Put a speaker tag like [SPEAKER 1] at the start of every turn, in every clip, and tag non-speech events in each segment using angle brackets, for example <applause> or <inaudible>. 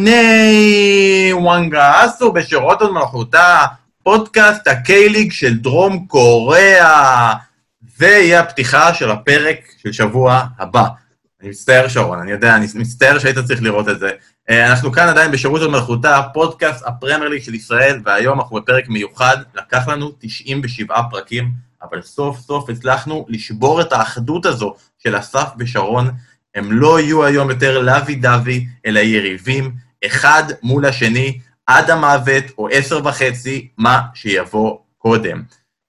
[SPEAKER 1] לפני וואנגה אסו בשירות עוד מלאכותה, פודקאסט הקיי-ליג של דרום קוריאה. זה יהיה הפתיחה של הפרק של שבוע הבא. אני מצטער, שרון, אני יודע, אני מצטער שהיית צריך לראות את זה. אה, אנחנו כאן עדיין בשירות עוד מלאכותה, פודקאסט הפרמייר ליג של ישראל, והיום אנחנו בפרק מיוחד, לקח לנו 97 פרקים, אבל סוף סוף הצלחנו לשבור את האחדות הזו של אסף ושרון. הם לא יהיו היום יותר לוי דווי, אלא יריבים, אחד מול השני, עד המוות או עשר וחצי, מה שיבוא קודם.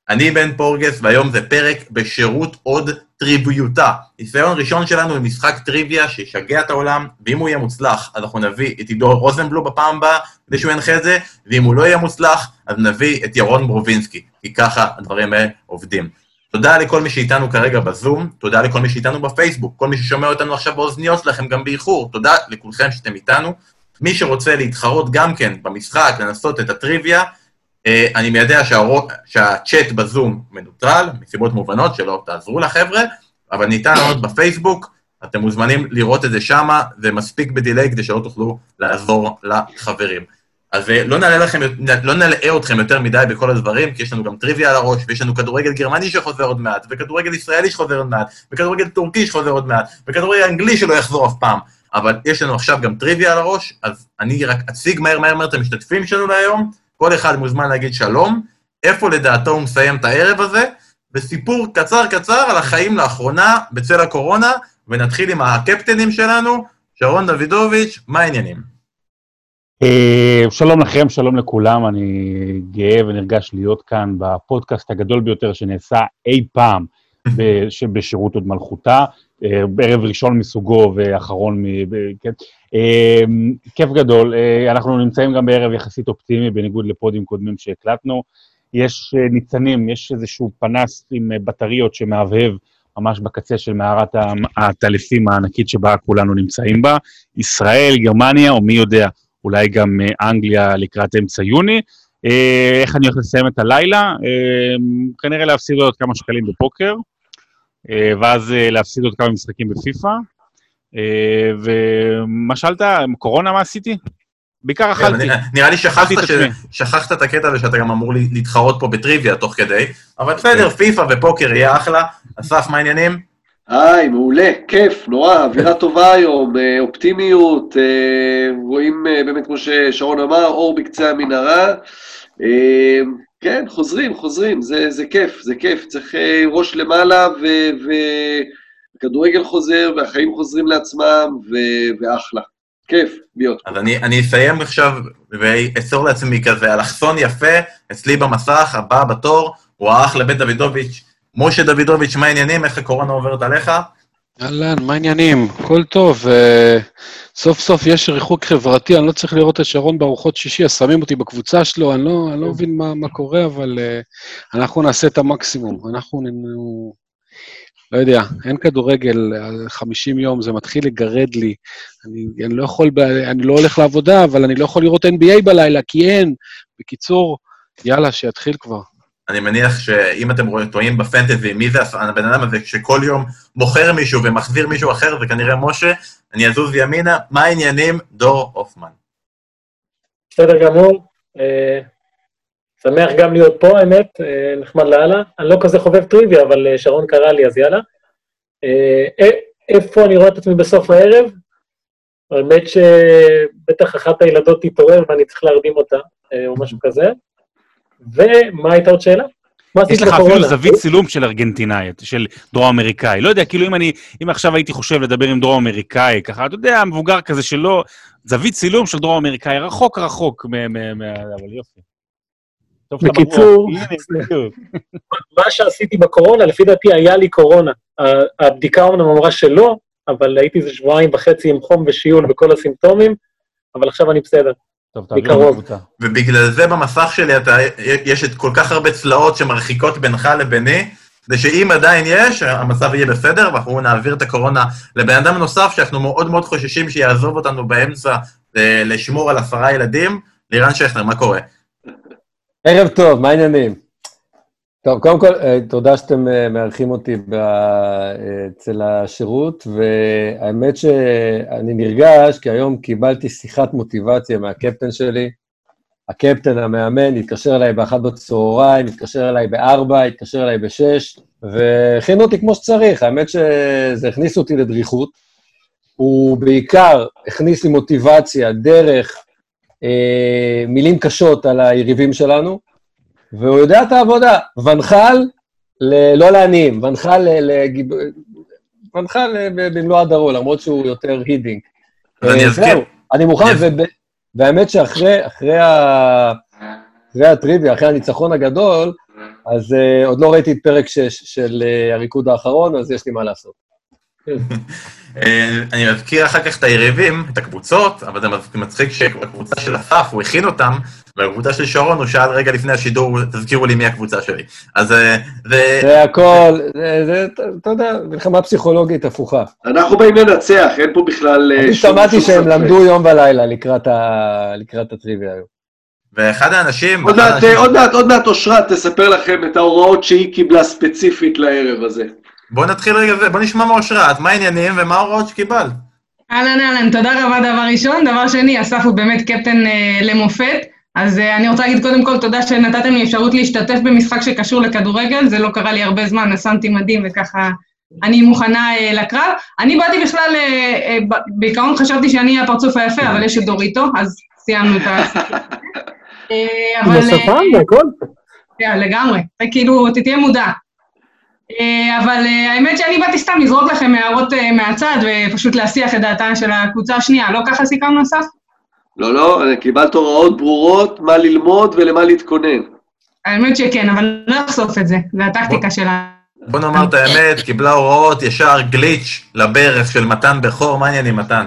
[SPEAKER 1] אני בן פורגס, והיום זה פרק בשירות עוד טריביוטה. ניסיון ראשון שלנו למשחק טריוויה שישגע את העולם, ואם הוא יהיה מוצלח, אז אנחנו נביא את עידו רוזנבלו בפעם הבאה, כדי שהוא ינחה את זה, ואם הוא לא יהיה מוצלח, אז נביא את ירון ברובינסקי, כי ככה הדברים האלה עובדים. תודה לכל מי שאיתנו כרגע בזום, תודה לכל מי שאיתנו בפייסבוק, כל מי ששומע אותנו עכשיו באוזניות שלכם גם באיחור, תודה לכולכם שאתם איתנו. מי שרוצה להתחרות גם כן במשחק, לנסות את הטריוויה, אה, אני מיידע שהאור- שהצ'אט בזום מנוטרל, מסיבות מובנות שלא תעזרו לחבר'ה, אבל ניתן לעלות בפייסבוק, אתם מוזמנים לראות את זה שמה, זה מספיק בדיליי כדי שלא תוכלו לעזור לחברים. אז אה, לא נלאה, לכם, לא נלאה אתכם יותר מדי בכל הדברים, כי יש לנו גם טריוויה על הראש, ויש לנו כדורגל גרמני שחוזר עוד מעט, וכדורגל ישראלי שחוזר עוד מעט, וכדורגל טורקי שחוזר עוד מעט, וכדורגל אנגלי שלא יחזור אף פעם. אבל יש לנו עכשיו גם טריוויה על הראש, אז אני רק אציג מהר מהר מהר את המשתתפים שלנו להיום, כל אחד מוזמן להגיד שלום, איפה לדעתו הוא מסיים את הערב הזה, וסיפור קצר קצר על החיים לאחרונה בצל הקורונה, ונתחיל עם הקפטנים שלנו, שרון דוידוביץ', מה העניינים?
[SPEAKER 2] אה, שלום לכם, שלום לכולם, אני גאה ונרגש להיות כאן בפודקאסט הגדול ביותר שנעשה אי פעם בש- בשירות עוד מלכותה, אה, בערב ראשון מסוגו ואחרון מ... ב- כן. אה, כיף גדול, אה, אנחנו נמצאים גם בערב יחסית אופטימי, בניגוד לפודים קודמים שהקלטנו. יש אה, ניצנים, יש איזשהו פנס עם אה, בטריות שמהבהב ממש בקצה של מערת העם- העטלפים הענקית שבה כולנו נמצאים בה. ישראל, גרמניה, או מי יודע, אולי גם אה, אנגליה לקראת אמצע יוני. אה, איך אני הולך לסיים את הלילה? אה, כנראה להפסיד עוד כמה שקלים בפוקר, אה, ואז אה, להפסיד עוד כמה משחקים בפיפא. אה, ומה שאלת? קורונה, מה עשיתי? בעיקר אכלתי.
[SPEAKER 1] כן, אה, נראה לי שכחת,
[SPEAKER 2] אכלתי את
[SPEAKER 1] ש...
[SPEAKER 2] עצמי.
[SPEAKER 1] שכחת את הקטע הזה שאתה גם אמור לי- להתחרות פה בטריוויה תוך כדי, אבל בסדר, פיפא ופוקר יהיה אחלה. אסף, מה העניינים?
[SPEAKER 3] היי, מעולה, כיף, נורא,
[SPEAKER 4] <laughs>
[SPEAKER 3] אווירה טובה היום, אה, אופטימיות, אה, רואים אה, באמת, כמו ששרון אמר, אור בקצה המנהרה. אה, כן, חוזרים, חוזרים, זה, זה כיף, זה כיף, צריך אה, ראש למעלה, וכדורגל חוזר, והחיים חוזרים לעצמם, ו, ואחלה. כיף, להיות.
[SPEAKER 1] אז אני, אני אסיים עכשיו ואצור לעצמי כזה אלכסון יפה, אצלי במסך, הבא בתור, הוא האח לבית דוידוביץ'. משה דוידוביץ', מה העניינים? איך הקורונה עוברת עליך?
[SPEAKER 5] אהלן, מה העניינים? הכל טוב. אה, סוף סוף יש ריחוק חברתי, אני לא צריך לראות את שרון בארוחות שישי, אז שמים אותי בקבוצה שלו, אני לא, אני לא מבין מה, מה קורה, אבל אה, אנחנו נעשה את המקסימום. אנחנו, נ- לא יודע, אין כדורגל, אה, 50 יום, זה מתחיל לגרד לי. אני, אני לא יכול, ב- אני לא הולך לעבודה, אבל אני לא יכול לראות NBA בלילה, כי אין. בקיצור, יאללה, שיתחיל כבר.
[SPEAKER 1] אני מניח שאם אתם רואים- טועים בפנטזי, מי זה הס- הבן אדם הזה שכל יום מוכר מישהו ומחזיר מישהו אחר, זה כנראה משה, אני אזוז ימינה, מה העניינים? דור הופמן.
[SPEAKER 6] בסדר גמור. אה, שמח גם להיות פה, האמת, אה, נחמד לאללה. אני לא כזה חובב טריוויה, אבל אה, שרון קרא לי, אז יאללה. אה, אה, איפה אני רואה את עצמי בסוף הערב? האמת שבטח אחת הילדות תתעורר ואני צריך להרדים אותה, אה, או משהו כזה. ומה הייתה עוד שאלה? מה עשית
[SPEAKER 2] יש לך אפילו
[SPEAKER 6] בקורונה?
[SPEAKER 2] זווית צילום של ארגנטינאי, של דרום אמריקאי. לא יודע, כאילו אם אני, אם עכשיו הייתי חושב לדבר עם דרום אמריקאי, ככה, אתה יודע, מבוגר כזה שלא, זווית צילום של דרום אמריקאי, רחוק רחוק, מ- מ- מ- אבל יופי. טוב שאתה
[SPEAKER 6] בקיצור-
[SPEAKER 2] בטוח. הנה, בדיוק.
[SPEAKER 6] מה שעשיתי בקורונה, לפי דעתי היה לי קורונה. ה- הבדיקה אומנם אמרה שלא, אבל הייתי איזה שבועיים וחצי עם חום ושיול וכל הסימפטומים, אבל עכשיו אני בסדר.
[SPEAKER 2] טוב, תעביר
[SPEAKER 6] בקרוב.
[SPEAKER 2] לקבוצה.
[SPEAKER 1] ובגלל זה במסך שלי אתה, יש את כל כך הרבה צלעות שמרחיקות בינך לביני, כדי שאם עדיין יש, המצב יהיה בסדר, ואנחנו נעביר את הקורונה לבן אדם נוסף שאנחנו מאוד מאוד חוששים שיעזוב אותנו באמצע אה, לשמור על עשרה ילדים. לירן שכנר, מה קורה?
[SPEAKER 4] ערב טוב, מה העניינים? טוב, קודם כל, אה, תודה שאתם אה, מארחים אותי ב- אה, אצל השירות, והאמת שאני נרגש, כי היום קיבלתי שיחת מוטיבציה מהקפטן שלי. הקפטן, המאמן, התקשר אליי באחת בצהריים, התקשר אליי בארבע, התקשר אליי בשש, והכין אותי כמו שצריך. האמת שזה הכניס אותי לדריכות. הוא בעיקר הכניס לי מוטיבציה דרך אה, מילים קשות על היריבים שלנו, והוא יודע את העבודה. ונחל, ל... לא לעניים, ונחל, ל... לגיב... ונחל אה, ב- במלוא הדרו, למרות שהוא יותר הידינג.
[SPEAKER 1] אז אני
[SPEAKER 4] אה,
[SPEAKER 1] אזכיר.
[SPEAKER 4] זהו, אני מוכן,
[SPEAKER 1] אני אזכיר.
[SPEAKER 4] וב... והאמת שאחרי אחרי ה... אחרי הטריוויה, אחרי הניצחון הגדול, אז uh, עוד לא ראיתי את פרק 6 של uh, הריקוד האחרון, אז יש לי מה לעשות.
[SPEAKER 1] אה, אני אזכיר אחר כך את היריבים, את הקבוצות, אבל זה מצחיק שבקבוצה של אסף הוא הכין אותם, ובקבוצה של שרון הוא שאל רגע לפני השידור, תזכירו לי מי הקבוצה שלי. אז אה, זה...
[SPEAKER 4] זה הכל, זה, זה, אתה- אתה יודע, מלחמה פסיכולוגית הפוכה.
[SPEAKER 3] אנחנו באים לנצח, אין פה בכלל... אה,
[SPEAKER 4] אני
[SPEAKER 3] שום-
[SPEAKER 4] שמעתי
[SPEAKER 3] שום
[SPEAKER 4] שהם
[SPEAKER 3] ספק.
[SPEAKER 4] למדו יום ולילה לקראת, ה... לקראת הטריוויה היום.
[SPEAKER 1] ואחד האנשים...
[SPEAKER 3] עוד
[SPEAKER 1] אחד
[SPEAKER 3] מעט,
[SPEAKER 1] האנשים-
[SPEAKER 3] אה, עוד מעט, עוד מעט אושרת תספר לכם את ההוראות שהיא קיבלה ספציפית לערב הזה.
[SPEAKER 1] בואו נתחיל רגע, זה, בואו נשמע מאושרת, מה העניינים ומה ההוראות שקיבלת?
[SPEAKER 7] אהלן אהלן, תודה רבה דבר ראשון. דבר שני, אסף הוא באמת קפטן אה, למופת, אז אה, אני רוצה להגיד קודם כל תודה שנתתם לי אפשרות להשתתף במשחק שקשור לכדורגל, זה לא קרה לי הרבה זמן, אז שמתי מדים וככה אני מוכנה אה, לקרב. אני באתי בכלל, אה, אה, ב- בעיקרון חשבתי שאני הפרצוף היפה, אבל יש את דוריטו, אז סיימנו את הסיפור. אה,
[SPEAKER 6] עם
[SPEAKER 7] אבל, אה,
[SPEAKER 6] השפם והכל?
[SPEAKER 7] כן, לגמרי. זה כאילו, ת- תהיה מודע. אה, אבל אה, האמת שאני באתי סתם לזרוק לכם הערות אה, מהצד ופשוט להסיח את דעתה של הקבוצה השנייה. לא ככה סיכמנו, אסף?
[SPEAKER 3] לא, לא, אה, קיבלת הוראות ברורות מה ללמוד ולמה להתכונן.
[SPEAKER 7] האמת שכן, אבל לא אחשוף את זה, זה הטקטיקה שלה.
[SPEAKER 1] בואו נאמר את האמת, קיבלה הוראות ישר גליץ' לברך של מתן בכור, מה העניינים מתן?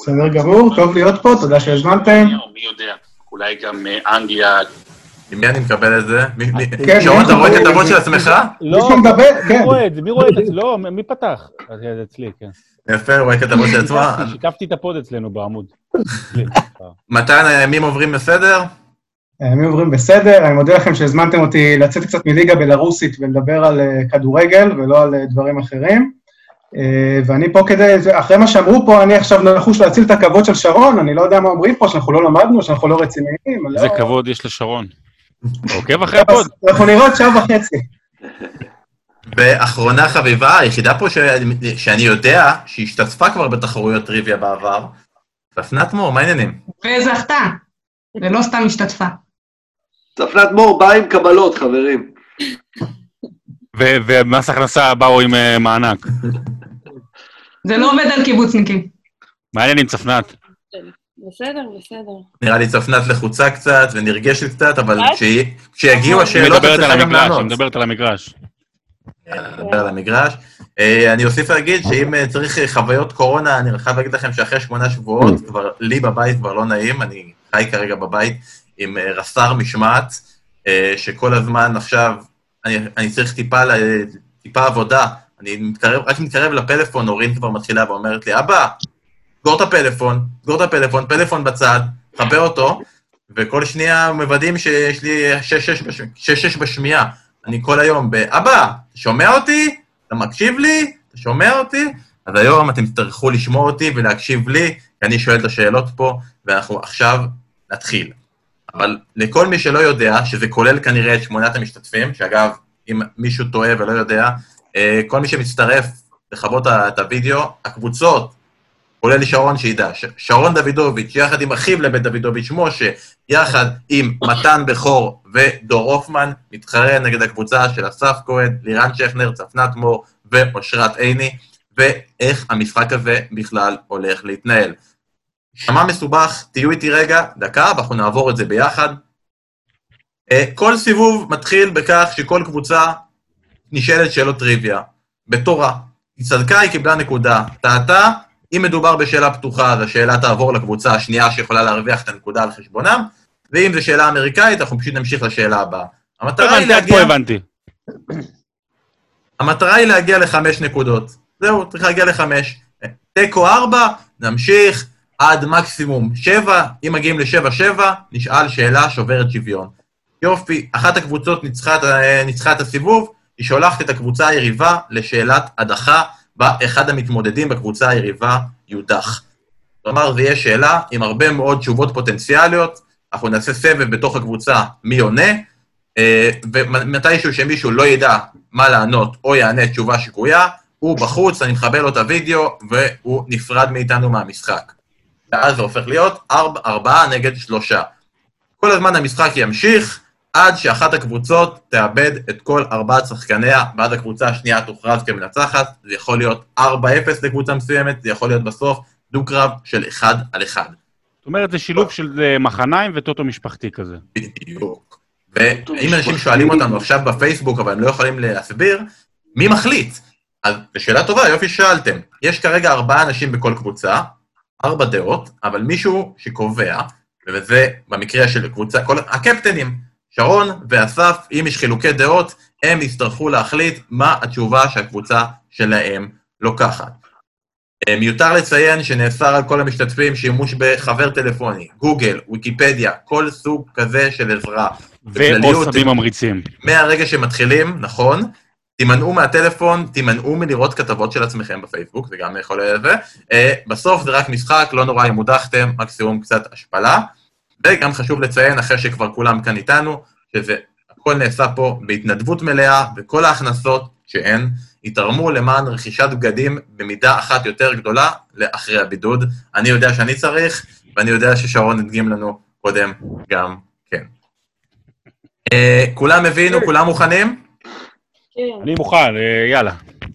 [SPEAKER 8] בסדר גמור, טוב להיות פה, תודה שהזמנתם. מי יודע, אולי גם אה, אנגליה...
[SPEAKER 1] עם מי אני מקבל את זה? מי- מי-
[SPEAKER 8] כן,
[SPEAKER 1] שרון,
[SPEAKER 8] מי-
[SPEAKER 1] אתה רואה את התרבות של עצמך?
[SPEAKER 2] לא,
[SPEAKER 8] מישהו מדבר?
[SPEAKER 2] מי
[SPEAKER 8] כן.
[SPEAKER 2] רואה את זה? מי רואה את זה? לא, מי פתח? אז זה אצלי, כן.
[SPEAKER 1] יפה, הוא רואה את התרבות של עצמו.
[SPEAKER 2] <laughs> שיקפתי- שיקפתי את הפוד אצלנו
[SPEAKER 1] <laughs>
[SPEAKER 2] בעמוד. אצלי. אה.
[SPEAKER 1] מתן, הימים עוברים בסדר?
[SPEAKER 8] הימים אה, עוברים בסדר, אני מודה לכם שהזמנתם אותי לצאת קצת מליגה בלרוסית ולדבר על אה, כדורגל ולא על אה, דברים אחרים. אה, ואני פה כדי, אחרי מה שאמרו פה, אני עכשיו נחוש להציל את הכבוד של שרון, אני לא יודע מה אומרים פה, שאנחנו לא למדנו, שאנחנו לא רציניים. אני
[SPEAKER 2] איזה
[SPEAKER 8] לא-
[SPEAKER 2] כבוד יש לשרון. עוקב אחרי הפוד.
[SPEAKER 8] אנחנו נראות שעה וחצי.
[SPEAKER 1] ואחרונה חביבה, היחידה פה ש... שאני יודע שהשתתפה כבר בתחרויות טריוויה בעבר, דפנת מור, מה העניינים?
[SPEAKER 7] וזכתה, ולא לא סתם השתתפה.
[SPEAKER 3] צפנת מור באה עם קבלות, חברים.
[SPEAKER 2] ו- ומס הכנסה באו עם אה,
[SPEAKER 1] <laughs>
[SPEAKER 2] מענק.
[SPEAKER 7] זה לא עובד על קיבוצניקים.
[SPEAKER 2] מעניין עם צפנת.
[SPEAKER 9] בסדר, בסדר.
[SPEAKER 1] נראה לי צפנת לחוצה קצת ונרגשת קצת, אבל
[SPEAKER 9] קצת?
[SPEAKER 1] כשהיא- כשיגיעו
[SPEAKER 2] היא
[SPEAKER 1] השאלות,
[SPEAKER 2] נכון. מדברת
[SPEAKER 1] את
[SPEAKER 2] על
[SPEAKER 1] צריכה גם
[SPEAKER 2] המגרש, היא
[SPEAKER 1] לענות.
[SPEAKER 2] מדברת על המגרש.
[SPEAKER 1] יאללה, נדבר על המגרש. אה, אני אוסיף להגיד שאם אה, צריך אה, חוויות קורונה, אני חייב להגיד לכם שאחרי שמונה
[SPEAKER 2] Mm.
[SPEAKER 1] שבועות, כבר לי בבית כבר לא נעים, אני חי כרגע בבית עם אה, רס"ר משמעת, אה, שכל הזמן עכשיו, אני אני צריך טיפה ל- טיפה עבודה, אני מתקרב, רק מתקרב לפלאפון, אורין כבר מתחילה ואומרת לי, אבא, סגור את הפלאפון, סגור את הפלאפון, פלאפון בצד, חבר אותו, וכל שנייה מוודאים שיש לי 6-6 בשמיעה. אני כל היום ב"אבא, אתה שומע אותי? אתה מקשיב לי? אתה שומע אותי?" אז היום אתם תצטרכו לשמוע אותי ולהקשיב לי, כי אני שואל את השאלות פה, ואנחנו עכשיו נתחיל. אבל לכל מי שלא יודע, שזה כולל כנראה את שמונת המשתתפים, שאגב, אם מישהו טועה ולא יודע, אה, כל מי שמצטרף לכבות ה- את הוידאו, הקבוצות, כולל שרון שידע, ש- שרון דוידוביץ', יחד עם אחיו לבית דוידוביץ', משה, יחד עם מתן בכור ודור הופמן, מתחרה נגד הקבוצה של אסף כהן, לירן שכנר, צפנת מור ואושרת עיני, ואיך המשחק הזה בכלל הולך להתנהל. שמע מסובך, תהיו איתי רגע, דקה, ואנחנו נעבור את זה ביחד. אה, כל סיבוב מתחיל בכך שכל קבוצה נשאלת שאלות טריוויה, בתורה. היא צדקה, היא קיבלה נקודה. טעתה, אם מדובר בשאלה פתוחה, אז השאלה תעבור לקבוצה השנייה שיכולה להרוויח את הנקודה על חשבונם, ואם זו שאלה אמריקאית, אנחנו פשוט נמשיך לשאלה הבאה. המטרה היא
[SPEAKER 2] הבנתי, עד
[SPEAKER 1] להגיע...
[SPEAKER 2] פה הבנתי.
[SPEAKER 1] המטרה היא להגיע לחמש נקודות. זהו, צריך להגיע לחמש. תיקו ארבע, נמשיך עד מקסימום שבע. אם מגיעים לשבע שבע, נשאל שאלה שוברת שוויון. יופי, אחת הקבוצות ניצחה, את ה- אה, ניצחה את הסיבוב, היא שולחת את הקבוצה היריבה לשאלת הדחה, בה אחד המתמודדים בקבוצה היריבה יודח. כלומר, זו תהיה שאלה עם הרבה מאוד תשובות פוטנציאליות, אנחנו נעשה סבב בתוך הקבוצה מי עונה, אה, ומתישהו שמישהו לא ידע מה לענות או יענה תשובה שגויה, הוא בחוץ, אני מכבה לו את הוידאו, והוא נפרד מאיתנו מהמשחק. ואז זה הופך להיות ארבע, ארבעה נגד שלושה. כל הזמן המשחק ימשיך, עד שאחת הקבוצות תאבד את כל ארבעת שחקניה, ואז הקבוצה השנייה תוכרז כמנצחת, זה יכול להיות 4-0 לקבוצה מסוימת, זה יכול להיות בסוף דו-קרב של 1 על 1.
[SPEAKER 2] זאת אומרת, זה שילוב של אה, מחניים וטוטו משפחתי כזה.
[SPEAKER 1] בדיוק. ואם אנשים שואלים אותנו עכשיו בפייסבוק, אבל הם לא יכולים להסביר, מי מחליט? אז זו שאלה טובה, יופי ששאלתם. יש כרגע ארבעה אנשים בכל קבוצה, ארבע דעות, אבל מישהו שקובע, וזה במקרה של קבוצה, כל הקפטנים, שרון ואסף, אם יש חילוקי דעות, הם יצטרכו להחליט מה התשובה שהקבוצה שלהם לוקחת. אה, מיותר לציין שנאסר על כל המשתתפים שימוש בחבר טלפוני, גוגל, ויקיפדיה, כל סוג כזה של עזרה.
[SPEAKER 2] ואו סבים ממריצים.
[SPEAKER 1] מהרגע שמתחילים, נכון, תימנעו מהטלפון, תימנעו מלראות כתבות של עצמכם בפייסבוק, זה גם יכול להיות זה. אה, בסוף זה רק משחק, לא נורא אם הודחתם, מקסימום קצת השפלה. וגם חשוב לציין, אחרי שכבר כולם כאן איתנו, שזה הכל נעשה פה בהתנדבות מלאה, וכל ההכנסות שהן יתרמו למען רכישת בגדים במידה אחת יותר גדולה לאחרי הבידוד. אני יודע שאני צריך, ואני יודע ששרון הדגים לנו קודם גם כן. אה, כולם הבינו, כולם מוכנים?
[SPEAKER 9] כן.
[SPEAKER 2] אני מוכן, אה, יאללה.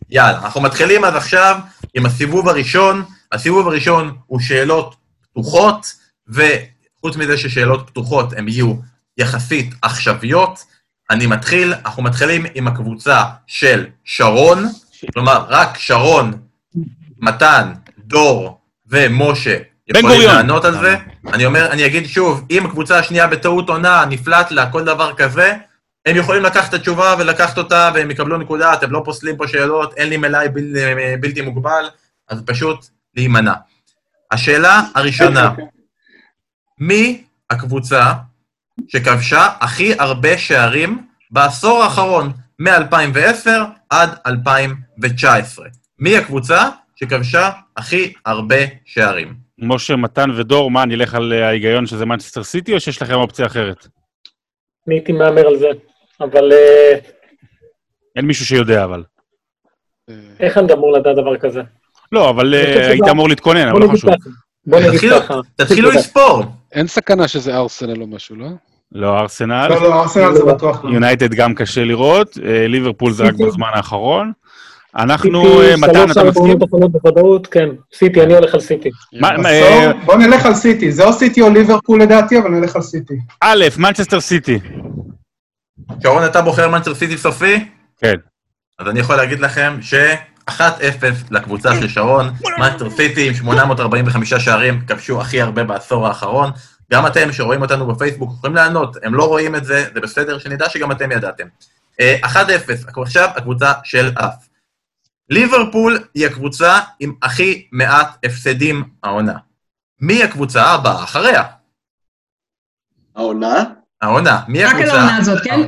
[SPEAKER 1] יאללה, אנחנו מתחילים עד עכשיו עם הסיבוב הראשון. הסיבוב הראשון הוא שאלות פתוחות, וחוץ מזה ששאלות פתוחות הן יהיו יחסית עכשוויות, אני מתחיל, אנחנו מתחילים עם הקבוצה של שרון, כלומר, רק שרון, מתן, דור ומשה יכולים
[SPEAKER 2] גוריון.
[SPEAKER 1] לענות על זה. אני אומר, אני אגיד שוב, אם הקבוצה השנייה בטעות עונה, נפלט לה, כל דבר כזה, הם יכולים לקחת את התשובה ולקחת אותה, והם יקבלו נקודה, אתם לא פוסלים פה שאלות, אין לי מלאי בל, בלתי מוגבל, אז פשוט להימנע. השאלה הראשונה, מי הקבוצה שכבשה הכי הרבה שערים בעשור האחרון, מ-2010 עד 2019? מי הקבוצה שכבשה הכי הרבה שערים?
[SPEAKER 2] משה, מתן ודור, מה, נלך על אה, ההיגיון שזה מנצ'סטר סיטי, או שיש לכם אופציה אחרת?
[SPEAKER 6] אני הייתי מהמר על זה. אבל אה,
[SPEAKER 2] כן. אין מישהו שיודע, אבל.
[SPEAKER 6] איך אני אמור לדעת דבר כזה?
[SPEAKER 2] לא, אבל
[SPEAKER 6] אני חושב
[SPEAKER 2] אה, היית
[SPEAKER 6] שזה-
[SPEAKER 2] אמור להתכונן,
[SPEAKER 6] בוא
[SPEAKER 2] אבל לא
[SPEAKER 6] נגיד
[SPEAKER 2] חשוב.
[SPEAKER 6] ככה. בוא נגיד
[SPEAKER 1] תתחילו-
[SPEAKER 6] ככה.
[SPEAKER 1] תתחילו לספור.
[SPEAKER 5] אין סכנה שזה ארסנל או משהו, לא?
[SPEAKER 2] לא, ארסנל,
[SPEAKER 8] לא, לא, ארסנל זה בטוח לא.
[SPEAKER 2] יונייטד גם קשה לראות, אה, ליברפול זה רק
[SPEAKER 6] סיטי.
[SPEAKER 2] בזמן האחרון. אנחנו,
[SPEAKER 6] סיטי,
[SPEAKER 2] אה, מתן,
[SPEAKER 6] שלוש
[SPEAKER 2] אתה מסכים?
[SPEAKER 6] ארבעונות אחרונות בוודאות, כן. סיטי, אני הולך על סיטי.
[SPEAKER 2] מה- מה, אה,
[SPEAKER 8] בסוף, בוא נלך על סיטי, זה או סיטי או ליברפול לדעתי, אבל נלך על סיטי.
[SPEAKER 2] א', מנצ'סטר סיטי.
[SPEAKER 1] שרון, אתה בוחר מנצ'ר סיטי סופי?
[SPEAKER 2] כן.
[SPEAKER 1] אז אני יכול להגיד לכם ש-1-0 לקבוצה של שרון, מאסטר סיטי עם 845 שערים, כבשו הכי הרבה בעשור האחרון. גם אתם שרואים אותנו בפייסבוק יכולים לענות, הם לא רואים את זה, זה בסדר, שנדע שגם אתם ידעתם. אה, 1-0, עכשיו הקבוצה של אף. ליברפול היא הקבוצה עם הכי מעט הפסדים העונה. מי הקבוצה הבאה אחריה?
[SPEAKER 3] העונה?
[SPEAKER 1] העונה. מי
[SPEAKER 7] רק
[SPEAKER 1] הקבוצה...
[SPEAKER 7] על העונה הזאת, כן?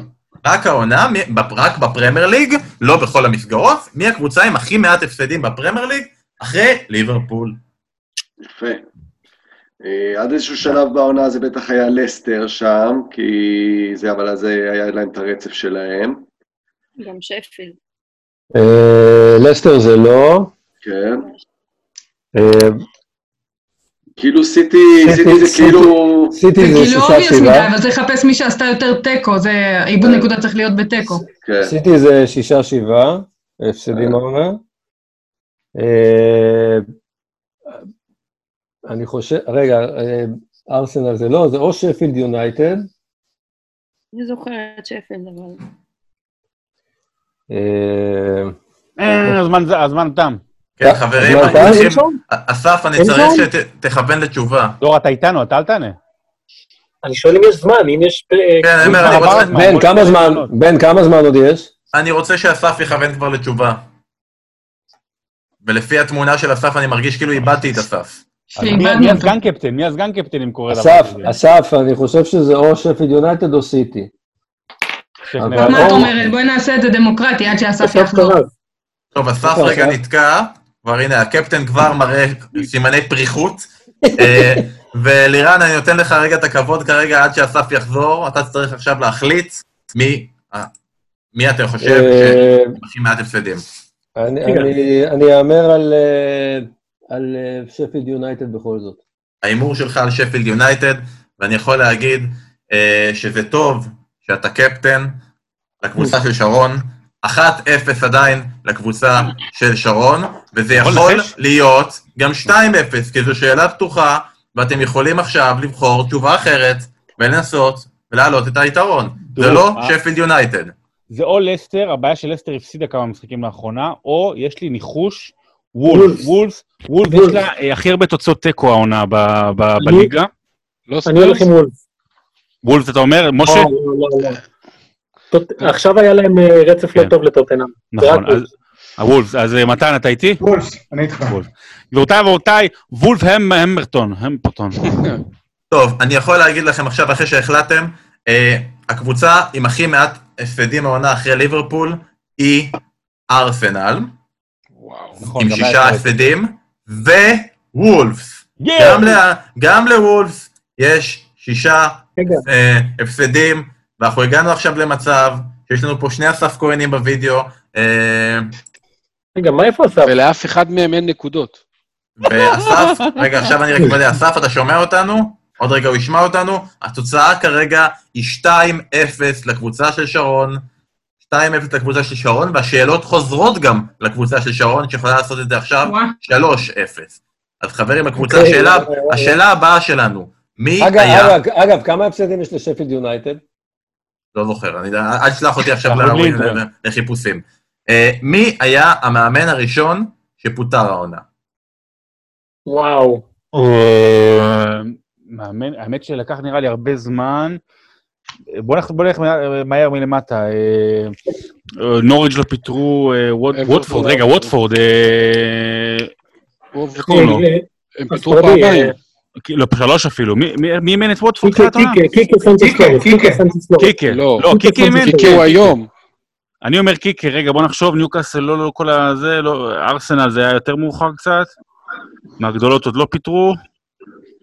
[SPEAKER 1] רק העונה, מי- בפ- רק בפרמייר ליג, לא בכל המסגרות, מי הקבוצה עם הכי מעט הפסדים בפרמייר ליג? אחרי ליברפול.
[SPEAKER 3] יפה. אה, עד איזשהו שלב בעונה זה בטח היה לסטר שם, כי זה, אבל אז היה להם את הרצף שלהם,
[SPEAKER 9] גם שפילד.
[SPEAKER 4] אה, לסטר זה לא.
[SPEAKER 3] כן.
[SPEAKER 4] אה,
[SPEAKER 3] כאילו סיטי,
[SPEAKER 4] סיטי,
[SPEAKER 3] סיטי זה
[SPEAKER 4] <laughs> סיטי.
[SPEAKER 3] כאילו...
[SPEAKER 4] סיטי
[SPEAKER 7] זה
[SPEAKER 4] זה
[SPEAKER 7] כאילו
[SPEAKER 4] שישה
[SPEAKER 7] אובייס מדי,
[SPEAKER 4] שבעה.
[SPEAKER 7] אבל צריך לחפש מי שעשתה יותר תיקו, זה עיבוד
[SPEAKER 3] אה.
[SPEAKER 7] נקודה צריך להיות בתיקו.
[SPEAKER 3] כן.
[SPEAKER 4] סיטי זה שישה שבעה, הפסדים העונה. אה, אני חושב, רגע, אה, ארסנל זה לא, זה או שפילד יונייטד,
[SPEAKER 9] אני זוכרת שפילד, אבל...
[SPEAKER 4] אה,
[SPEAKER 2] אה, הזמן זה- הזמן תם.
[SPEAKER 1] כן, חברים,
[SPEAKER 4] אז מה,
[SPEAKER 1] אנחנו
[SPEAKER 4] אתה
[SPEAKER 1] צריכים...
[SPEAKER 4] ראשון?
[SPEAKER 1] אסף, אני
[SPEAKER 4] אין
[SPEAKER 1] צריך
[SPEAKER 4] זמן?
[SPEAKER 1] שתכוון לתשובה.
[SPEAKER 2] דור, אתה איתנו, אתה אל תענה.
[SPEAKER 6] אני שואל אם יש זמן, אם יש... אה,
[SPEAKER 1] כן, אני אומר,
[SPEAKER 2] כבר
[SPEAKER 1] אני
[SPEAKER 2] עבר
[SPEAKER 1] רוצה-
[SPEAKER 2] הזמן.
[SPEAKER 4] בן,
[SPEAKER 2] בוא
[SPEAKER 4] כמה
[SPEAKER 2] נתחיל
[SPEAKER 4] זמן,
[SPEAKER 2] לענות.
[SPEAKER 4] בן, כמה זמן עוד יש?
[SPEAKER 1] אני רוצה שאסף יכוון כבר לתשובה. ולפי התמונה של אסף, אני מרגיש כאילו איבדתי את אסף.
[SPEAKER 2] אז מי- מי
[SPEAKER 7] שאיבדנו אותו.
[SPEAKER 2] הסגן קפטן? מי הסגן קפטן אם קורה דבר
[SPEAKER 4] אסף,
[SPEAKER 2] כזה?
[SPEAKER 4] אסף, אני חושב שזה או שפילד יונייטד או סיטי.
[SPEAKER 2] שכנראה
[SPEAKER 7] מה את
[SPEAKER 2] לא...
[SPEAKER 7] אומרת? בואי נעשה את זה דמוקרטי עד שאסף יחזור.
[SPEAKER 1] טוב, אסף
[SPEAKER 4] אוקיי,
[SPEAKER 1] רגע
[SPEAKER 4] אסף.
[SPEAKER 1] נתקע, כבר הנה, הקפטן כבר מראה סימני פריחות. אה, ולירן, אני נותן לך רגע את הכבוד כרגע עד שאסף יחזור, אתה צריך עכשיו להחליט מי, אה, מי אתה חושב שעם
[SPEAKER 4] אה,
[SPEAKER 1] הכי מעט הפסדים.
[SPEAKER 4] אני-
[SPEAKER 6] רגע.
[SPEAKER 4] אני- אני אהמר על, אה, על אה, שפילד יונייטד בכל זאת.
[SPEAKER 1] ההימור שלך על שפילד יונייטד, ואני יכול להגיד אה, שזה טוב שאתה קפטן לקבוצה של שרון, 1-0 עדיין לקבוצה של שרון, וזה
[SPEAKER 2] יכול
[SPEAKER 1] יכול
[SPEAKER 2] לנחש?
[SPEAKER 1] להיות גם 2-0, כי זו שאלה פתוחה, ואתם יכולים עכשיו לבחור תשובה אחרת ולנסות ולהעלות את היתרון. זה
[SPEAKER 2] דרור,
[SPEAKER 1] לא
[SPEAKER 2] אה?
[SPEAKER 1] שפילד יונייטד.
[SPEAKER 2] זה או לסטר, הבעיה שלסטר הפסידה כמה משחקים לאחרונה, או יש לי ניחוש, וולף. וולף, וולף, יש לה אה, הכי הרבה תוצאות תיקו העונה ב- ב-
[SPEAKER 6] אני-
[SPEAKER 2] אה, בליגה.
[SPEAKER 5] לא
[SPEAKER 6] אני הולך עם וולף.
[SPEAKER 2] וולף, אתה אומר, אה, משה?
[SPEAKER 6] לא, לא,
[SPEAKER 2] אה.
[SPEAKER 6] לא, לא. טוט- עכשיו היה להם אה, רצף לא
[SPEAKER 2] כן.
[SPEAKER 6] טוב לטוטנאם. זה רק
[SPEAKER 2] נכון, אז... הוולף, אז אה, מתן, אתה איתי?
[SPEAKER 8] וולף, אני איתך.
[SPEAKER 2] גבירותיי ורבותיי, וולף הם המרטון, המפרטון.
[SPEAKER 1] טוב, אני יכול להגיד לכם עכשיו, אחרי שהחלטתם, אה, הקבוצה עם הכי מעט הפסדים העונה אחרי ליברפול היא ארסנל,
[SPEAKER 2] נכון,
[SPEAKER 1] עם
[SPEAKER 2] גם
[SPEAKER 1] שישה
[SPEAKER 2] היה את-
[SPEAKER 1] הפסדים, ווולפס.
[SPEAKER 2] יאה!
[SPEAKER 1] גם, לה- גם לוולפס יש שישה
[SPEAKER 6] רגע,
[SPEAKER 1] אה, הפסדים, ואנחנו הגענו עכשיו למצב שיש לנו פה שני אסף כהנים בווידאו, אה,
[SPEAKER 6] רגע, מה איפה אסף?
[SPEAKER 5] ולאף אחד מהם אין נקודות.
[SPEAKER 1] ואסף, רגע, עכשיו אני רק מוודא, אסף, אתה שומע אותנו? עוד רגע הוא ישמע אותנו. התוצאה כרגע היא 2-0 לקבוצה של שרון, 2-0 לקבוצה של שרון, והשאלות חוזרות גם לקבוצה של שרון, שיכולה לעשות את זה עכשיו
[SPEAKER 7] וואה.
[SPEAKER 1] 3-0. אז חברים, הקבוצה,
[SPEAKER 6] אוקיי,
[SPEAKER 1] השאלה,
[SPEAKER 4] אוקיי, אוקיי.
[SPEAKER 1] השאלה הבאה שלנו, מי
[SPEAKER 4] אגב,
[SPEAKER 1] היה...
[SPEAKER 4] אגב, אגב, כמה הפסדים יש לשפילד יונייטד?
[SPEAKER 1] לא זוכר, אני, אל תשלח אותי עכשיו
[SPEAKER 2] אנחנו
[SPEAKER 1] להורים
[SPEAKER 2] בלי זה.
[SPEAKER 1] לחיפושים. אה, מי היה המאמן הראשון שפוטר העונה?
[SPEAKER 6] וואו.
[SPEAKER 2] אה, מאמן, האמת שלקח נראה לי הרבה זמן. בוא נלך- בוא נלך מה- מהר מלמטה. אה, אה, נוריג' לא פיטרו, אה, ווט-
[SPEAKER 5] אברטון.
[SPEAKER 2] ווטפורד, רגע, ווטפורד, אה,
[SPEAKER 5] איך
[SPEAKER 2] קוראים לו?
[SPEAKER 6] אה,
[SPEAKER 5] הם
[SPEAKER 6] אז
[SPEAKER 5] פיטרו
[SPEAKER 6] תראה לי,
[SPEAKER 5] פעמיים.
[SPEAKER 6] אה,
[SPEAKER 2] כאילו, שלוש אפילו. מי- מי מי אימן את ווטפורד
[SPEAKER 6] קיקה,
[SPEAKER 2] תחילת העונה?
[SPEAKER 6] קיקה, קיקה סנצ'ס
[SPEAKER 8] קיקה,
[SPEAKER 6] לורס, קיקה
[SPEAKER 8] קיקה.
[SPEAKER 6] סנצ'ס
[SPEAKER 1] כן,
[SPEAKER 6] לורס.
[SPEAKER 2] קיקה.
[SPEAKER 5] לא.
[SPEAKER 2] לא, קיקה אימן.
[SPEAKER 5] כי הוא היום.
[SPEAKER 2] אני אומר קיקה, רגע, בוא נחשוב, ניוקאסל, לא, לא, כל הזה, לא, ארסנל זה היה יותר מאוחר קצת, מהגדולות עוד לא פיטרו.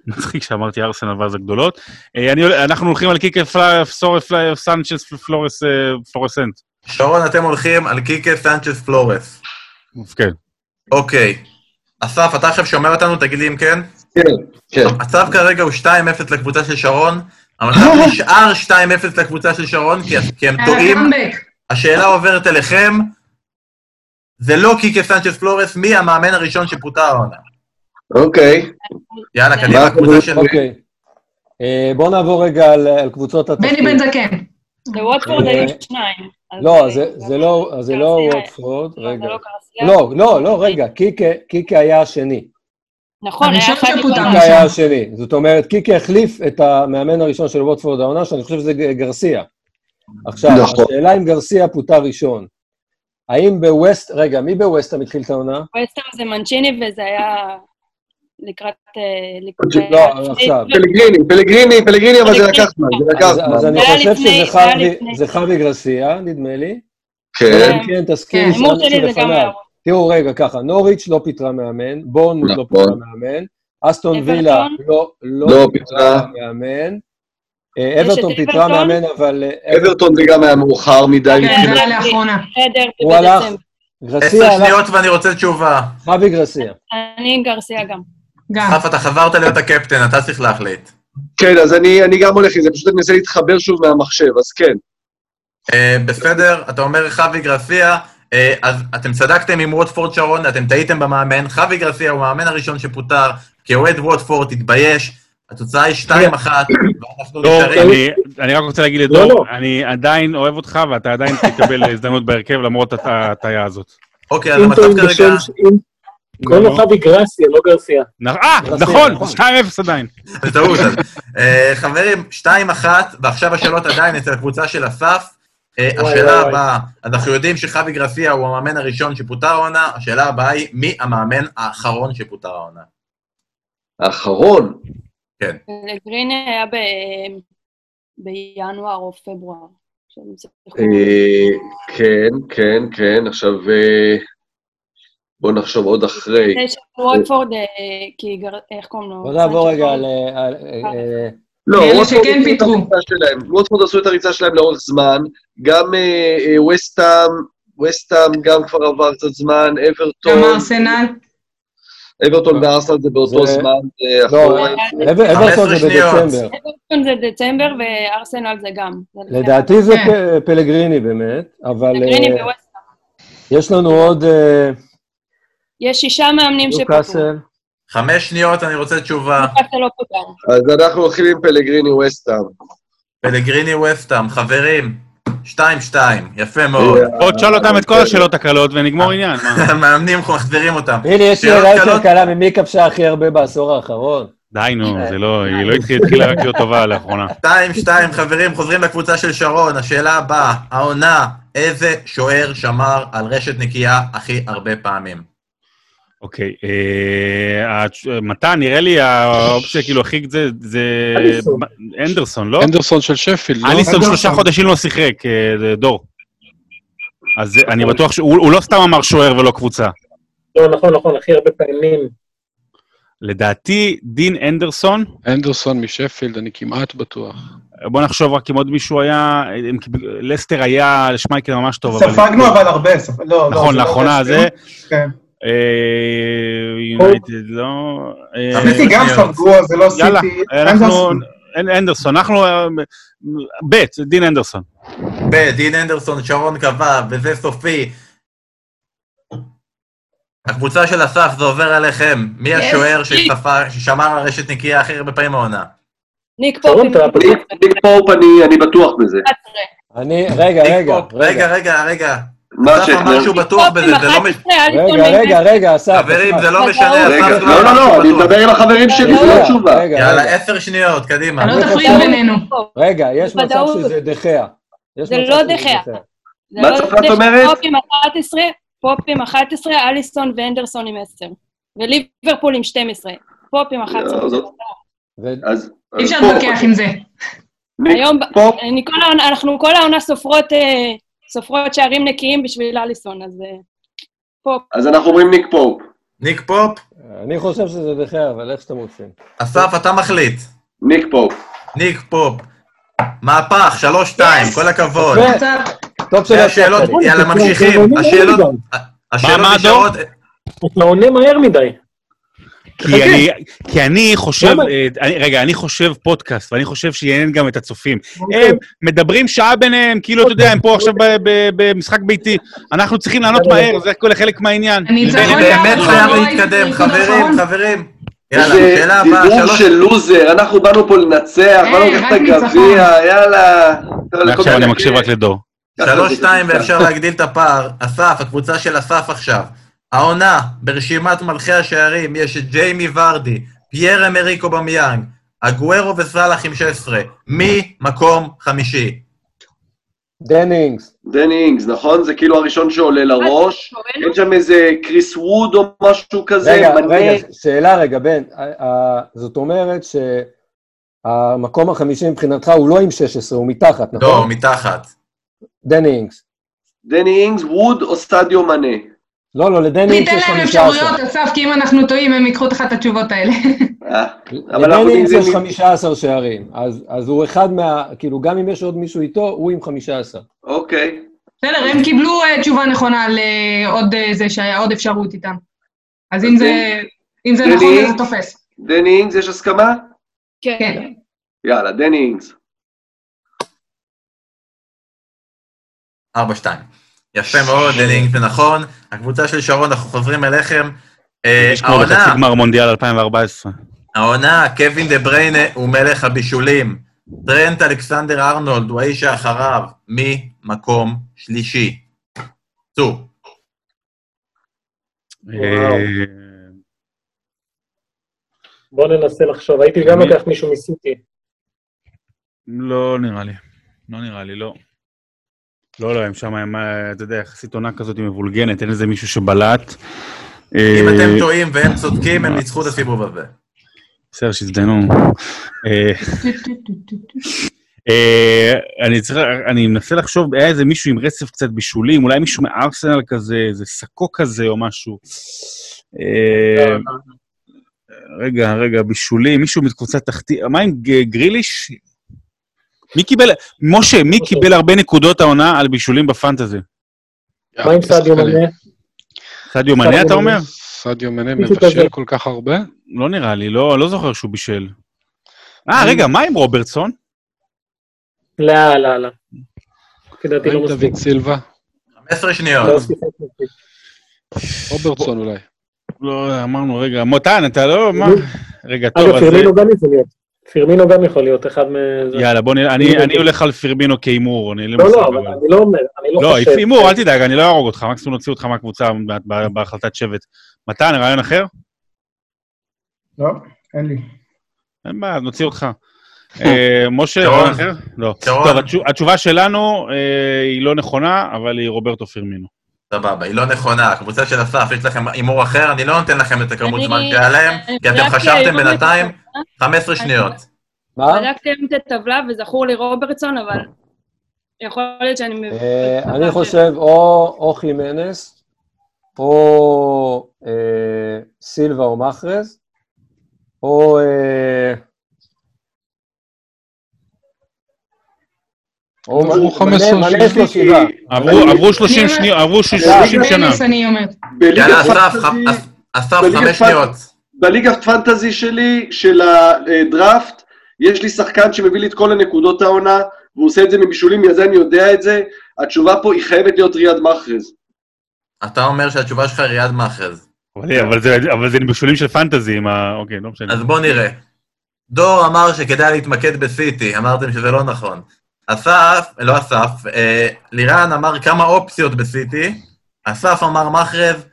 [SPEAKER 2] מצחיק שאמרתי ארסנל ואז הגדולות. אה, אני, אנחנו הולכים על קיקה פלאף, סורי פלאף, סנצ'ס פלורס, אה, פלורסנט.
[SPEAKER 1] שרון, אתם הולכים על קיקה סנצ'ס פלורס.
[SPEAKER 2] כן.
[SPEAKER 1] אוקיי. אסף, אתה עכשיו שומע אותנו? תגיד לי אם כן.
[SPEAKER 3] כן.
[SPEAKER 1] המצב כרגע הוא 2-0 לקבוצה של שרון. המצב
[SPEAKER 3] <laughs>
[SPEAKER 1] נשאר 2-0 לקבוצה של שרון, כי, כי הם
[SPEAKER 7] יאללה,
[SPEAKER 1] טועים.
[SPEAKER 7] אה, קאמבק.
[SPEAKER 1] השאלה עוברת אליכם. זה לא קיקה סנצ'ס פלורס, מי המאמן הראשון שפוטר העונה?
[SPEAKER 3] אוקיי.
[SPEAKER 1] יאללה,
[SPEAKER 7] מה
[SPEAKER 1] קדימה, קבוצה של...
[SPEAKER 4] אוקיי. אה, בואו נעבור רגע על על קבוצות התפקיד.
[SPEAKER 7] בני בן זקן.
[SPEAKER 9] בווטפורד
[SPEAKER 4] אה,
[SPEAKER 9] היו שניים. אז-
[SPEAKER 4] לא, זה- זה לא- זה לא
[SPEAKER 9] קרסייה-
[SPEAKER 4] ווטפורד,
[SPEAKER 9] לא, זה
[SPEAKER 4] רגע.
[SPEAKER 9] לא קרסייה.
[SPEAKER 4] לא, לא, לא, רגע, קיקה- קיקה היה השני.
[SPEAKER 9] נכון, היה
[SPEAKER 7] הראשון
[SPEAKER 9] אחד
[SPEAKER 7] שפוטר.
[SPEAKER 9] לפניו.
[SPEAKER 4] קיקה היה השני. זאת אומרת, קיקה החליף את המאמן הראשון של ווטפורד העונה, שאני חושב שזה ג- גרסיה. עכשיו,
[SPEAKER 3] נכון.
[SPEAKER 4] השאלה אם גרסיה פוטר ראשון. האם בווסט, רגע, מי בווסטהאם התחיל את העונה?
[SPEAKER 9] ווסטהאם זה מנצ'יני וזה היה לקראת... אה, לקראת-
[SPEAKER 4] לא, עכשיו.
[SPEAKER 3] פלגריני, פלגריני, פלגריני, אבל זה לקח זמן, זה לקח
[SPEAKER 4] אז, אז
[SPEAKER 3] זמן.
[SPEAKER 4] אני
[SPEAKER 9] זה היה
[SPEAKER 4] חושב
[SPEAKER 9] לפני-
[SPEAKER 4] שזה
[SPEAKER 9] זה היה
[SPEAKER 4] חרבי-
[SPEAKER 9] לפני.
[SPEAKER 4] זה חרבי גרסיה, נדמה לי.
[SPEAKER 3] כן.
[SPEAKER 4] אלא אם כן, תסכים
[SPEAKER 7] כן,
[SPEAKER 4] עם
[SPEAKER 9] ההימור
[SPEAKER 4] סמי
[SPEAKER 9] שלי זה גם
[SPEAKER 4] שלפניו.
[SPEAKER 9] היה...
[SPEAKER 4] תראו רגע, ככה, נוריץ' לא פיטרה מאמן, בורנמוט לא
[SPEAKER 3] נכון.
[SPEAKER 4] פיטרה מאמן, אסטון
[SPEAKER 9] אברטון?
[SPEAKER 4] וילה לא, לא,
[SPEAKER 3] לא
[SPEAKER 4] פיטרה
[SPEAKER 3] פיטרה.
[SPEAKER 4] מאמן, אה, אברטון
[SPEAKER 9] את
[SPEAKER 4] פיטרה
[SPEAKER 9] אברטון?
[SPEAKER 4] מאמן, אבל אה,
[SPEAKER 3] אברטון זה גם היה מאוחר מדי.
[SPEAKER 7] כן, זה
[SPEAKER 3] מבחינת-
[SPEAKER 7] היה לאחרונה.
[SPEAKER 9] חדר
[SPEAKER 4] הוא הלך,
[SPEAKER 9] בדצמבר.
[SPEAKER 4] גרסיה
[SPEAKER 1] עשר
[SPEAKER 4] הלך,
[SPEAKER 1] שניות ואני רוצה תשובה.
[SPEAKER 4] חבי גרסיה.
[SPEAKER 9] אני גרסיה גם.
[SPEAKER 7] גם.
[SPEAKER 1] אסף, אתה חזרת להיות הקפטן, אתה צריך להחליט.
[SPEAKER 3] כן, אז אני אני גם הולך עם זה, פשוט אני מנסה להתחבר שוב מהמחשב, אז כן.
[SPEAKER 1] אה, בסדר, אתה אומר חווי גרסיה, אה, אז אתם צדקתם עם ווטפורד שרון, אתם טעיתם במאמן, חווי גרסיה הוא המאמן הראשון שפוטר, כאוהד ווטפורד, תתבייש, התוצאה היא 2-1, ואנחנו
[SPEAKER 2] דור,
[SPEAKER 1] נשארים...
[SPEAKER 2] לא, אני, אני רק רוצה להגיד
[SPEAKER 6] לא,
[SPEAKER 2] לדור,
[SPEAKER 6] לא.
[SPEAKER 2] אני עדיין אוהב אותך, ואתה עדיין תקבל הזדמנות בהרכב למרות הת- ההטעיה הזאת.
[SPEAKER 1] אוקיי, אז
[SPEAKER 6] אם
[SPEAKER 1] המצב
[SPEAKER 6] טועים
[SPEAKER 1] כרגע...
[SPEAKER 6] בשם, ש- אם- קוראים לו חבי גרסיה, לא גרסיה.
[SPEAKER 2] נ- אה,
[SPEAKER 4] גרסיה,
[SPEAKER 2] נכון,
[SPEAKER 4] נכון.
[SPEAKER 2] 2-0 עדיין.
[SPEAKER 1] זה טעות. אז. אה, חברים, 2-1, ועכשיו השאלות עדיין אצל הקבוצה של אסף. אה,
[SPEAKER 6] וואי,
[SPEAKER 1] השאלה
[SPEAKER 6] וואי, וואי.
[SPEAKER 1] הבאה, אז אנחנו יודעים שחווי גרסיה הוא המאמן הראשון שפוטר העונה, השאלה הבאה היא, מי המאמן האחרון שפוטר העונה? כן.
[SPEAKER 3] האחרון.
[SPEAKER 9] לגריני היה ב- בינואר או פברואר. שהם שיחקו.
[SPEAKER 3] אה, כן, כן, כן, עכשיו אה, בואו נחשוב עוד אחרי.
[SPEAKER 4] אוקיי.
[SPEAKER 9] זה שווטפורד, אה, כי גר- איך קוראים לו?
[SPEAKER 4] בוא נעבור רגע על... אה, על, אה,
[SPEAKER 3] לא,
[SPEAKER 7] מאלה
[SPEAKER 3] ווטפורד
[SPEAKER 7] שכן
[SPEAKER 3] עשו את
[SPEAKER 7] פיטרו.
[SPEAKER 3] הריצה שלהם. ווטפורד עשו את הריצה שלהם לאורך זמן, גם אה, אה, וסטאם, וסטאם גם כבר עבר קצת זמן,
[SPEAKER 7] גם
[SPEAKER 3] אברטון,
[SPEAKER 7] ארסנל.
[SPEAKER 3] אברטון וארסנל זה באותו
[SPEAKER 4] לא. זה-
[SPEAKER 3] זמן, אה, אחורה.
[SPEAKER 4] לא, אבר- אברטון זה
[SPEAKER 1] שניות.
[SPEAKER 4] בדצמבר.
[SPEAKER 9] אברטון זה דצמבר וארסנל זה גם. זה לפני-
[SPEAKER 4] לדעתי זה
[SPEAKER 7] כן.
[SPEAKER 4] פ- פלגריני באמת, אבל
[SPEAKER 9] פלגריני
[SPEAKER 4] אה,
[SPEAKER 9] וווסט.
[SPEAKER 4] יש לנו עוד אה,
[SPEAKER 9] יש שישה מאמנים שפוטרו.
[SPEAKER 4] ניוקאסל.
[SPEAKER 1] חמש שניות, אני רוצה תשובה.
[SPEAKER 9] ניוקאסל לא פוטר.
[SPEAKER 3] אז אנחנו הולכים עם פלגריני וסטאם.
[SPEAKER 1] פלגריני וסטאם, חברים, שתיים שתיים, יפה מאוד.
[SPEAKER 2] עוד תשאל אותם את כל
[SPEAKER 1] <laughs>
[SPEAKER 2] השאלות הקלות ונגמור עניין, מה?
[SPEAKER 1] המאמנים מחזירים אותם.
[SPEAKER 4] הנה, יש לי
[SPEAKER 1] שאלות
[SPEAKER 4] שאלה
[SPEAKER 1] קלות?
[SPEAKER 4] יותר לא קלה ממי כבשה הכי הרבה בעשור האחרון.
[SPEAKER 2] די, נו, זה לא, היא לא התחילה- התחילה רק להיות טובה לאחרונה.
[SPEAKER 1] שתיים שתיים, חברים, חוזרים לקבוצה של שרון. השאלה הבאה, העונה, איזה שוער שמר על רשת נקייה הכי הרבה פעמים?
[SPEAKER 2] אוקיי, אה, התש- מתן, נראה לי האופציה כאילו הכי זה, זה...
[SPEAKER 6] אליסון.
[SPEAKER 2] אנדרסון, לא?
[SPEAKER 5] אנדרסון של שפילד, לא?
[SPEAKER 2] אליסון
[SPEAKER 8] אנדרסון.
[SPEAKER 2] שלושה חודשים לא שיחק, אה, זה דור. אז אה, אני בטוח שהוא הוא לא סתם אמר שוער ולא קבוצה.
[SPEAKER 6] לא, נכון, נכון, הכי הרבה פעמים.
[SPEAKER 2] לדעתי, דין אנדרסון,
[SPEAKER 5] אנדרסון משפילד, אני כמעט בטוח.
[SPEAKER 2] בוא נחשוב רק אם עוד מישהו היה, אם- לסטר היה, שמייקל ממש טוב, אבל...
[SPEAKER 8] ספגנו אבל הרבה, ספ... לא, לא.
[SPEAKER 2] נכון,
[SPEAKER 8] זה לא
[SPEAKER 2] לאחרונה
[SPEAKER 8] הרבה.
[SPEAKER 2] זה...
[SPEAKER 8] כן.
[SPEAKER 2] אה, יונייטד לא... אה,
[SPEAKER 8] סיטי גם
[SPEAKER 1] שנייה.
[SPEAKER 8] ספגו, אז זה לא סיטי.
[SPEAKER 2] יאללה, אנחנו...
[SPEAKER 8] אנדרסון.
[SPEAKER 2] אנ- אנדרסון, אנחנו... אה, ב', דין אנדרסון.
[SPEAKER 1] ב. דין אנדרסון, שרון קבע, וזה סופי. הקבוצה של אסף, זה עובר אליכם. מי השוער שספר- ששמר על רשת נקייה הכי הרבה פעמים העונה?
[SPEAKER 9] ניק
[SPEAKER 6] שרון,
[SPEAKER 9] פופי.
[SPEAKER 6] אתה
[SPEAKER 3] ניק- ניק פופ, אני- אני בטוח בזה.
[SPEAKER 4] אני, רגע, רגע, רגע,
[SPEAKER 1] רגע, רגע, רגע.
[SPEAKER 3] מה
[SPEAKER 1] אסף
[SPEAKER 3] ש-
[SPEAKER 1] אמר שהוא בטוח בזה, זה לא מש...
[SPEAKER 4] רגע, רגע, רגע, אסף.
[SPEAKER 1] חברים,
[SPEAKER 4] אסף.
[SPEAKER 1] זה לא משנה,
[SPEAKER 3] רגע,
[SPEAKER 1] אסף
[SPEAKER 3] לא, לא,
[SPEAKER 1] אמר
[SPEAKER 3] לא,
[SPEAKER 1] שהוא
[SPEAKER 3] אני
[SPEAKER 1] בטוח.
[SPEAKER 3] מדבר עם החברים שלי, זה
[SPEAKER 4] רגע,
[SPEAKER 3] לא תשובה.
[SPEAKER 4] רגע,
[SPEAKER 1] יאללה,
[SPEAKER 4] רגע.
[SPEAKER 1] עשר שניות, קדימה.
[SPEAKER 7] לא
[SPEAKER 4] אני
[SPEAKER 7] תפריד
[SPEAKER 4] חושב-
[SPEAKER 7] בינינו.
[SPEAKER 4] רגע, יש מצב
[SPEAKER 9] בוודאות.
[SPEAKER 4] שזה דחיה. יש
[SPEAKER 9] זה
[SPEAKER 4] מצב
[SPEAKER 9] לא
[SPEAKER 4] שזה
[SPEAKER 9] דחיה. לא-
[SPEAKER 3] מה צרפת אומרת?
[SPEAKER 9] פופ עם 11, פופ עם 11, אליסון ואנדרסון עם 10. וליברפול עם 12. פופ עם 11.
[SPEAKER 3] לא, זאת-
[SPEAKER 4] ו-
[SPEAKER 3] אז...
[SPEAKER 7] אי אפשר
[SPEAKER 3] אז פופ,
[SPEAKER 7] להתווכח עם זה.
[SPEAKER 3] ניק
[SPEAKER 9] היום, ב-
[SPEAKER 3] פופ,
[SPEAKER 9] אני כל העונה- אנחנו כל העונה סופרות אה, סופרות שערים נקיים בשביל אליסון, אז אה, פופ.
[SPEAKER 3] אז אנחנו אומרים ניק פופ.
[SPEAKER 1] ניק פופ,
[SPEAKER 4] אני חושב שזה דחיה, אבל איך שאתם רוצים.
[SPEAKER 1] אסף, אתה מחליט.
[SPEAKER 3] ניק פופ.
[SPEAKER 1] ניק פופ. מהפך, שלוש, שתיים, כל הכבוד.
[SPEAKER 4] יפה.
[SPEAKER 7] אתה-
[SPEAKER 4] טוב שלא
[SPEAKER 1] זה השאלות,
[SPEAKER 4] הפסקת לי.
[SPEAKER 1] יאללה, ממשיכים. השאלות השאלות
[SPEAKER 2] מה, מה, דור?
[SPEAKER 1] נשארות...
[SPEAKER 6] אתה עונה מהר מדי.
[SPEAKER 2] כי אני, כי אני חושב,
[SPEAKER 6] למה?
[SPEAKER 2] אה, אני, רגע, אני חושב פודקאסט, ואני חושב שיעניין גם את הצופים.
[SPEAKER 6] אוקיי.
[SPEAKER 2] הם מדברים שעה ביניהם, כאילו, אתה יודע, הם פה עכשיו ב- ב- במשחק ביתי. אנחנו צריכים לענות מהר, זה כל חלק מהעניין.
[SPEAKER 7] הניצחון
[SPEAKER 1] אני
[SPEAKER 7] היה
[SPEAKER 1] באמת
[SPEAKER 7] ארוך,
[SPEAKER 1] חייב
[SPEAKER 7] לא ראיתי
[SPEAKER 1] להתקדם,
[SPEAKER 7] את הריקוד
[SPEAKER 1] חברים,
[SPEAKER 7] האחרון.
[SPEAKER 1] חברים. יאללה,
[SPEAKER 3] זה
[SPEAKER 1] שאלה הבאה,
[SPEAKER 3] דיבור
[SPEAKER 1] שלוש...
[SPEAKER 3] של לוזר, אנחנו באנו פה לנצח,
[SPEAKER 7] אה,
[SPEAKER 3] באנו לקחת את
[SPEAKER 7] רק ניצחון.
[SPEAKER 3] הגביע, יאללה. טוב, לכל
[SPEAKER 2] ועכשיו אני
[SPEAKER 3] אחד
[SPEAKER 2] מקשיב רק לדור.
[SPEAKER 3] ככה זה
[SPEAKER 1] שלוש, שתיים,
[SPEAKER 3] נקרא.
[SPEAKER 1] ואפשר להגדיל את הפער. אסף, הקבוצה של אסף עכשיו. העונה, ברשימת מלכי השערים, יש את ג'יימי ורדי, פייר אמריקו במיאנג, אגוורו וסאלח עם 16. מי מקום חמישי?
[SPEAKER 4] דנינגס.
[SPEAKER 3] דני אינגס, נכון? זה כאילו הראשון שעולה לראש. אין שם איזה קריס ווד או משהו כזה,
[SPEAKER 4] רגע,
[SPEAKER 3] מנה.
[SPEAKER 4] רגע, שאלה רגע, בן. ה- ה- זאת אומרת שהמקום החמישי מבחינתך הוא לא עם 16, הוא מתחת,
[SPEAKER 1] לא,
[SPEAKER 4] נכון?
[SPEAKER 1] מתחת.
[SPEAKER 4] דנינגס.
[SPEAKER 3] דני אינגס, ווד או סטדיו מנה.
[SPEAKER 4] לא, לא, לדנינגס
[SPEAKER 7] ניתן
[SPEAKER 4] יש
[SPEAKER 7] להם
[SPEAKER 4] 15.
[SPEAKER 7] אפשרויות, אסף, כי אם אנחנו טועים, הם ייקחו לך את התשובות האלה.
[SPEAKER 3] אה, אבל אנחנו יודעים
[SPEAKER 4] לדנינגס
[SPEAKER 3] זה
[SPEAKER 4] יש
[SPEAKER 3] מי-
[SPEAKER 4] 15 שערים, אז, אז הוא אחד מה... כאילו, גם אם יש עוד מישהו איתו, הוא עם 15.
[SPEAKER 3] אוקיי.
[SPEAKER 7] בסדר, הם קיבלו אה, תשובה נכונה על אה, עוד אה, זה שהיה, עוד אפשרות איתם. אז אם זה אם זה
[SPEAKER 3] דני?
[SPEAKER 7] נכון, אז זה תופס.
[SPEAKER 3] דני אינגס, יש הסכמה?
[SPEAKER 7] כן.
[SPEAKER 3] יאללה, דני אינגס.
[SPEAKER 1] ארבע, שתיים. יפה מאוד, דנינג, זה נכון. הקבוצה של שרון, אנחנו חוזרים אליכם. אה,
[SPEAKER 2] יש כמו בחצי
[SPEAKER 1] העונה,
[SPEAKER 2] גמר מונדיאל 2014.
[SPEAKER 1] העונה, קווין דה בריינה הוא מלך הבישולים. טרנט אלכסנדר ארנולד הוא האיש שאחריו, ממקום שלישי. צאו.
[SPEAKER 6] וואו.
[SPEAKER 2] אה,
[SPEAKER 6] בוא ננסה לחשוב. הייתי גם
[SPEAKER 2] מי?
[SPEAKER 6] לוקח מישהו מסיטי.
[SPEAKER 2] לא נראה לי. לא נראה לי, לא. לא, לא, הם שם, הם, אה, אתה יודע, יחסית עונה כזאת היא מבולגנת, אין איזה מישהו שבלט.
[SPEAKER 1] אם
[SPEAKER 2] אה,
[SPEAKER 1] אתם טועים והם צודקים, הם ניצחו את הסיבוב הזה.
[SPEAKER 2] בסדר, שיזדיינו. אה, אה, אני צריך, אני מנסה לחשוב, היה איזה מישהו עם רצף קצת בישולים, אולי מישהו מארסנל כזה, איזה סקו כזה או משהו. אה, רגע, רגע, בישולים, מישהו מקבוצה תחתית, מה עם ג- גריליש? מי קיבל, משה, מי קיבל הרבה נקודות העונה על בישולים בפנטזי?
[SPEAKER 6] מה עם סעדיו מנה?
[SPEAKER 2] סעדיו מנה, אתה
[SPEAKER 6] סעדיו
[SPEAKER 2] אומר?
[SPEAKER 6] מנה.
[SPEAKER 5] סעדיו מנה
[SPEAKER 6] מישהו כזה.
[SPEAKER 5] מבשל כל כך
[SPEAKER 1] אה,
[SPEAKER 5] הרבה?
[SPEAKER 2] לא נראה לי, לא לא זוכר שהוא בישל. אה, רגע, מה עם רוברטסון?
[SPEAKER 6] לא, לא, לא. לפי דעתי
[SPEAKER 5] מה
[SPEAKER 6] לא
[SPEAKER 5] עם
[SPEAKER 6] מספיק.
[SPEAKER 5] דוד סילבה?
[SPEAKER 1] 15
[SPEAKER 6] לא
[SPEAKER 1] שניות.
[SPEAKER 6] שיחק מספיק.
[SPEAKER 5] רוברטסון אולי.
[SPEAKER 2] לא, אמרנו, רגע, מותן, אתה לא... מה? רגע, טוב,
[SPEAKER 6] אגב,
[SPEAKER 2] אז...
[SPEAKER 6] פירמינו גם יכול להיות. פירמינו גם יכול להיות, אחד מ...
[SPEAKER 2] יאללה, בוא נראה, אני- אני הולך על פרבינו כהימור, אני
[SPEAKER 6] לא, לא,
[SPEAKER 2] מושג,
[SPEAKER 6] אבל אני לא אומר, אני לא
[SPEAKER 2] לא,
[SPEAKER 6] חושב.
[SPEAKER 2] הימור, אל תדאג, אני לא אהרוג אותך, מקסימום נוציא אותך מהקבוצה ב- ב- בהחלטת שבט. מתן, רעיון אחר?
[SPEAKER 8] לא, אין לי.
[SPEAKER 2] אין בעיה, אז נוציא
[SPEAKER 6] <laughs>
[SPEAKER 2] אותך. אה, משה,
[SPEAKER 1] שרון.
[SPEAKER 2] רעיון אחר? לא.
[SPEAKER 1] שרון.
[SPEAKER 2] טוב, התשו- התשובה שלנו אה, היא לא נכונה, אבל היא רוברטו פרמינו.
[SPEAKER 1] סבבה, היא לא נכונה. הקבוצה של אסף, יש לכם הימור אחר, אני לא נותן לכם את הכמות
[SPEAKER 9] אני-
[SPEAKER 1] זמן שהיה להם, כי אתם
[SPEAKER 9] בדקתי
[SPEAKER 1] חשבתם
[SPEAKER 9] היום את
[SPEAKER 1] בינתיים
[SPEAKER 9] הטבלה,
[SPEAKER 1] 15 שניות.
[SPEAKER 4] מה?
[SPEAKER 9] בדקתי היום את הטבלה וזכור לי רוברטסון, אבל יכול להיות שאני... מב-
[SPEAKER 4] אה,
[SPEAKER 9] מצפה
[SPEAKER 4] אני
[SPEAKER 9] ש-
[SPEAKER 4] חושב או או חימנס, או אה, סילבה או מחרז, או... אה, או
[SPEAKER 5] עברו
[SPEAKER 4] מנה-
[SPEAKER 5] 15
[SPEAKER 4] מנה יש לו
[SPEAKER 5] שניות.
[SPEAKER 4] שבעה.
[SPEAKER 2] עברו עברו 30
[SPEAKER 7] אני-
[SPEAKER 2] שניות, עברו 30
[SPEAKER 8] אה,
[SPEAKER 2] שנה.
[SPEAKER 7] פרמיס, אני אומרת.
[SPEAKER 3] בליגת
[SPEAKER 1] יאללה, אסף,
[SPEAKER 3] פנטזי-
[SPEAKER 1] אס- אסף,
[SPEAKER 3] בליגה
[SPEAKER 1] חמש
[SPEAKER 3] פנטזי.
[SPEAKER 1] שניות.
[SPEAKER 3] בליגת פנטזי שלי, של הדראפט, יש לי שחקן שמביא לי את כל הנקודות העונה, והוא עושה את זה מבישולים, בגלל זה אני יודע את זה. התשובה פה היא חייבת להיות ריאד מחרז.
[SPEAKER 1] אתה אומר שהתשובה שלך היא ריאד מאחז.
[SPEAKER 2] אבל- אבל זה- אבל זה בישולים של פנטזי, עם ה- אוקיי, לא משנה.
[SPEAKER 1] אז בוא נראה. דור אמר שכדאי להתמקד בסיטי, אמרתם שזה לא נכון. אסף, לא אסף, אה, לירן אמר כמה אופציות בסיטי, אסף אמר מחרב,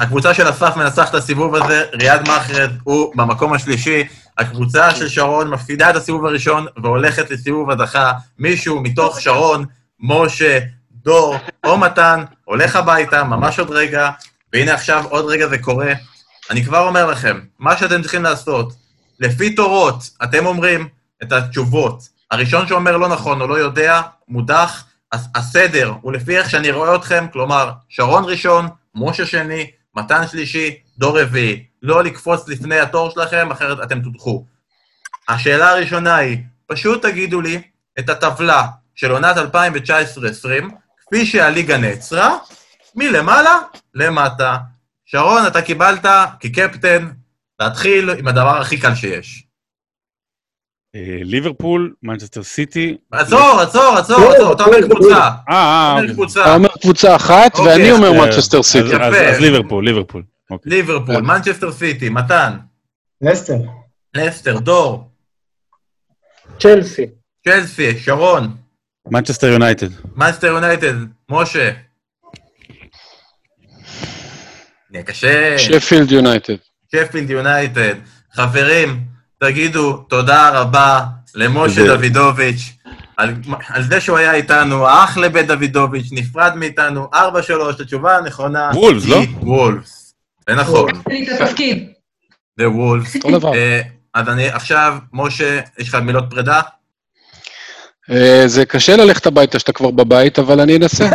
[SPEAKER 1] הקבוצה של אסף מנצחת את הסיבוב הזה, ריאד מחרב הוא במקום השלישי, הקבוצה של שרון מפסידה את הסיבוב הראשון והולכת לסיבוב הדחה, מישהו מתוך שרון, משה, דור או מתן, הולך הביתה ממש עוד רגע, והנה עכשיו עוד רגע זה קורה. אני כבר אומר לכם, מה שאתם צריכים לעשות, לפי תורות, אתם אומרים את התשובות. הראשון שאומר לא נכון או לא יודע, מודח. הס- הסדר הוא לפי איך שאני רואה אתכם, כלומר, שרון ראשון, משה שני, מתן שלישי, דור רביעי. לא לקפוץ לפני התור שלכם, אחרת אתם תודחו. השאלה הראשונה היא, פשוט תגידו לי את הטבלה של עונת 2019-2020, כפי שהליגה נעצרה, מלמעלה למטה. שרון, אתה קיבלת, כקפטן, להתחיל עם הדבר הכי קל שיש.
[SPEAKER 2] אה, ליברפול, מנצ'סטר סיטי.
[SPEAKER 1] עצור, עצור, עצור, עצור, אתה אומר קבוצה.
[SPEAKER 2] אה, אה,
[SPEAKER 1] אתה
[SPEAKER 2] אוקיי.
[SPEAKER 1] אומר קבוצה.
[SPEAKER 5] אתה אומר קבוצה אחת,
[SPEAKER 1] אוקיי,
[SPEAKER 5] ואני אומר
[SPEAKER 2] אה,
[SPEAKER 5] מצ'סטר
[SPEAKER 2] אז-
[SPEAKER 5] סיטי.
[SPEAKER 2] אז
[SPEAKER 1] יפה.
[SPEAKER 2] אז ליברפול, ליברפול. אוקיי.
[SPEAKER 1] ליברפול, מנצ'סטר סיטי, מתן,
[SPEAKER 8] לסטר,
[SPEAKER 1] לסטר, דור,
[SPEAKER 6] צ'לסי.
[SPEAKER 1] צ'לסי, שרון,
[SPEAKER 2] מנצ'סטר יונייטד.
[SPEAKER 1] מנסטר יונייטד, משה. נהיה קשה.
[SPEAKER 5] שפילד יונייטד.
[SPEAKER 1] שפילד יונייטד. חברים, תגידו תודה רבה למשה
[SPEAKER 2] זה-
[SPEAKER 1] דוידוביץ' על, על זה שהוא היה איתנו, האח לבית דוידוביץ', נפרד מאיתנו, 4-3, התשובה הנכונה
[SPEAKER 2] וולפס, לא?
[SPEAKER 1] וולפס. זה נכון,
[SPEAKER 7] לקחת לי את התפקיד.
[SPEAKER 1] זה וולפס.
[SPEAKER 5] אותו דבר.
[SPEAKER 1] אה, אז אני עכשיו, משה, יש לך מילות פרידה?
[SPEAKER 5] אה, זה קשה ללכת הביתה שאתה כבר בבית, אבל אני
[SPEAKER 6] <laughs>
[SPEAKER 5] אנסה.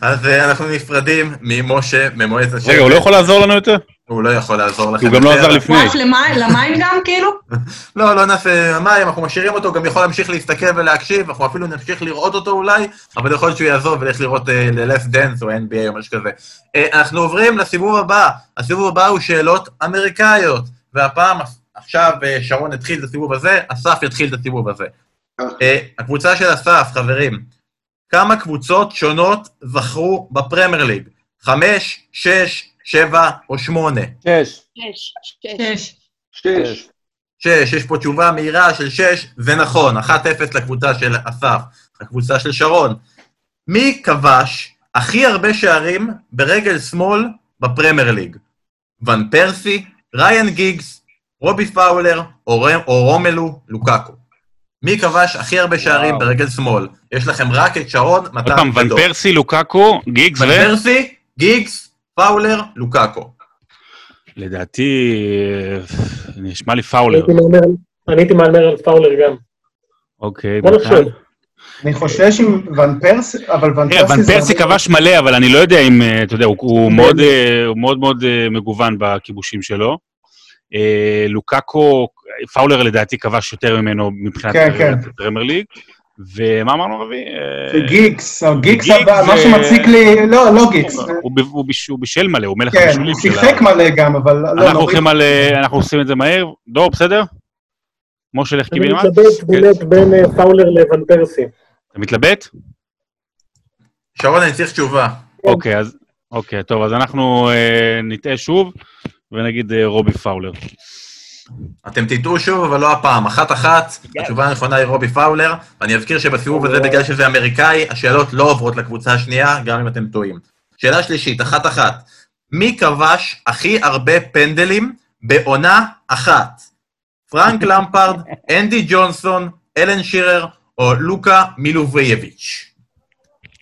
[SPEAKER 1] אז אה, אנחנו נפרדים ממשה ממועצת השבט.
[SPEAKER 2] רגע, הוא לא יכול לעזור לנו יותר?
[SPEAKER 1] הוא לא יכול לעזור לכם.
[SPEAKER 2] כי הוא גם לא
[SPEAKER 1] יותר.
[SPEAKER 2] עזר לפני.
[SPEAKER 7] וואף, למים- למים גם, כאילו?
[SPEAKER 1] לא, לא נעשה מים, אנחנו משאירים אותו, גם יכול להמשיך להסתכל ולהקשיב, אנחנו אפילו נמשיך לראות אותו אולי, אבל יכול להיות שהוא יעזוב ולך לראות אה, ל-Left Dance או NBA או משהו כזה. אה, אנחנו עוברים לסיבוב הבא. הסיבוב הבא הוא שאלות אמריקאיות, והפעם, עכשיו אה, שרון התחיל את הסיבוב הזה, אסף יתחיל את הסיבוב הזה. אה, הקבוצה של אסף, חברים, כמה קבוצות שונות זכרו בפרמייר ליג? חמש, שש, שבע או שמונה?
[SPEAKER 4] שש.
[SPEAKER 9] שש, שש.
[SPEAKER 7] שש.
[SPEAKER 3] שש.
[SPEAKER 1] שש, יש פה תשובה מהירה של שש, זה נכון, 1-0 לקבוצה של אסף, הקבוצה של שרון. מי כבש הכי הרבה שערים ברגל שמאל בפרמייר ליג? ון פרסי, ריין גיגס, רובי פאולר או, ר- או רומלו לוקאקו. מי כבש הכי הרבה שערים
[SPEAKER 4] וואו.
[SPEAKER 1] ברגל שמאל? יש לכם רק את שרון,
[SPEAKER 2] עוד
[SPEAKER 1] מתן
[SPEAKER 2] פעם, ון
[SPEAKER 1] ודור.
[SPEAKER 2] פרסי, לוקקו, גיגס ו...
[SPEAKER 1] ון פרסי, גיגס, פאולר, לוקאקו.
[SPEAKER 2] לדעתי, אה, נשמע לי פאולר.
[SPEAKER 6] הייתי אומר, אני הייתי מעל מרל פאולר גם.
[SPEAKER 2] אוקיי,
[SPEAKER 6] בוא
[SPEAKER 8] לא
[SPEAKER 2] דותן.
[SPEAKER 6] נחשוב.
[SPEAKER 8] אני חושש עם ון פרסי, אבל ון
[SPEAKER 2] תראה,
[SPEAKER 8] פרסי...
[SPEAKER 2] אה, ון
[SPEAKER 8] אוקיי, זה-
[SPEAKER 2] פרסי כבש מלא, אבל אני לא יודע אם, אה, אתה יודע, הוא- הוא מאוד, אה, הוא מאוד מאוד אה, מגוון בכיבושים שלו. אה, לוקאקו, פאולר לדעתי כבש יותר ממנו מבחינת
[SPEAKER 8] כן,
[SPEAKER 2] קריירת הפרמייר ליג. ומה אמרנו רבי? אה,
[SPEAKER 8] זה גיקס, או גיקס,
[SPEAKER 2] גיקס
[SPEAKER 8] הבא, מה
[SPEAKER 2] זה-
[SPEAKER 8] שמציק לי, לא, לא גיקס.
[SPEAKER 2] הוא ב- הוא ביש- הוא בישל מלא, הוא מלך
[SPEAKER 8] כן,
[SPEAKER 2] הבישולים
[SPEAKER 8] הוא
[SPEAKER 2] של ה...
[SPEAKER 8] שיחק מלא גם, אבל לא,
[SPEAKER 2] אנחנו
[SPEAKER 8] לא,
[SPEAKER 2] הולכים על... אה, אנחנו עושים את זה מהר. דור, בסדר? משה, לך
[SPEAKER 6] אני
[SPEAKER 2] קיבינימט?
[SPEAKER 6] מתלבט
[SPEAKER 2] כן.
[SPEAKER 6] באמת בין אה, פאולר לוון פרסי.
[SPEAKER 2] אתה מתלבט?
[SPEAKER 1] שרון, אני צריך תשובה.
[SPEAKER 6] כן.
[SPEAKER 2] אוקיי, אז... אוקיי, טוב, אז אנחנו אה, נטעה שוב, ונגיד אה, רובי פאולר.
[SPEAKER 1] אתם תטעו שוב, אבל לא הפעם. אחת-אחת, התשובה הנכונה היא רובי פאולר, ואני אזכיר שבסיבוב הזה, בגלל שזה אמריקאי, השאלות לא עוברות לקבוצה השנייה, גם אם אתם טועים. שאלה שלישית, אחת-אחת. מי כבש הכי הרבה פנדלים בעונה אחת? פרנק למפרד, אנדי ג'ונסון, אלן שירר או לוקה מילובייביץ'.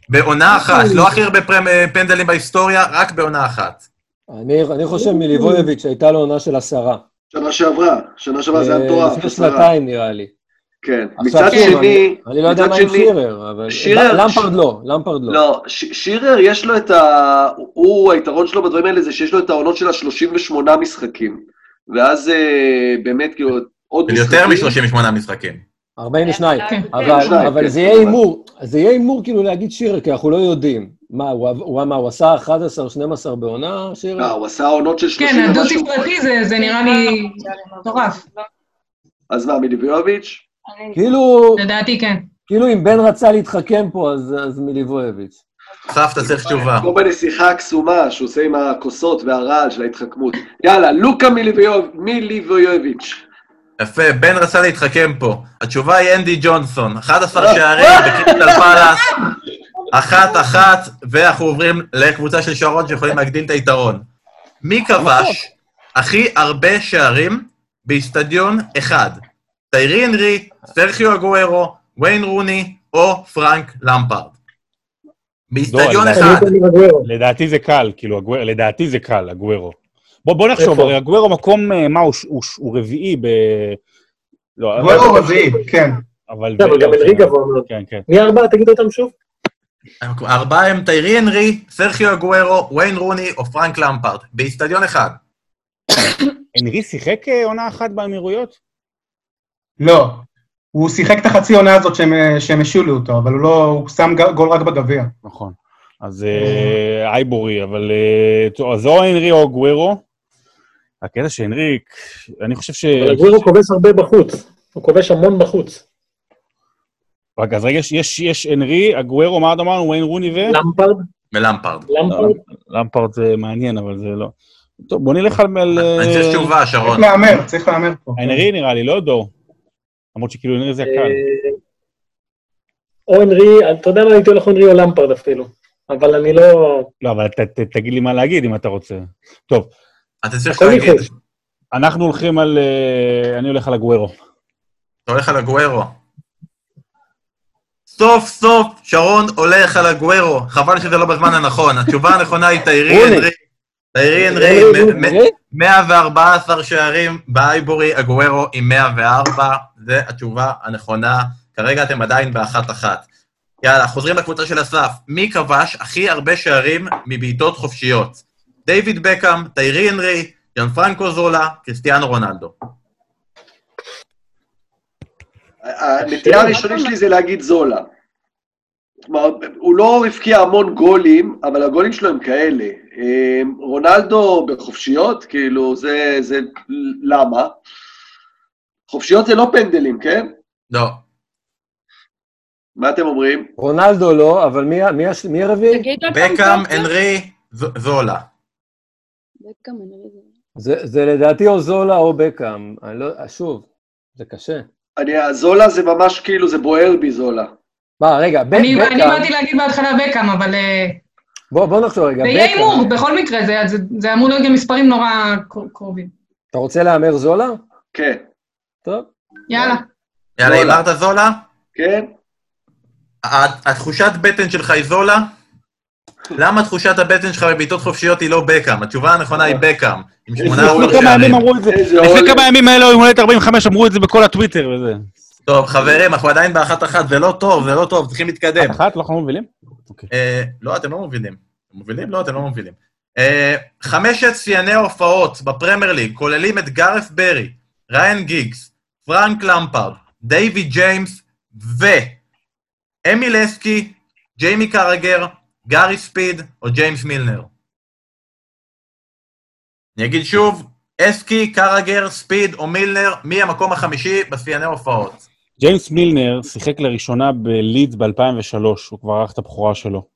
[SPEAKER 1] בעונה אחת, לא הכי הרבה פרמ- פנדלים בהיסטוריה, רק בעונה אחת.
[SPEAKER 4] אני, אני חושב מליבויביץ' שהייתה לו עונה של עשרה.
[SPEAKER 3] שנה שעברה, שנה שעברה זה היה
[SPEAKER 4] אה,
[SPEAKER 3] מטורף.
[SPEAKER 4] לפני
[SPEAKER 3] עשרה.
[SPEAKER 4] שנתיים נראה לי.
[SPEAKER 3] כן.
[SPEAKER 4] עכשיו
[SPEAKER 3] מצד
[SPEAKER 4] שוב,
[SPEAKER 3] שני,
[SPEAKER 4] אני- אני לא יודע
[SPEAKER 3] מצד
[SPEAKER 4] מה עם
[SPEAKER 3] שני-
[SPEAKER 4] שירר, אבל...
[SPEAKER 3] שירר-
[SPEAKER 4] למפרד לא, למפרד לא.
[SPEAKER 3] לא, ש- שירר יש לו את ה... הוא, היתרון שלו בדברים האלה זה שיש לו את העונות של ה-38 משחקים. ואז אה, באמת, כאילו, עוד
[SPEAKER 1] של
[SPEAKER 3] משחקים...
[SPEAKER 1] יותר מ-38 משחקים.
[SPEAKER 4] 42.
[SPEAKER 9] כן.
[SPEAKER 4] אבל,
[SPEAKER 3] שניים,
[SPEAKER 4] אבל
[SPEAKER 3] כן,
[SPEAKER 4] זה יהיה
[SPEAKER 3] כמובן.
[SPEAKER 4] הימור, זה יהיה הימור כאילו להגיד שירר, כי אנחנו לא יודעים. מה, הוא, הוא, מה, הוא עשה 11, 12 בעונה, שירר?
[SPEAKER 3] לא, הוא עשה עונות של 30
[SPEAKER 7] כן,
[SPEAKER 3] ומשהו.
[SPEAKER 7] הדו-ספרתי זה- זה נראה לי מטורף.
[SPEAKER 3] אז מה, מליביוביץ'?
[SPEAKER 4] כאילו,
[SPEAKER 7] לדעתי כן.
[SPEAKER 4] כאילו אם בן רצה להתחכם פה, אז, אז מליבויביץ'.
[SPEAKER 1] אסף, אתה צריך תשובה.
[SPEAKER 3] כמו בנסיכה הקסומה שהוא עושה עם הכוסות והרעל של ההתחכמות. יאללה, לוקה מליביוב- מליבויוביץ'.
[SPEAKER 1] יפה, בן רצה להתחכם פה. התשובה היא אנדי ג'ונסון,
[SPEAKER 3] אה.
[SPEAKER 1] 11 שערים בקריסטל פאלאס, אחת-אחת, ואנחנו עוברים לקבוצה של שרון שיכולים להגדיל את היתרון. מי כבש הכי הרבה שערים באיצטדיון אחד? טיירי הנרי, סרחיו אגוארו, ויין רוני או פרנק למפרד. באיצטדיון
[SPEAKER 2] לדעתי-
[SPEAKER 1] אחד.
[SPEAKER 6] לא, אני הייתי מגוורו.
[SPEAKER 2] לדעתי זה קל, כאילו, אגואר, לדעתי זה קל, אגוורו. בוא, בוא נחשוב,
[SPEAKER 6] איפה?
[SPEAKER 2] הרי אגוורו מקום, אה, מה, הוא, ש- הוא, ש- הוא רביעי ב... לא, אבל-
[SPEAKER 8] גולו רביעי, כן.
[SPEAKER 2] אבל...
[SPEAKER 6] לא, אבל גם אנרי גבוה מאוד.
[SPEAKER 2] כן, כן.
[SPEAKER 6] מי ארבעה? תגיד אותם שוב.
[SPEAKER 1] ארבעה הם טיירי הנרי, סרחיו אגוארו, ויין רוני או פרנק למפרד. באיצטדיון אחד.
[SPEAKER 2] אנרי שיחק אה, עונה אחת באמירויות?
[SPEAKER 8] לא. הוא שיחק את החצי עונה הזאת שהם- שהם השילו אותו, אבל הוא לא, הוא שם ג- גול רק בגביע.
[SPEAKER 2] נכון. אז אה, אייבורי, אבל... אה, טוב, אז או אנרי או אגוורו. הקטע שאנרי, אני חושב ש...
[SPEAKER 6] אבל הגוורו כובש הרבה בחוץ. הוא כובש המון בחוץ.
[SPEAKER 2] רק אז רגע, יש- יש, יש אנרי, אגוורו, מה עוד אמרנו? ויין רוני ו...
[SPEAKER 6] למפרד?
[SPEAKER 1] ולמפרד.
[SPEAKER 6] למפרד?
[SPEAKER 2] למפרד זה מעניין, אבל זה לא... טוב, בוא נלך על... על,
[SPEAKER 1] אני צריך
[SPEAKER 2] אה,
[SPEAKER 1] תשובה, שרון.
[SPEAKER 8] צריך להמר, צריך להמר פה.
[SPEAKER 2] אנרי נראה לי, לא דור. למרות שכאילו אנרי זה הקל.
[SPEAKER 6] אה, או אנרי, אתה יודע מה, הייתי הולך אנרי או למפרד אפילו. אבל אני לא...
[SPEAKER 2] לא, אבל ת, ת, תגיד לי מה להגיד אם אתה רוצה. טוב,
[SPEAKER 1] אתה צריך
[SPEAKER 6] הכל
[SPEAKER 1] להגיד,
[SPEAKER 6] ניחוש.
[SPEAKER 1] אתה
[SPEAKER 2] אנחנו הולכים על... אה, אני הולך על הגוורו.
[SPEAKER 1] הולך על הגוארו. סוף סוף שרון הולך על הגוארו, חבל שזה לא בזמן הנכון. התשובה הנכונה היא טיירי
[SPEAKER 4] רוני.
[SPEAKER 1] הנרי. טיירי הנרי, מ- מ- 114 שערים באייבורי, אגוארו עם 104, זה התשובה הנכונה. כרגע אתם עדיין באחת-אחת. יאללה, חוזרים לקבוצה של אסף. מי כבש הכי הרבה שערים מבעיטות חופשיות? דיוויד בקאם, טיירי הנרי, ג'אן פרנקו זולה, קריסטיאנו רונלדו.
[SPEAKER 3] הנטייה הראשונית שלי זה להגיד זולה. כלומר, הוא לא הבקיע המון גולים, אבל הגולים שלו הם כאלה. אה, רונלדו בחופשיות, כאילו, זה... זה... למה? חופשיות זה לא פנדלים, כן?
[SPEAKER 1] לא,
[SPEAKER 3] מה אתם אומרים?
[SPEAKER 4] רונלדו לא, אבל מי, ה- מי, הש- מי הרביעי?
[SPEAKER 9] תגיד עוד פעם,
[SPEAKER 1] בקאם,
[SPEAKER 9] זולה?
[SPEAKER 1] הנרי, ז- זולה.
[SPEAKER 9] בקאם, הנרי זולה.
[SPEAKER 4] זה, זה לדעתי או זולה או בקאם. אני לא, שוב, זה קשה.
[SPEAKER 3] אני, זולה זה ממש כאילו, זה בוער בי זולה.
[SPEAKER 4] מה, רגע, ב,
[SPEAKER 7] אני אני
[SPEAKER 4] בקאם,
[SPEAKER 7] באתי להגיד בהתחלה בקאם, אבל אה,
[SPEAKER 4] בוא, בוא נחשוב רגע,
[SPEAKER 7] זה יהיה
[SPEAKER 4] בקאם.
[SPEAKER 7] הימור, בכל מקרה, זה- זה- זה אמור להיות גם מספרים נורא קר- קרובים.
[SPEAKER 4] אתה רוצה להמר זולה?
[SPEAKER 3] כן,
[SPEAKER 4] טוב.
[SPEAKER 7] יאללה.
[SPEAKER 1] יאללה,
[SPEAKER 3] זולה.
[SPEAKER 1] הימרת זולה?
[SPEAKER 3] כן?
[SPEAKER 1] הת- התחושת בטן שלך היא זולה? למה תחושת הבטן שלך בבעיטות חופשיות היא לא בקאם? התשובה הנכונה היא בקאם, עם שמונה
[SPEAKER 2] לפני
[SPEAKER 1] אולר
[SPEAKER 2] כמה
[SPEAKER 1] שערים.
[SPEAKER 2] ימים אמרו את זה,
[SPEAKER 3] איזה
[SPEAKER 2] לפני
[SPEAKER 3] עול.
[SPEAKER 2] כמה ימים האלה, יום הולדת 45, אמרו את זה בכל הטוויטר וזה.
[SPEAKER 1] טוב, חברים, אנחנו עדיין באחת-אחת, זה לא טוב, זה לא טוב, צריכים להתקדם.
[SPEAKER 2] אחת, לא אנחנו מובילים? אוקיי.
[SPEAKER 1] אה, לא, אתם לא מובילים. אתם מובילים? לא, אתם לא מובילים. אה, חמשת שיאני ההופעות בפרמייר ליג כוללים את גארף ברי, ריין גיגס, פרנק למפרד, דייווי ג'יימס ואמי לסקי, ג'יימי קרגר, גארי ספיד או ג'יימס מילנר. אני אגיד שוב, אסקי, קרגר, ספיד או מילנר, מי המקום החמישי בשיאני הופעות?
[SPEAKER 2] ג'יימס מילנר שיחק לראשונה בלידס ב-2003, הוא כבר ערך את הבכורה שלו.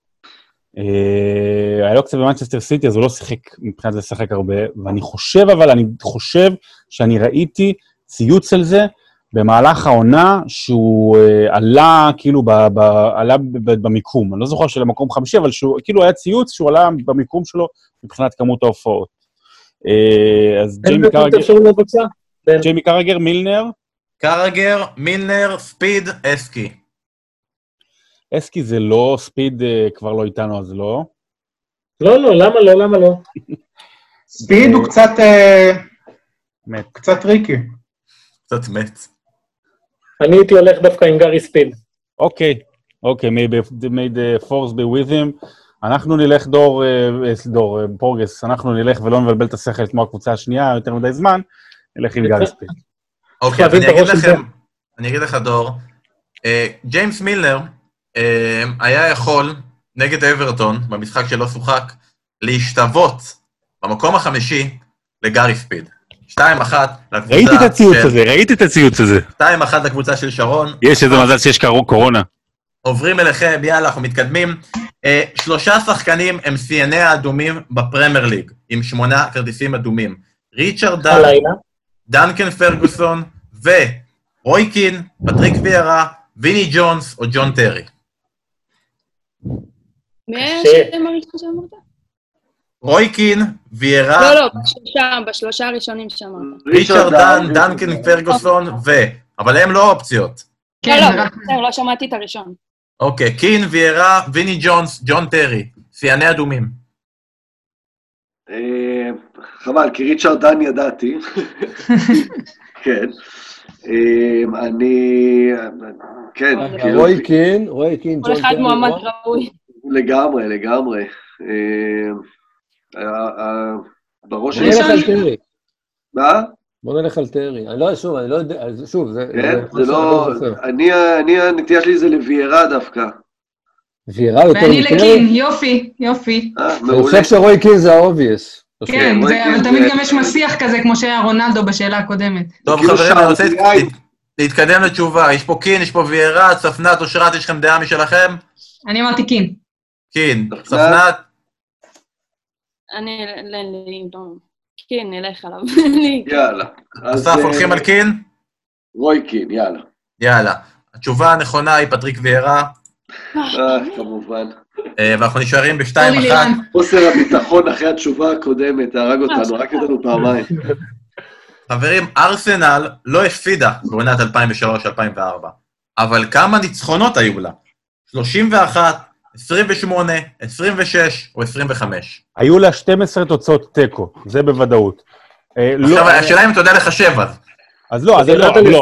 [SPEAKER 2] אה, היה לו קצת במנצ'סטר סיטי, אז הוא לא שיחק, מבחינת זה לשחק הרבה, ואני חושב, אבל אני חושב שאני ראיתי ציוץ על זה במהלך העונה שהוא אה, עלה, כאילו, ב, ב, עלה ב, ב, במיקום. אני לא זוכר שלמקום חמישי, אבל שהוא, כאילו היה ציוץ שהוא עלה במיקום שלו מבחינת כמות ההופעות. אה, אז
[SPEAKER 6] אין לא
[SPEAKER 2] ג'יימי
[SPEAKER 6] לך את
[SPEAKER 2] קרגר,
[SPEAKER 6] האפשרות בבקשה? בן,
[SPEAKER 2] ג'יימי קרגר, מילנר,
[SPEAKER 1] קרגר, מילנר, ספיד, אסקי.
[SPEAKER 2] אסקי זה לא, ספיד אה, כבר לא איתנו, אז לא.
[SPEAKER 6] לא, לא, למה לא, למה לא?
[SPEAKER 8] ספיד הוא קצת... אה,
[SPEAKER 2] מת.
[SPEAKER 8] קצת טריקי.
[SPEAKER 1] קצת מת.
[SPEAKER 6] אני הייתי הולך דווקא עם גארי ספיד.
[SPEAKER 2] אוקיי, אוקיי, may the- may the force be with him. אנחנו נלך דור, אה, אה, דור, אה, פורגס, אנחנו נלך ולא נבלבל את השכל כמו הקבוצה השנייה יותר מדי זמן, נלך עם גל ספיד.
[SPEAKER 1] אוקיי, אז
[SPEAKER 6] להבין
[SPEAKER 1] אני
[SPEAKER 6] את
[SPEAKER 1] אגיד
[SPEAKER 6] הראש של
[SPEAKER 1] לכם,
[SPEAKER 6] זה.
[SPEAKER 1] אני אגיד לך, דור, אה, ג'יימס מילנר אה, היה יכול, נגד אברטון, במשחק שלא שוחק, להשתוות במקום החמישי לגארי ספיד. 2-1 לקבוצה
[SPEAKER 2] ראיתי את הציוץ
[SPEAKER 1] של-
[SPEAKER 2] הזה, ראיתי את הציוץ הזה.
[SPEAKER 1] 2-1 לקבוצה של שרון.
[SPEAKER 2] יש איזה מזל שיש קרו- קורונה.
[SPEAKER 1] עוברים אליכם, יאללה, אנחנו מתקדמים. אה, שלושה שחקנים הם שיאני האדומים בפרמייר ליג, עם שמונה כרטיסים אדומים. ריצ'רד דארט,
[SPEAKER 6] הלילה.
[SPEAKER 1] דנקן פרגוסון ורויקין, פטריק ויארה, ויני ג'ונס או ג'ון טרי.
[SPEAKER 9] מי
[SPEAKER 6] קשה.
[SPEAKER 9] השם הראשון שאמרת?
[SPEAKER 3] אה.
[SPEAKER 1] רויקין, ויארה,
[SPEAKER 9] לא, לא, בשלושה, בשלושה הראשונים שאמרת.
[SPEAKER 1] ריצ'רד דן, דנקן פרגוסון ו... אבל הם לא אופציות.
[SPEAKER 9] לא,
[SPEAKER 7] כן, זה
[SPEAKER 9] לא,
[SPEAKER 7] רק...
[SPEAKER 9] בסדר, לא שמעתי את הראשון.
[SPEAKER 1] אוקיי, קין, ויארה, ויני ג'ונס, ג'ון טרי. שיאני אדומים.
[SPEAKER 3] אה, חבל, כי ריצ'רד
[SPEAKER 9] <laughs>
[SPEAKER 3] דן ידעתי. כן. אה, אני... כן, כאילו...
[SPEAKER 4] אה, רוי קין, רוי קין,
[SPEAKER 9] כל
[SPEAKER 4] ג'ון לא?
[SPEAKER 9] אחד
[SPEAKER 4] קרי,
[SPEAKER 9] מועמד
[SPEAKER 3] לא?
[SPEAKER 4] רוי-
[SPEAKER 9] ראוי.
[SPEAKER 3] לגמרי, לגמרי. אה, ה- ה- בראש
[SPEAKER 4] בוא נלך
[SPEAKER 3] שלי...
[SPEAKER 4] על טרי.
[SPEAKER 3] מה?
[SPEAKER 4] בוא נלך על טרי. אני לא, שוב, אני לא יודע, אז שוב, זה...
[SPEAKER 3] כן,
[SPEAKER 4] משהו
[SPEAKER 3] זה לא...
[SPEAKER 4] שאני אה, זוכר.
[SPEAKER 3] אני, ה- אני, הנטייה שלי זה לוויירה דווקא.
[SPEAKER 4] ויירה יותר
[SPEAKER 7] ואני
[SPEAKER 4] מטרי?
[SPEAKER 7] לקין, יופי, יופי.
[SPEAKER 3] אה,
[SPEAKER 4] אני
[SPEAKER 3] מעולה.
[SPEAKER 4] חושב שרוי קין זה האובייס.
[SPEAKER 7] כן,
[SPEAKER 3] אוקיי,
[SPEAKER 7] זה- אבל
[SPEAKER 3] זה-
[SPEAKER 7] תמיד גם יש מסיח כזה, כמו שהיה רונלדו בשאלה הקודמת.
[SPEAKER 1] טוב,
[SPEAKER 3] כאילו
[SPEAKER 1] חברים, אני רוצה
[SPEAKER 3] שהאוזניים-
[SPEAKER 1] להת- להתקדם לתשובה. יש פה קין, יש פה ויארה, צפנת, אושרת, יש לכם דעה משלכם?
[SPEAKER 7] אני אמרתי קין.
[SPEAKER 1] קין,
[SPEAKER 3] צפנת.
[SPEAKER 1] צפנת,
[SPEAKER 9] אני, לא, לא, לא. כן, נלך עליו. לי.
[SPEAKER 3] יאללה. אז
[SPEAKER 1] אסף,
[SPEAKER 3] אה,
[SPEAKER 1] הולכים על קין?
[SPEAKER 3] רוי קין, יאללה.
[SPEAKER 1] יאללה. התשובה הנכונה היא פטריק ויארה,
[SPEAKER 9] אוקיי.
[SPEAKER 3] אה, כמובן.
[SPEAKER 1] אה, ואנחנו נשארים בשתיים
[SPEAKER 7] אורלי
[SPEAKER 1] אחת.
[SPEAKER 7] לירן.
[SPEAKER 3] חוסר הביטחון אחרי התשובה הקודמת
[SPEAKER 9] אה,
[SPEAKER 3] הרג אותנו, רק ידענו פעמיים.
[SPEAKER 1] חברים, ארסנל לא הפסידה בעונת 2003-2004, אבל כמה ניצחונות היו לה? 31, 28, 26 או 25.
[SPEAKER 2] היו לה 12 תוצאות תיקו, זה בוודאות. אה, לא,
[SPEAKER 1] עכשיו, השאלה אם אתה יודע לחשב אז.
[SPEAKER 2] אז לא, אז זה לא,
[SPEAKER 6] ירדת
[SPEAKER 2] לא,
[SPEAKER 6] ל-26.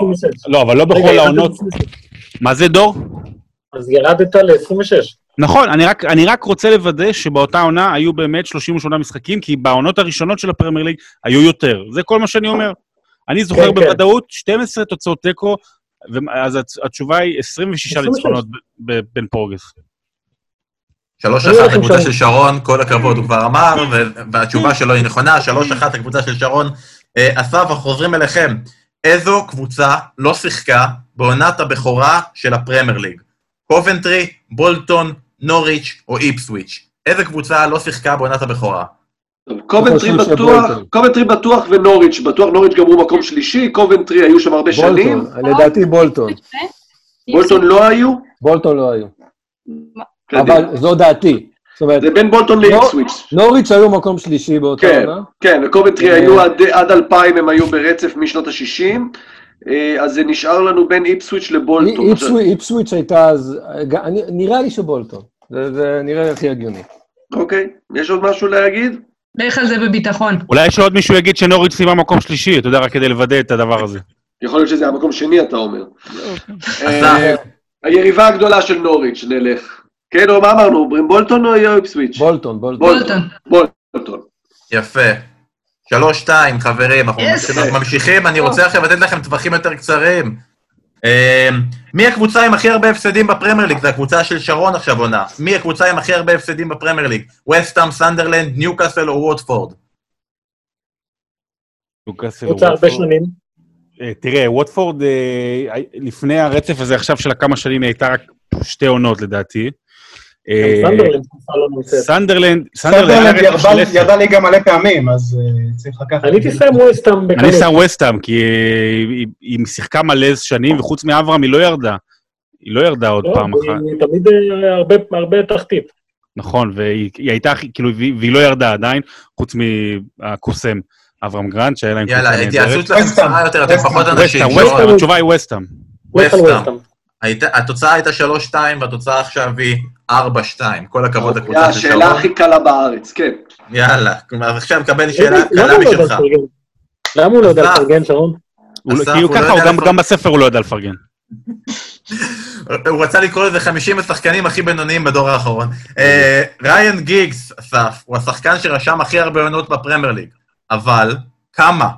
[SPEAKER 2] לא, אבל לא
[SPEAKER 6] רגע,
[SPEAKER 2] בכל
[SPEAKER 6] ירדת
[SPEAKER 2] העונות.
[SPEAKER 6] ל-26.
[SPEAKER 2] מה זה דור?
[SPEAKER 6] אז ירדת ל-26.
[SPEAKER 2] נכון, אני רק, אני רק רוצה לוודא שבאותה עונה היו באמת 38 משחקים, כי בעונות הראשונות של הפרמייר ליג היו יותר. זה כל מה שאני אומר. אני זוכר
[SPEAKER 6] כן.
[SPEAKER 2] בוודאות 12 תוצאות תיקו, אז הצ- התשובה היא 26
[SPEAKER 6] 26.
[SPEAKER 2] ניצחונות ב- ב- בן פורגס.
[SPEAKER 1] 3-1
[SPEAKER 2] לא
[SPEAKER 6] היו לכם
[SPEAKER 1] לקבוצה
[SPEAKER 6] שם.
[SPEAKER 1] של שרון, כל הכבוד, הוא כבר אמר, ו- והתשובה שלו היא נכונה, 3-1 לקבוצה של שרון. אה, אסף, אנחנו חוזרים אליכם. איזו קבוצה לא שיחקה בעונת הבכורה של הפרמייר ליג? קובנטרי, בולטון, נוריץ' או איפסוויץ'. איזו קבוצה לא שיחקה בעונת הבכורה?
[SPEAKER 3] טוב, קובנטרי
[SPEAKER 4] לא, חושב
[SPEAKER 3] בטוח,
[SPEAKER 4] שבולטון.
[SPEAKER 3] קובנטרי בטוח ונוריץ', בטוח נוריץ' גמרו מקום שלישי, קובנטרי היו שם הרבה שנים,
[SPEAKER 4] בולטון, לדעתי בולטון.
[SPEAKER 3] בולטון לא היו,
[SPEAKER 4] בולטון לא היו.
[SPEAKER 3] קדימה.
[SPEAKER 4] אבל זו דעתי. זאת אומרת,
[SPEAKER 3] זה בין בולטון
[SPEAKER 4] לא-
[SPEAKER 3] לאיפסוויץ'.
[SPEAKER 4] נוריץ' היו מקום שלישי באותה
[SPEAKER 3] כן,
[SPEAKER 4] עונה.
[SPEAKER 3] כן, וקובנטרי
[SPEAKER 4] אה,
[SPEAKER 3] היו עד- עד 2000, הם היו ברצף משנות ה-60, אז זה נשאר לנו בין איפסוויץ' לבולטון.
[SPEAKER 4] איפסווי- איפסוויץ' הייתה אז, ג- אני- נראה לי שבולטון. זה, זה נראה הכי הגיוני.
[SPEAKER 3] אוקיי, יש עוד משהו להגיד?
[SPEAKER 7] לך על זה בביטחון.
[SPEAKER 2] אולי שעוד מישהו יגיד שנוריץ' סיימה מקום שלישי, אתה יודע, רק כדי לוודא את הדבר הזה.
[SPEAKER 3] יכול להיות שזה היה מקום שני, אתה אומר. אה,
[SPEAKER 1] אסף,
[SPEAKER 3] היריבה הגדולה של נוריץ', נלך. כן, או מה אמרנו, ברמבולטון או יואיפסוויץ'?
[SPEAKER 4] בולטון, בולטון.
[SPEAKER 3] בולטון.
[SPEAKER 7] בולטון.
[SPEAKER 3] בולטון.
[SPEAKER 1] יפה. שלוש, שתיים, חברים, אנחנו
[SPEAKER 7] Yes.
[SPEAKER 1] ממשיכים- ממשיכים, אני רוצה עכשיו לתת לכם טווחים יותר קצרים. אמ, מי הקבוצה עם הכי הרבה הפסדים בפרמייר ליג? זו הקבוצה של שרון עכשיו עונה. מי הקבוצה עם הכי הרבה הפסדים בפרמייר ליג? וסטאם, סנדרלנד, ניוקאסל או ווטפורד?
[SPEAKER 2] לוקאסל
[SPEAKER 6] קבוצה הרבה
[SPEAKER 2] וואטפורד.
[SPEAKER 6] שנים.
[SPEAKER 2] אה, תראה, ווטפורד, אה, לפני הרצף הזה עכשיו של הכמה שנים, היא הייתה רק שתי עונות לדעתי.
[SPEAKER 6] גם
[SPEAKER 2] אה,
[SPEAKER 6] סנדרלנד תקופה לא נמצאת.
[SPEAKER 2] סנדרלנד,
[SPEAKER 8] סנדרלנד
[SPEAKER 2] היה רצף
[SPEAKER 8] ירדה-
[SPEAKER 2] של אפס.
[SPEAKER 8] ירדה ליגה מלא פעמים, אז אה, צריך לקחת...
[SPEAKER 6] אני הייתי שם ווסטאם
[SPEAKER 2] אני
[SPEAKER 6] בקלות.
[SPEAKER 2] שם וסטאם, כי אה, היא- היא שיחקה מלא שנים, וחוץ מאברהם היא לא ירדה. היא לא ירדה עוד
[SPEAKER 6] לא,
[SPEAKER 2] פעם
[SPEAKER 6] היא-
[SPEAKER 2] אחת,
[SPEAKER 6] היא תמיד אה, הרבה- הרבה תחתית.
[SPEAKER 2] נכון, והיא היא הייתה, הכי- כאילו, והיא והיא לא ירדה עדיין, חוץ מהקוסם אברהם גרנט, שהיה להם
[SPEAKER 1] יאללה,
[SPEAKER 2] קבוצה
[SPEAKER 1] התייעצות
[SPEAKER 2] נהדרת.
[SPEAKER 1] שלכם
[SPEAKER 8] וסטהאם,
[SPEAKER 1] קצרה יותר, אתם
[SPEAKER 8] וסטהאם,
[SPEAKER 1] פחות אנשים.
[SPEAKER 2] וסטאם,
[SPEAKER 1] שרון.
[SPEAKER 2] וסטאם, התשובה היא וסטאם.
[SPEAKER 6] ווסטאם
[SPEAKER 1] וסטהאם.
[SPEAKER 6] ווסטאם.
[SPEAKER 1] הייתה- התוצאה הייתה 3-2, והתוצאה עכשיו היא 4-2. כל הכבוד לקבוצה של
[SPEAKER 3] אוקיי, השאלה
[SPEAKER 1] שרון.
[SPEAKER 3] הכי קלה בארץ, כן.
[SPEAKER 1] יאללה, כלומר, עכשיו קבל שאלה
[SPEAKER 6] למה
[SPEAKER 1] קלה
[SPEAKER 6] הוא לא יודע
[SPEAKER 1] משלך.
[SPEAKER 6] לפרגן? למה הוא לא יודע
[SPEAKER 1] אסף.
[SPEAKER 6] לפרגן, שרון?
[SPEAKER 2] הוא לא-
[SPEAKER 1] אסף,
[SPEAKER 2] כאילו
[SPEAKER 1] הוא לא
[SPEAKER 2] ככה, הוא
[SPEAKER 1] יודע
[SPEAKER 2] גם-
[SPEAKER 1] לפרק.
[SPEAKER 2] גם בספר הוא לא ידע לפרגן.
[SPEAKER 1] הוא רצה לקרוא לזה 50 השחקנים הכי בינוניים בדור האחרון. אה, ריין גיגס, אסף, הוא השחקן שרשם הכי הרבה עונות בפרמייר ליג, אבל כמה?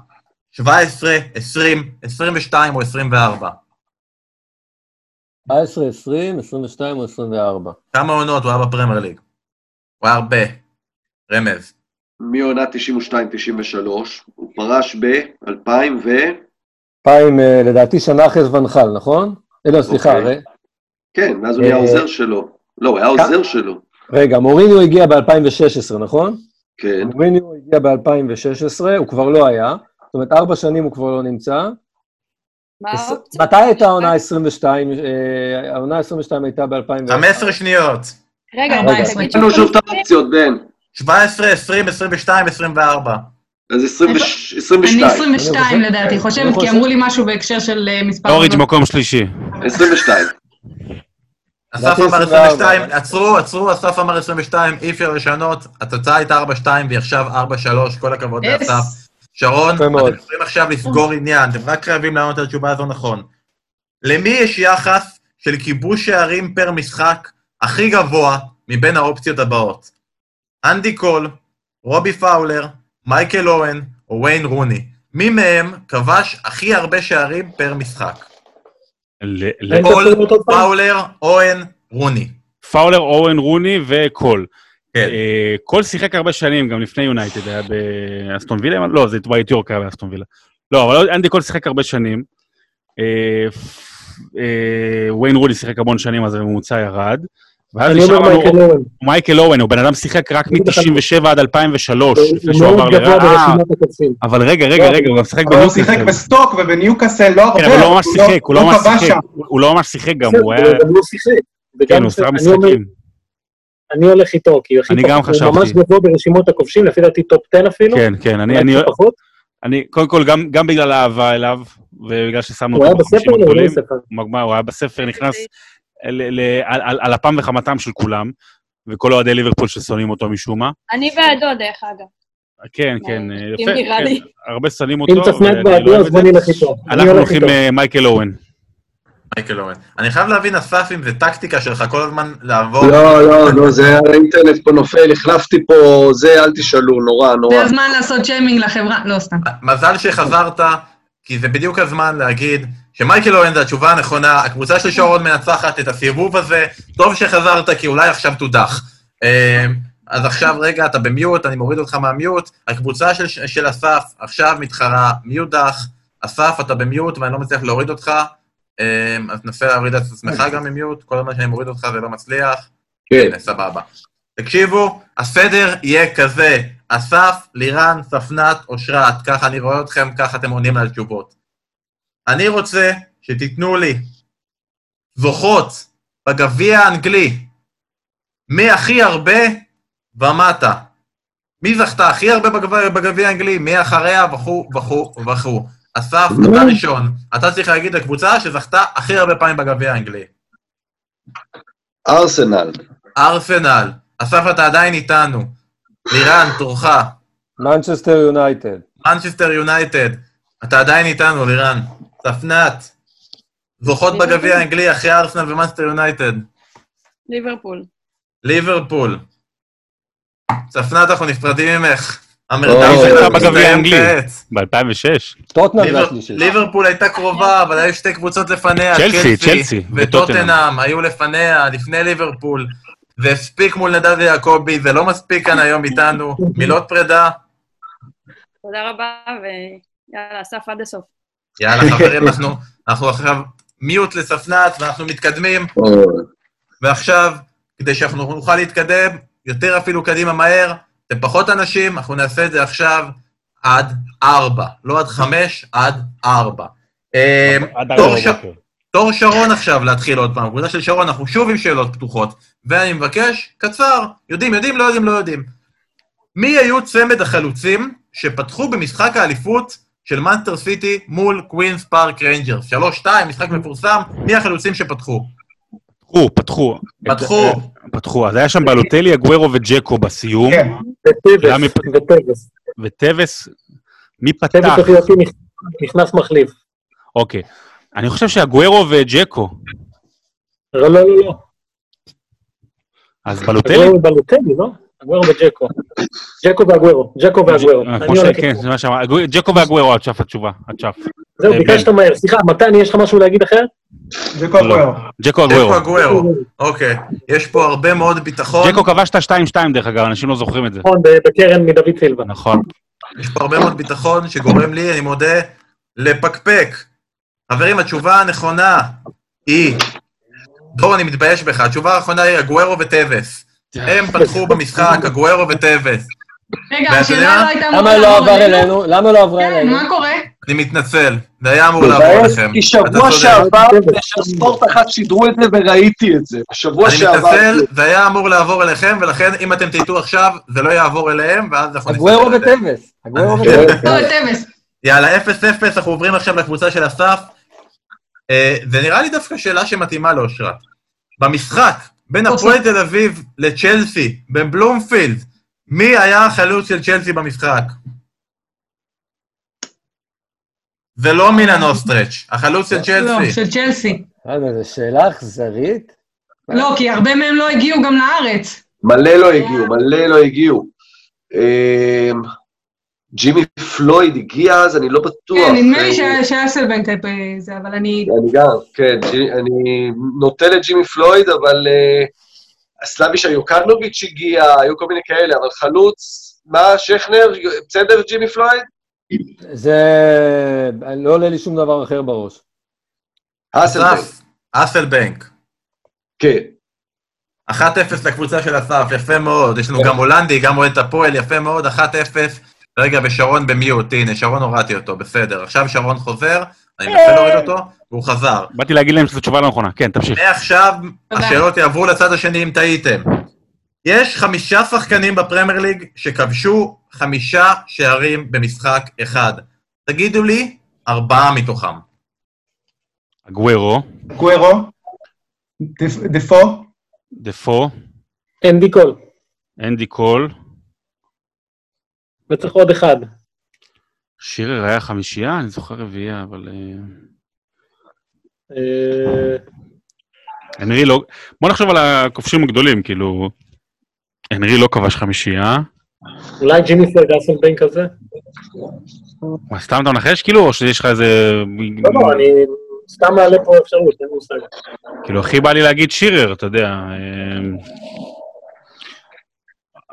[SPEAKER 1] 17, 20, 22 או 24?
[SPEAKER 4] 19, 20, 22 או 24.
[SPEAKER 1] כמה עונות הוא היה בפרמייר ליג? הוא היה הרבה. רמז.
[SPEAKER 3] מעונה 92-93, הוא פרש ב-2000 ו...
[SPEAKER 4] פעם, אה, לדעתי, שנה אחרי זבנחל, נכון? אה, לא, סליחה,
[SPEAKER 3] אוקיי.
[SPEAKER 4] ר-
[SPEAKER 3] כן, ואז הוא נהיה
[SPEAKER 4] אה,
[SPEAKER 3] עוזר שלו. לא, הוא היה עוזר שלו.
[SPEAKER 4] רגע, מוריניו הגיע ב-2016, נכון?
[SPEAKER 3] כן.
[SPEAKER 4] מוריניו הגיע ב-2016, הוא כבר לא היה. זאת אומרת, ארבע שנים הוא כבר לא נמצא.
[SPEAKER 9] מה
[SPEAKER 4] עש-
[SPEAKER 9] האופציה?
[SPEAKER 4] מתי הייתה העונה 22? אה, העונה 22 הייתה ב-2000...
[SPEAKER 1] 15 שניות.
[SPEAKER 9] רגע,
[SPEAKER 7] ארבע
[SPEAKER 9] רגע,
[SPEAKER 7] עשרה.
[SPEAKER 9] תגיד
[SPEAKER 3] תנו שוב
[SPEAKER 9] שוב
[SPEAKER 3] את האופציות, בן.
[SPEAKER 1] 17, 20, 22, 24.
[SPEAKER 3] אז 20
[SPEAKER 7] אני
[SPEAKER 3] 22.
[SPEAKER 7] 22
[SPEAKER 4] אני חושב-
[SPEAKER 7] לדעתי,
[SPEAKER 4] אה, כן, אני
[SPEAKER 7] חושבת, כי
[SPEAKER 4] חושב-
[SPEAKER 7] אמרו לי משהו בהקשר של אה, מספר...
[SPEAKER 1] לא,
[SPEAKER 2] אוריג'
[SPEAKER 7] עונות.
[SPEAKER 2] מקום שלישי.
[SPEAKER 3] 22.
[SPEAKER 1] אסף
[SPEAKER 4] לדעתי
[SPEAKER 1] אמר
[SPEAKER 4] 24.
[SPEAKER 1] 22, עצרו, עצרו, אסף אמר 22, אי אפשר לשנות, התוצאה הייתה 4-2 והיא עכשיו 4-3, כל הכבוד
[SPEAKER 7] יס.
[SPEAKER 1] לאסף. שרון,
[SPEAKER 4] יפה
[SPEAKER 1] אתם
[SPEAKER 4] מאוד.
[SPEAKER 1] יכולים עכשיו לסגור עניין, אתם רק חייבים לענות על התשובה הזו נכון. למי יש יחס של כיבוש שערים פר משחק הכי גבוה מבין האופציות הבאות? אנדי קול, רובי פאולר, מייקל אוהן או ויין רוני. מי מהם כבש הכי הרבה שערים פר משחק?
[SPEAKER 2] ל- ל-
[SPEAKER 6] אין לא-
[SPEAKER 1] קול,
[SPEAKER 6] תצלמו אותו עוד פעם?
[SPEAKER 1] פאולר, אוהן, רוני.
[SPEAKER 2] פאולר, אורן, רוני וקול.
[SPEAKER 1] כן.
[SPEAKER 2] אה, קול שיחק הרבה שנים, גם לפני יונייטד, היה באסטון וילה, לא, זה וייט יורק היה באסטון וילה. לא, אבל אנדי קול שיחק הרבה שנים. אה, פ- אה, וויין רוני שיחק המון שנים, אז הממוצע ירד. ואז
[SPEAKER 6] אני
[SPEAKER 2] נשאר
[SPEAKER 6] אומר
[SPEAKER 2] לנו
[SPEAKER 6] מייקל אורן.
[SPEAKER 2] מייקל אוהן, הוא בן אדם שיחק רק מ-97 עד 2003, לפני
[SPEAKER 6] הוא
[SPEAKER 2] שהוא
[SPEAKER 6] אה, מאוד
[SPEAKER 2] עבר
[SPEAKER 6] גבוה
[SPEAKER 2] לרעה. אה,
[SPEAKER 6] ברשימת הכובשים.
[SPEAKER 2] אבל רגע, רגע, רגע, הוא גם שיחק
[SPEAKER 8] לא, אבל הוא
[SPEAKER 2] בניוקאסל.
[SPEAKER 8] שיחק בסטוק ובניוקאסל לא הרבה.
[SPEAKER 2] כן, אבל הוא לא ממש שיחק, הוא לא ממש
[SPEAKER 8] כבש
[SPEAKER 2] שיחק.
[SPEAKER 8] שם.
[SPEAKER 2] הוא- הוא לא ממש שיחק גם,
[SPEAKER 6] בסדר,
[SPEAKER 2] הוא
[SPEAKER 6] אבל
[SPEAKER 2] היה...
[SPEAKER 6] גם לא שיחק.
[SPEAKER 2] כן,
[SPEAKER 6] וגם
[SPEAKER 2] הוא
[SPEAKER 6] זה-
[SPEAKER 2] שיחק
[SPEAKER 6] אני אומר,
[SPEAKER 2] משחקים.
[SPEAKER 6] אני הולך איתו, כי הוא הכי
[SPEAKER 2] אני
[SPEAKER 6] פחות-
[SPEAKER 2] גם
[SPEAKER 6] הוא ממש
[SPEAKER 2] חשבתי.
[SPEAKER 6] גבוה ברשימות הכובשים, לפי דעתי טופ 10 אפילו.
[SPEAKER 2] כן, כן, אני,
[SPEAKER 6] לא. אולי
[SPEAKER 2] אני,
[SPEAKER 6] קצת פחות.
[SPEAKER 2] אני, קודם כל, גם, גם בגלל האהבה אליו, ובגלל ששמנו
[SPEAKER 6] הוא היה
[SPEAKER 2] אותו
[SPEAKER 6] בספר
[SPEAKER 2] בחמישים
[SPEAKER 6] או לא
[SPEAKER 2] הגדולים,
[SPEAKER 6] בספר?
[SPEAKER 2] הוא מגמר, הוא היה בספר, נכנס
[SPEAKER 9] אוקיי.
[SPEAKER 2] ל, ל, על, על, על אפם וחמתם של כולם, וכל אוהדי ליברפול ששונאים אותו משום מה.
[SPEAKER 9] אני בעדו, דרך אגב.
[SPEAKER 2] כן, כן,
[SPEAKER 9] מה,
[SPEAKER 2] יפה,
[SPEAKER 9] נראה
[SPEAKER 2] כן,
[SPEAKER 9] לי.
[SPEAKER 2] הרבה שונאים אותו,
[SPEAKER 6] אם צפנת
[SPEAKER 2] ואני לא
[SPEAKER 6] בעדו,
[SPEAKER 2] אוהב
[SPEAKER 6] אז
[SPEAKER 2] את
[SPEAKER 6] בוא
[SPEAKER 2] זה.
[SPEAKER 6] נלך איתו. אני
[SPEAKER 2] אנחנו
[SPEAKER 6] הולך
[SPEAKER 2] הולכים
[SPEAKER 6] איתו.
[SPEAKER 2] אה, מייקל אוהן.
[SPEAKER 1] מייקל אורן.
[SPEAKER 4] אה,
[SPEAKER 1] אני חייב להבין, אסף, אם זה טקטיקה שלך כל הזמן לעבור...
[SPEAKER 3] לא, לא, לא, זה האינטרנט פה נופל, החלפתי פה, זה, אל תשאלו, נורא,
[SPEAKER 1] לא.
[SPEAKER 3] נורא.
[SPEAKER 7] זה הזמן לעשות שיימינג לחברה, לא סתם.
[SPEAKER 1] מזל שחזרת, כי זה בדיוק הזמן להגיד שמייקל אורן זה התשובה הנכונה, הקבוצה של שרון מנצחת את הסיבוב הזה, טוב שחזרת, כי אולי עכשיו תודח. אה, אז עכשיו, רגע, אתה במיוט, אני מוריד אותך מהמיוט. הקבוצה של, של אסף עכשיו מתחרה מיודח. אסף, אתה במיוט ואני לא מצליח להוריד אותך, אה, אז תנסה להוריד את עצמך גם ממיוט, כל הזמן שאני מוריד אותך זה לא מצליח. הנה, כן, סבבה. תקשיבו, הסדר יהיה כזה, אסף, לירן, ספנת, אושרת, ככה אני רואה אתכם, ככה אתם עונים על תשובות. אני רוצה שתיתנו לי זוכות בגביע האנגלי, מי הכי הרבה ומטה. מי זכתה הכי הרבה בגב- בגביע האנגלי, מי אחריה וכו' וכו' וכו'. אסף, אתה ראשון. אתה צריך להגיד לקבוצה שזכתה הכי הרבה פעמים בגביע האנגלי.
[SPEAKER 3] ארסנל.
[SPEAKER 1] ארסנל. אסף, אתה עדיין איתנו. לירן, תורך.
[SPEAKER 4] מנצ'סטר יונייטד.
[SPEAKER 1] מנצ'סטר יונייטד, אתה עדיין איתנו, לירן. צפנת. זוכות בגביע האנגלי אחרי ארסנל ומאנסטר יונייטד.
[SPEAKER 9] ליברפול.
[SPEAKER 1] ליברפול. צפנת, אנחנו נפרדים ממך.
[SPEAKER 4] אוי,
[SPEAKER 1] המרדם
[SPEAKER 4] זכתה
[SPEAKER 1] שלנו
[SPEAKER 2] בגביע
[SPEAKER 1] מסתיים
[SPEAKER 2] האנגלי.
[SPEAKER 1] כעת.
[SPEAKER 2] ב-2006.
[SPEAKER 4] טוטנאם זה
[SPEAKER 1] ליבר-
[SPEAKER 4] השלישי.
[SPEAKER 1] ליברפול הייתה קרובה, אבל היו שתי קבוצות לפניה,
[SPEAKER 2] צ'לסי, צ'לסי,
[SPEAKER 1] וטוטנאם, היו לפניה, לפני ליברפול. זה הספיק מול נדב יעקבי, זה לא מספיק כאן היום איתנו. מילות פרידה,
[SPEAKER 9] תודה רבה, ויאללה, אסף עד הסוף.
[SPEAKER 1] יאללה, חברים, אנחנו, אנחנו עכשיו מיוט לספנת, ואנחנו מתקדמים, ועכשיו, כדי שאנחנו נוכל להתקדם, יותר אפילו קדימה מהר, אתם פחות אנשים, אנחנו נעשה את זה עכשיו עד ארבע. לא עד חמש, עד ארבע. אמ,
[SPEAKER 2] עד
[SPEAKER 1] תור
[SPEAKER 2] ארבע
[SPEAKER 1] ש-
[SPEAKER 2] בבוקר.
[SPEAKER 1] תור שרון עכשיו להתחיל עוד פעם. קבוצה של שרון, אנחנו שוב עם שאלות פתוחות. ואני מבקש, קצר, יודעים, יודעים, לא יודעים, לא יודעים. מי היו צמד החלוצים שפתחו במשחק האליפות של מאנסטר סיטי מול קווינס פארק ריינג'רס? שלוש, שתיים, משחק מפורסם, מי החלוצים שפתחו?
[SPEAKER 2] פתחו, פתחו. אה,
[SPEAKER 1] פתחו.
[SPEAKER 2] פתחו. אז היה שם בלוטלי, אגוורו וג'קו בסיום,
[SPEAKER 8] כן,
[SPEAKER 2] למה-
[SPEAKER 6] וטבס, וטבס.
[SPEAKER 2] וטבס, מי פתח?
[SPEAKER 6] טבס לפי דעתי נכ- נכנס מחליף.
[SPEAKER 2] אוקיי. אני חושב שאגוורו וג'קו.
[SPEAKER 6] לא, לא, לא, לא.
[SPEAKER 2] אז בלוטלי?
[SPEAKER 6] הגוורו בלוטלי, לא? הגוורו וג'קו. ג'קו והגוורו, ג'קו והגוורו.
[SPEAKER 2] אה,
[SPEAKER 6] אני
[SPEAKER 2] כמו
[SPEAKER 6] הולך-
[SPEAKER 2] ש... כן, זה מה שאמר. אגו- ג'קו ואגוורו, את שף התשובה, את שף.
[SPEAKER 6] זהו,
[SPEAKER 2] אה,
[SPEAKER 6] ביקשת מהר. סליחה, מתן, יש לך משהו להגיד אחר?
[SPEAKER 8] זה כל
[SPEAKER 2] לא.
[SPEAKER 8] פועל.
[SPEAKER 2] ג'קו
[SPEAKER 1] ג'קו
[SPEAKER 2] אגוורו.
[SPEAKER 1] אגוורו. אוקיי. יש פה הרבה מאוד ביטחון,
[SPEAKER 2] ג'קו כבש את ה-2-2, דרך אגב, אנשים לא זוכרים את זה.
[SPEAKER 6] נכון, ב- בקרן מדוד סילבה.
[SPEAKER 2] נכון.
[SPEAKER 1] יש פה הרבה מאוד ביטחון שגורם לי, אני מודה, לפקפק. חברים, התשובה הנכונה היא... דור, אני מתבייש בך. התשובה האחרונה היא אגוורו וטבס. הם פתחו במשחק, אגוורו וטבס.
[SPEAKER 7] רגע,
[SPEAKER 1] ואתה יודע
[SPEAKER 7] השאלה
[SPEAKER 1] מה?
[SPEAKER 7] לא הייתה אמורה
[SPEAKER 4] למה לא
[SPEAKER 7] לעבור
[SPEAKER 4] עבר אלינו? למה לא עברה
[SPEAKER 7] כן,
[SPEAKER 4] אלינו?
[SPEAKER 7] מה קורה?
[SPEAKER 1] אני מתנצל, זה היה אמור לעבור לכם.
[SPEAKER 3] כי
[SPEAKER 1] אתה
[SPEAKER 3] שבוע
[SPEAKER 1] צודק.
[SPEAKER 3] שעבר, של ספורט אחת שידרו את זה וראיתי את זה. בשבוע
[SPEAKER 1] אני
[SPEAKER 3] שעבר...
[SPEAKER 1] מתנצל, זה היה אמור לעבור אליכם, ולכן אם אתם תטעו עכשיו, זה לא יעבור אליהם, ואז אנחנו
[SPEAKER 4] אגוורו
[SPEAKER 1] נסתכל על זה.
[SPEAKER 4] וטבס. אגוורו
[SPEAKER 1] אה,
[SPEAKER 4] וטבס.
[SPEAKER 1] <laughs>
[SPEAKER 7] לא, טבס.
[SPEAKER 1] יאללה, 0-0, אנחנו עוברים עכשיו לקבוצה של אסף. אה, זה נראה לי דווקא שאלה שמתאימה לאושרת. במשחק בין
[SPEAKER 7] אוקיי.
[SPEAKER 1] הפועל תל אביב לצ'לסי, בבלומפילד, מי היה החלוץ של צ'לסי במשחק? זה לא מילן אוסטרץ', החלוץ של
[SPEAKER 4] כן.
[SPEAKER 7] לא,
[SPEAKER 1] צ'לסי.
[SPEAKER 7] של צ'לסי.
[SPEAKER 4] אה, מה, זו שאלה אכזרית?
[SPEAKER 7] לא, כי הרבה מהם לא הגיעו גם לארץ.
[SPEAKER 3] מלא לא הגיעו, מלא לא הגיעו. אמ, ג'ימי פלויד הגיע אז, אני לא בטוח.
[SPEAKER 7] כן, נדמה לי
[SPEAKER 3] אה,
[SPEAKER 7] שהיה- שהיה סלבנק כלפי זה, אבל אני...
[SPEAKER 3] אני גם, כן, ג'י- אני נוטה לג'ימי פלויד, אבל אה, הסלאביש היוקרנוביץ' הגיע, היו כל מיני כאלה, אבל חלוץ, מה, שכנר, בסדר, ג'ימי פלויד?
[SPEAKER 4] זה... לא עולה לי שום דבר אחר בראש.
[SPEAKER 3] האסלבנק,
[SPEAKER 1] אסף, אסלבנק.
[SPEAKER 3] כן.
[SPEAKER 1] 1-0 לקבוצה של אסף, יפה מאוד. יש לנו גם הולנדי, גם אוהד הפועל, יפה מאוד, 1-0. רגע, ושרון במיוט, הנה, שרון הורדתי אותו, בסדר. עכשיו שרון חוזר, אני מנסה להוריד אותו, והוא חזר.
[SPEAKER 2] באתי להגיד להם שזו תשובה לא נכונה. כן, תמשיך.
[SPEAKER 1] מעכשיו,
[SPEAKER 7] תודה.
[SPEAKER 1] השאלות יעברו לצד השני אם טעיתם. יש חמישה שחקנים בפרמייר ליג שכבשו חמישה שערים במשחק אחד. תגידו לי, ארבעה מתוכם.
[SPEAKER 2] אגוורו,
[SPEAKER 8] גוורו, דפ- דפו,
[SPEAKER 2] דפו,
[SPEAKER 6] אנדי קול.
[SPEAKER 2] אנדי קול,
[SPEAKER 6] וצריך עוד אחד.
[SPEAKER 2] שירר היה חמישייה, אני זוכר רביעייה, אבל... אה,
[SPEAKER 6] אה,
[SPEAKER 2] הנרי לא... בוא נחשוב על הכובשים הגדולים, כאילו... הנרי לא כבש חמישייה.
[SPEAKER 6] אולי ג'ימי פלד היה סלבנק כזה?
[SPEAKER 2] מה, סתם אתה מנחש כאילו, או שיש לך איזה...
[SPEAKER 6] לא, לא, אני סתם מעלה פה אפשרות, אין לי מושג.
[SPEAKER 2] כאילו, הכי בא לי להגיד שירר, אתה יודע.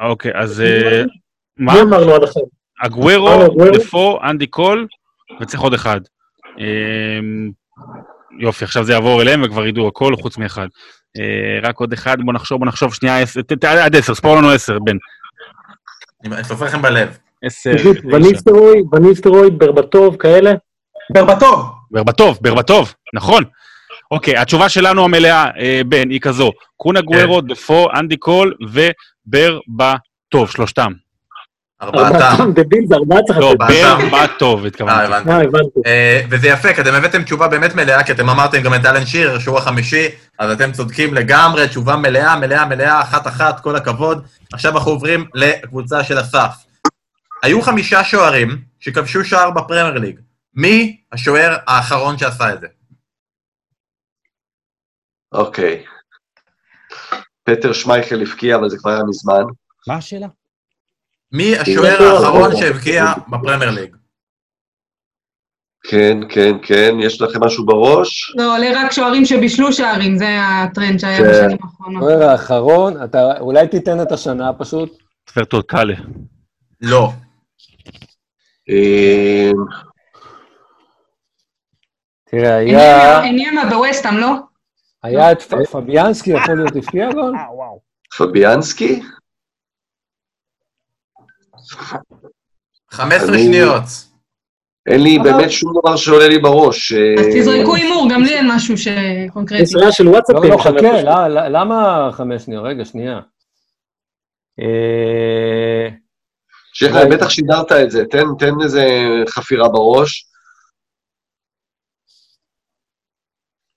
[SPEAKER 2] אה, אוקיי, אז... אה, מה?
[SPEAKER 6] מי אמרנו עד עכשיו?
[SPEAKER 2] אגוורו,
[SPEAKER 6] אה, אגוורו.
[SPEAKER 2] דפו, אנדי קול, וצריך עוד אחד. אמ, יופי, עכשיו זה יעבור אליהם וכבר ידעו הכל חוץ מאחד. אה, רק עוד אחד, בוא נחשוב, בוא נחשוב, שנייה, עשר, ת- ת- עד עשר, ספור לנו עשר, בן.
[SPEAKER 1] אני סופר לכם בלב.
[SPEAKER 2] עשר, תשע.
[SPEAKER 6] וניסטרוי, וניסטרוי, ברבטוב, כאלה?
[SPEAKER 8] ברבטוב.
[SPEAKER 2] ברבטוב, ברבטוב, נכון. אוקיי, התשובה שלנו המלאה, אה, בן, היא כזו.
[SPEAKER 4] כן.
[SPEAKER 2] קונה גוורו, דפו, אנדי קול וברבטוב, שלושתם.
[SPEAKER 6] <laughs>
[SPEAKER 1] ארבעתם.
[SPEAKER 6] ארבעתם דביל זה ארבעה צריך
[SPEAKER 2] לא,
[SPEAKER 6] לתת.
[SPEAKER 2] באר, מה טוב,
[SPEAKER 1] אה,
[SPEAKER 2] התכוונתי.
[SPEAKER 1] הבנתי.
[SPEAKER 6] אה, הבנתי.
[SPEAKER 1] אה, וזה יפה, כי אתם הבאתם תשובה באמת מלאה, כי אתם אמרתם גם את אלן שירר, שהוא החמישי, אז אתם צודקים לגמרי, תשובה מלאה, מלאה, מלאה, אחת-אחת, כל הכבוד. עכשיו אנחנו עוברים לקבוצה של אסף. היו חמישה שוערים שכבשו שער בפרמייר ליג. מי השוער האחרון שעשה את זה?
[SPEAKER 3] אוקיי. פטר שמייכל הבקיע, אבל זה כבר היה מזמן. אה,
[SPEAKER 10] מה השאלה?
[SPEAKER 1] מי השוער האחרון שהבקיע בפרמייר ליג?
[SPEAKER 3] כן, כן, כן, יש לכם משהו בראש?
[SPEAKER 7] לא, עולה רק שוערים שבישלו שערים, זה הטרנד שהיה
[SPEAKER 3] כן.
[SPEAKER 7] בשנים האחרונות.
[SPEAKER 4] השוער האחרון, אתה אולי תיתן את השנה פשוט?
[SPEAKER 2] ספרטו קאלה.
[SPEAKER 1] לא.
[SPEAKER 3] אה,
[SPEAKER 4] תראה, היה,
[SPEAKER 7] עניינה- עניינה בווסטאם, לא?
[SPEAKER 4] היה את פ- פביאנסקי, יכול להיות הבקיע גול?
[SPEAKER 10] אה, וואו.
[SPEAKER 3] פביאנסקי?
[SPEAKER 1] 15
[SPEAKER 3] אני-
[SPEAKER 1] שניות.
[SPEAKER 3] אין לי באמת שום דבר שעולה לי בראש. אה,
[SPEAKER 7] אז תזרקו הימור, גם לי אין משהו שקונקרטי.
[SPEAKER 6] משרה של
[SPEAKER 4] לא,
[SPEAKER 6] וואטסאפים.
[SPEAKER 4] לא,
[SPEAKER 6] שאני
[SPEAKER 4] חכה,
[SPEAKER 6] חושב.
[SPEAKER 4] לא, לא, למה חמש שניות? רגע, שנייה. אה,
[SPEAKER 3] שייח'לה, בטח שידרת את זה, תן, תן איזה חפירה בראש.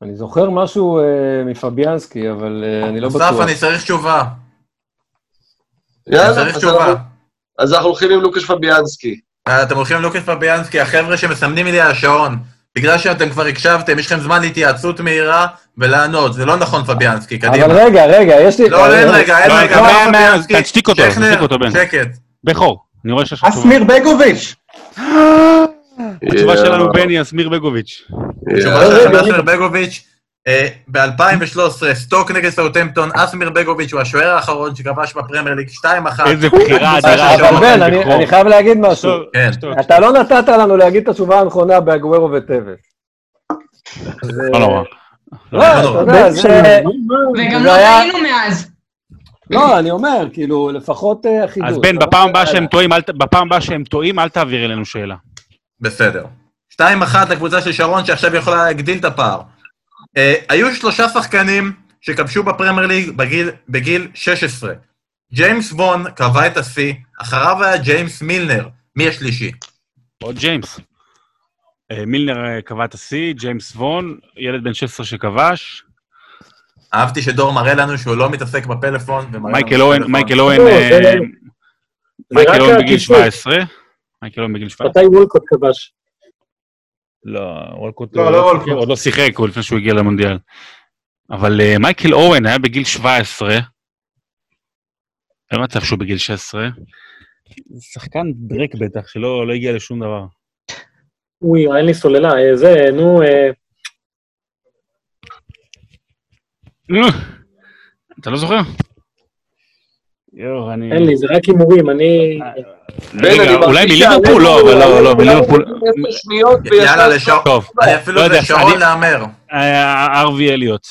[SPEAKER 4] אני זוכר משהו אה, מפביאנסקי, אבל אה, אני לא
[SPEAKER 1] אסף,
[SPEAKER 4] בטוח.
[SPEAKER 1] אני צריך תשובה. אני
[SPEAKER 3] יאללה,
[SPEAKER 1] צריך
[SPEAKER 3] אז אנחנו,
[SPEAKER 1] תשובה.
[SPEAKER 4] אוקיי.
[SPEAKER 3] אז אנחנו הולכים עם לוקש פביאנסקי.
[SPEAKER 1] אה, אתם הולכים ללוקס פביאנסקי, החבר'ה שמסמנים לי על השעון. בגלל שאתם כבר הקשבתם, יש לכם זמן להתייעצות מהירה ולענות. זה לא נכון, פביאנסקי, קדימה.
[SPEAKER 4] אבל רגע, רגע, יש לי...
[SPEAKER 1] לא, אין רגע, אין
[SPEAKER 2] לא,
[SPEAKER 1] רגע.
[SPEAKER 2] לא,
[SPEAKER 1] מה,
[SPEAKER 2] מה, מה,
[SPEAKER 1] פביאנסקי?
[SPEAKER 2] תשתיק אותו,
[SPEAKER 1] שכנר,
[SPEAKER 2] תשתיק אותו, בן.
[SPEAKER 1] שקט.
[SPEAKER 2] בכור, אני רואה שיש לך תשובה.
[SPEAKER 8] אסמיר בגוביץ'.
[SPEAKER 4] אה,
[SPEAKER 2] התשובה
[SPEAKER 3] יאללה,
[SPEAKER 2] שלנו, בני, אסמיר בגוביץ'.
[SPEAKER 4] לא-
[SPEAKER 1] התשובה
[SPEAKER 3] יאללה.
[SPEAKER 1] של אסמיר בגוביץ', אה, ב-2013, סטוק נגד סאוטמפטון, אסמיר בגוביץ' הוא השוער האחרון שכבש בפרמייר ליג 2-1.
[SPEAKER 2] איזה בחירה
[SPEAKER 1] התשובה
[SPEAKER 2] אדירה. אתה
[SPEAKER 1] של
[SPEAKER 4] אבל
[SPEAKER 1] שרון.
[SPEAKER 2] אומר,
[SPEAKER 4] בן, אני-
[SPEAKER 2] בכור.
[SPEAKER 4] אני חייב להגיד משהו.
[SPEAKER 1] כן.
[SPEAKER 2] שטויות.
[SPEAKER 4] אתה לא נתת לנו להגיד את התשובה הנכונה באגוורו וטבת. אז, אה,
[SPEAKER 2] לא נורא.
[SPEAKER 4] לא, אתה יודע, זה...
[SPEAKER 7] וגם
[SPEAKER 4] אה, זה
[SPEAKER 7] לא
[SPEAKER 4] היה-
[SPEAKER 7] ראינו מאז.
[SPEAKER 4] לא, אני אומר, כאילו, לפחות אה, החידוד.
[SPEAKER 2] אז בן,
[SPEAKER 4] אתה
[SPEAKER 2] בפעם
[SPEAKER 4] לא-
[SPEAKER 2] הבאה שהם טועים, אל ת- בפעם הבאה שהם טועים, אל תעביר אלינו שאלה.
[SPEAKER 1] בסדר. 2-1 לקבוצה של שרון, שעכשיו יכולה להגדיל את הפער. אה, היו שלושה שחקנים שכבשו בפרמייר ליג בגיל, בגיל 16. ג'יימס וון קבע את השיא, אחריו היה ג'יימס מילנר, מי השלישי?
[SPEAKER 2] או ג'יימס. אה, מילנר אה, קבע את השיא, ג'יימס וון, ילד בן 16 שכבש,
[SPEAKER 1] אהבתי שדור מראה לנו שהוא לא מתעסק בפלאפון. ומראה
[SPEAKER 2] מייקל
[SPEAKER 1] לנו
[SPEAKER 2] אוהן,
[SPEAKER 1] בפלאפון.
[SPEAKER 2] מייקל אוהן,
[SPEAKER 6] לא, זה-
[SPEAKER 2] אה,
[SPEAKER 6] זה
[SPEAKER 2] מייקל
[SPEAKER 6] רק
[SPEAKER 2] אוהן בגיל
[SPEAKER 6] הקיצוץ.
[SPEAKER 2] 17. מייקל אוהן בגיל 17.
[SPEAKER 6] מתי וולקוט כבש?
[SPEAKER 2] לא, וולקוט
[SPEAKER 8] לא,
[SPEAKER 2] הוא
[SPEAKER 8] לא
[SPEAKER 2] שיחק,
[SPEAKER 8] וולקוט.
[SPEAKER 2] עוד לא שיחק, הוא לפני שהוא הגיע למונדיאל. אבל אה, מייקל אוהן היה בגיל 17, אין מצב שהוא בגיל 16. זה שחקן ברק בטח, שלא לא הגיע לשום דבר.
[SPEAKER 6] אוי, אין לי סוללה. אה, זה, נו, אה,
[SPEAKER 2] נו, אה, אתה לא זוכר? יואו, אני...
[SPEAKER 6] אין לי, זה רק הימורים. אני...
[SPEAKER 3] בן, אני
[SPEAKER 2] רגע, אולי
[SPEAKER 3] מרגיש
[SPEAKER 2] מליברפול? לא, אבל לא, לא, מליברפול...
[SPEAKER 1] אה,
[SPEAKER 3] עשר שניות
[SPEAKER 1] יאללה,
[SPEAKER 3] וישר-
[SPEAKER 1] לשרון.
[SPEAKER 2] טוב,
[SPEAKER 1] אני אפילו
[SPEAKER 2] לא יודע,
[SPEAKER 1] לשרון
[SPEAKER 2] אני-
[SPEAKER 1] להמר.
[SPEAKER 2] אה, ארווי אליוט.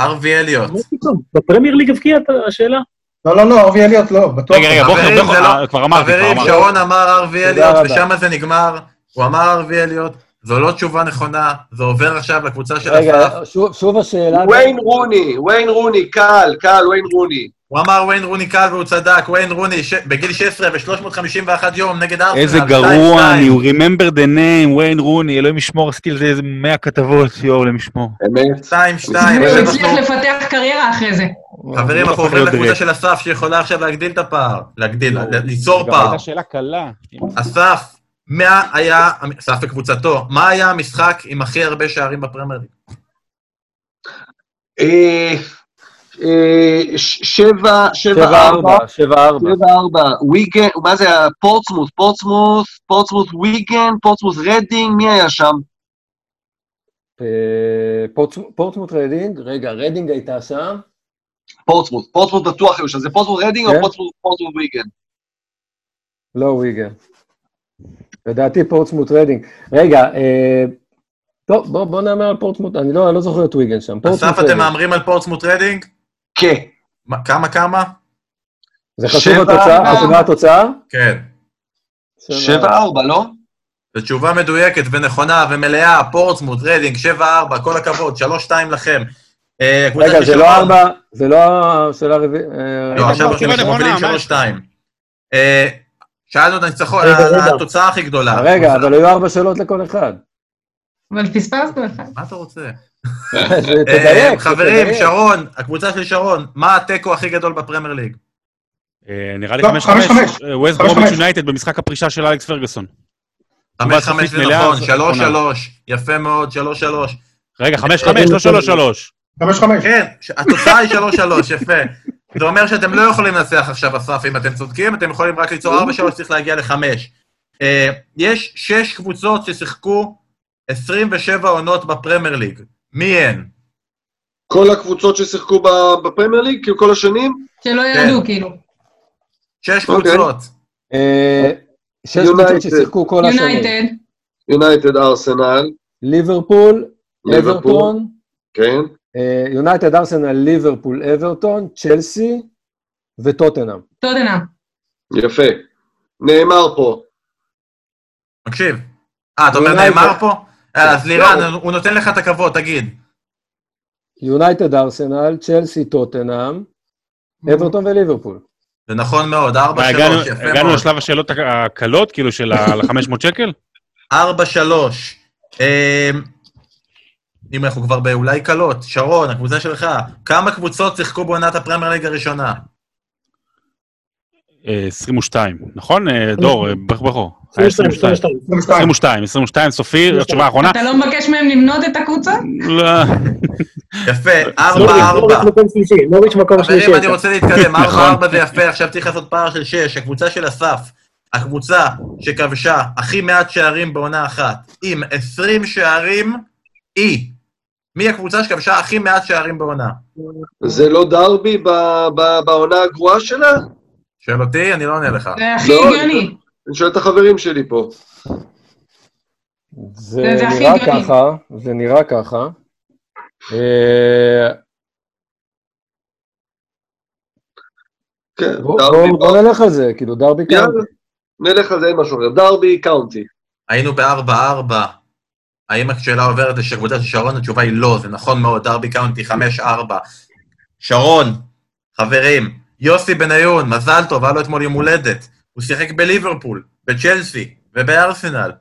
[SPEAKER 1] ארווי אליוט.
[SPEAKER 6] מה פתאום? בפרמייר ליג הבקיע את השאלה?
[SPEAKER 8] לא, לא, לא, אורבי אליוט לא, בטוח.
[SPEAKER 2] רגע, רגע,
[SPEAKER 1] חברים,
[SPEAKER 2] בוכר,
[SPEAKER 1] זה
[SPEAKER 2] בוכר,
[SPEAKER 1] לא-
[SPEAKER 2] אה, כבר אמרתי, כבר
[SPEAKER 1] חברים,
[SPEAKER 2] אמרתי.
[SPEAKER 1] שרון אמר ארווי
[SPEAKER 4] תודה
[SPEAKER 1] אליוט,
[SPEAKER 4] רבה.
[SPEAKER 1] ושם זה נגמר. הוא אמר ארווי אליוט, זו לא תשובה נכונה, זה עובר עכשיו לקבוצה של אסף.
[SPEAKER 4] רגע, שוב- שוב השאלה...
[SPEAKER 3] וויין רוני, וויין רוני, קל, קל, וויין רוני.
[SPEAKER 1] הוא אמר וויין רוני קל והוא צדק, וויין רוני ש... בגיל 16 ו-351 יום נגד ארסנל.
[SPEAKER 10] איזה
[SPEAKER 1] 2-2.
[SPEAKER 10] גרוע אני, הוא remember the name, וויין רוני, אלוהים ישמור, עשיתי על זה איזה 100 כתבות, יואו, אלוהים ישמור.
[SPEAKER 4] אה,
[SPEAKER 1] 2-2.
[SPEAKER 7] הוא
[SPEAKER 1] עכשיו
[SPEAKER 7] הצליח
[SPEAKER 1] אנחנו-
[SPEAKER 7] לפתח קריירה אחרי זה.
[SPEAKER 1] חברים,
[SPEAKER 4] לא
[SPEAKER 10] הוא
[SPEAKER 1] אנחנו
[SPEAKER 10] הפך
[SPEAKER 1] עוברים
[SPEAKER 10] להיות
[SPEAKER 1] לקבוצה
[SPEAKER 10] ריק.
[SPEAKER 1] של אסף, שיכולה עכשיו להגדיל את הפער. להגדיל,
[SPEAKER 4] לא.
[SPEAKER 1] ל- ליצור
[SPEAKER 2] גם
[SPEAKER 1] פער.
[SPEAKER 2] הייתה שאלה קלה.
[SPEAKER 1] אסף, מה היה, אסף וקבוצתו, מה היה המשחק עם הכי הרבה שערים בפרמייר ליג?
[SPEAKER 3] אה, אה, ש- שבע, שבע ארבע,
[SPEAKER 4] 7-4, 7-4.
[SPEAKER 3] שבע ארבע, וויגן, מה זה היה? פורצמוס, פורצמוס, פורצמוס וויגן, פורצמוס רדינג, מי היה שם?
[SPEAKER 4] אה, פורטס- פורטסמוט רדינג, רגע, רדינג הייתה שם.
[SPEAKER 3] פורצמוס, פורצמוס בטוח היו שם, זה פורצמוס רדינג או
[SPEAKER 4] כן.
[SPEAKER 3] פורצמוס פורצמוס וויגן?
[SPEAKER 4] לא וויגר. לדעתי פורטסמוט רדינג. רגע, אה, טוב, בוא, בוא נאמר על פורטסמוט, אני לא, אני לא זוכר את וויגן שם. פורטסמוט
[SPEAKER 1] אסף, אתם
[SPEAKER 4] רדינג.
[SPEAKER 1] מהמרים על פורטסמוט רדינג?
[SPEAKER 3] כן.
[SPEAKER 1] מה- כמה כמה?
[SPEAKER 4] זה חשוב
[SPEAKER 3] שבע-
[SPEAKER 4] התוצאה? חשובה התוצאה?
[SPEAKER 1] כן.
[SPEAKER 3] שבע ארבע, לא?
[SPEAKER 1] זו תשובה מדויקת ונכונה ומלאה, פורטסמוט, רדינג, 7-4, כל הכבוד, 3-2 לכם. אה, הקבוצה
[SPEAKER 4] רגע,
[SPEAKER 1] של
[SPEAKER 4] זה
[SPEAKER 1] שרון-
[SPEAKER 4] לא ארבע, זה לא השאלה הרביעית.
[SPEAKER 1] לא, עכשיו אנחנו
[SPEAKER 2] אמרתי קודם,
[SPEAKER 1] מובילים
[SPEAKER 2] עונה,
[SPEAKER 1] 3-2. אה, שאלנו את הניצחון,
[SPEAKER 6] רגע,
[SPEAKER 1] ה-
[SPEAKER 6] רגע.
[SPEAKER 1] התוצאה הכי גדולה.
[SPEAKER 4] רגע, אבל היו ארבע שאלות לכל אחד.
[SPEAKER 7] אבל פספסנו אחד.
[SPEAKER 1] מה אתה רוצה?
[SPEAKER 4] תדייק,
[SPEAKER 1] אה, חברים,
[SPEAKER 4] תדייק.
[SPEAKER 1] שרון, הקבוצה של שרון, מה התיקו הכי גדול בפרמייר ליג?
[SPEAKER 10] אה, נראה לי
[SPEAKER 8] לא,
[SPEAKER 10] 5-5,
[SPEAKER 8] חמש, חמש.
[SPEAKER 10] ווסט
[SPEAKER 8] חמש,
[SPEAKER 10] ברומיץ'
[SPEAKER 8] חמש.
[SPEAKER 10] יונייטד במשחק הפרישה של אלכס פרגוסון.
[SPEAKER 1] חמש חמש
[SPEAKER 10] זכוכית
[SPEAKER 1] זה
[SPEAKER 10] מלאה,
[SPEAKER 1] נכון,
[SPEAKER 10] זו-
[SPEAKER 1] שלוש
[SPEAKER 10] נכונה.
[SPEAKER 1] שלוש, יפה מאוד, שלוש שלוש.
[SPEAKER 10] רגע, 5-5, לא 3-3.
[SPEAKER 8] חמש חמש.
[SPEAKER 1] כן, ש- התוצאה היא שלוש שלוש, יפה. זה אומר שאתם לא יכולים לנצח עכשיו, אסף, אם אתם צודקים, אתם יכולים רק ליצור ארבע שלוש, צריך להגיע לחמש. אה, יש שש קבוצות ששיחקו 27 עונות בפרמייר ליג. מי הן?
[SPEAKER 3] כל הקבוצות ששיחקו ב- בפרמייר ליג, כאילו כל השנים,
[SPEAKER 4] כן.
[SPEAKER 7] שלא ירדו, כאילו.
[SPEAKER 1] שש
[SPEAKER 3] אוקיי.
[SPEAKER 1] קבוצות.
[SPEAKER 4] אה, שש
[SPEAKER 3] יונייטד.
[SPEAKER 4] קבוצות ששיחקו כל השנים.
[SPEAKER 7] יונייטד,
[SPEAKER 3] יונייטד, ארסנל,
[SPEAKER 4] ליברפול,
[SPEAKER 3] ליברפול,
[SPEAKER 4] אברטון,
[SPEAKER 3] כן,
[SPEAKER 4] אה, יונייטד, ארסנל, ליברפול, אברטון, צ'לסי וטוטנאם.
[SPEAKER 7] טודנאם.
[SPEAKER 3] אה, יפה. נאמר פה.
[SPEAKER 1] מקשיב. אה, אתה אומר
[SPEAKER 4] אולי
[SPEAKER 1] נאמר
[SPEAKER 4] זה- לא.
[SPEAKER 1] פה? יאללה, אז לירן, הוא נותן לך את הכבוד, תגיד.
[SPEAKER 4] יונייטד, ארסנל, צ'לסי, טוטנאם,
[SPEAKER 3] Mm-hmm.
[SPEAKER 4] אברטון וליברפול.
[SPEAKER 1] זה נכון מאוד, ארבע
[SPEAKER 10] מה,
[SPEAKER 1] שלוש,
[SPEAKER 10] אה, הגענו-
[SPEAKER 1] יפה
[SPEAKER 10] הגענו
[SPEAKER 1] מאוד.
[SPEAKER 10] לשלב השאלות הקלות, כאילו של ה-500 שקל?
[SPEAKER 1] ארבע שלוש. אמ, אם אנחנו כבר באולי קלות, שרון, הקבוצה שלך, כמה קבוצות שיחקו בעונת הפרמייר ליג הראשונה?
[SPEAKER 10] אה, 22, נכון, אה, דור, אה, בח- בחור? היה
[SPEAKER 6] 22, 22.
[SPEAKER 8] 22.
[SPEAKER 10] 22, 22, סופי, התשובה האחרונה.
[SPEAKER 7] אתה לא מבקש מהם למנות את הקבוצה?
[SPEAKER 10] לא.
[SPEAKER 1] <laughs> יפה, ארבע
[SPEAKER 6] נוריץ'
[SPEAKER 1] ארבע.
[SPEAKER 6] מקום שלישי, אוקיי, נוריץ' מקום שלישי. כן.
[SPEAKER 1] חברים, אני רוצה להתקדם, ארבע
[SPEAKER 10] נכון.
[SPEAKER 1] ארבע זה יפה, עכשיו צריך לעשות פער של שש. הקבוצה של אסף, הקבוצה שכבשה הכי מעט שערים בעונה אחת, עם 20 שערים, היא. מי הקבוצה שכבשה הכי מעט שערים בעונה?
[SPEAKER 3] זה לא דרבי ב- ב- בעונה הגרועה שלה?
[SPEAKER 1] שואל אותי, אני לא עונה לך.
[SPEAKER 7] זה הכי
[SPEAKER 3] לא,
[SPEAKER 7] הגיוני.
[SPEAKER 3] אני שואל את החברים שלי פה.
[SPEAKER 4] זה
[SPEAKER 7] זה- זה הכי
[SPEAKER 4] נראה
[SPEAKER 7] הגיוני.
[SPEAKER 4] ככה, זה נראה ככה. אה,
[SPEAKER 3] כן,
[SPEAKER 4] בוא-
[SPEAKER 3] דרבי,
[SPEAKER 4] בוא בוא נלך על זה, כאילו דרבי
[SPEAKER 3] יאללה.
[SPEAKER 4] קאונטי.
[SPEAKER 3] נלך על זה, אין משהו אחר. דרבי, קאונטי.
[SPEAKER 1] היינו בארבע ארבע. האם השאלה עוברת לשקבוצה של שרון? התשובה היא לא, זה נכון מאוד, דרבי קאונטי חמש ארבע. שרון, חברים, יוסי בניון, מזל טוב, היה לו אתמול יום הולדת. הוא שיחק בליברפול, בצ'לסי ובארסנל.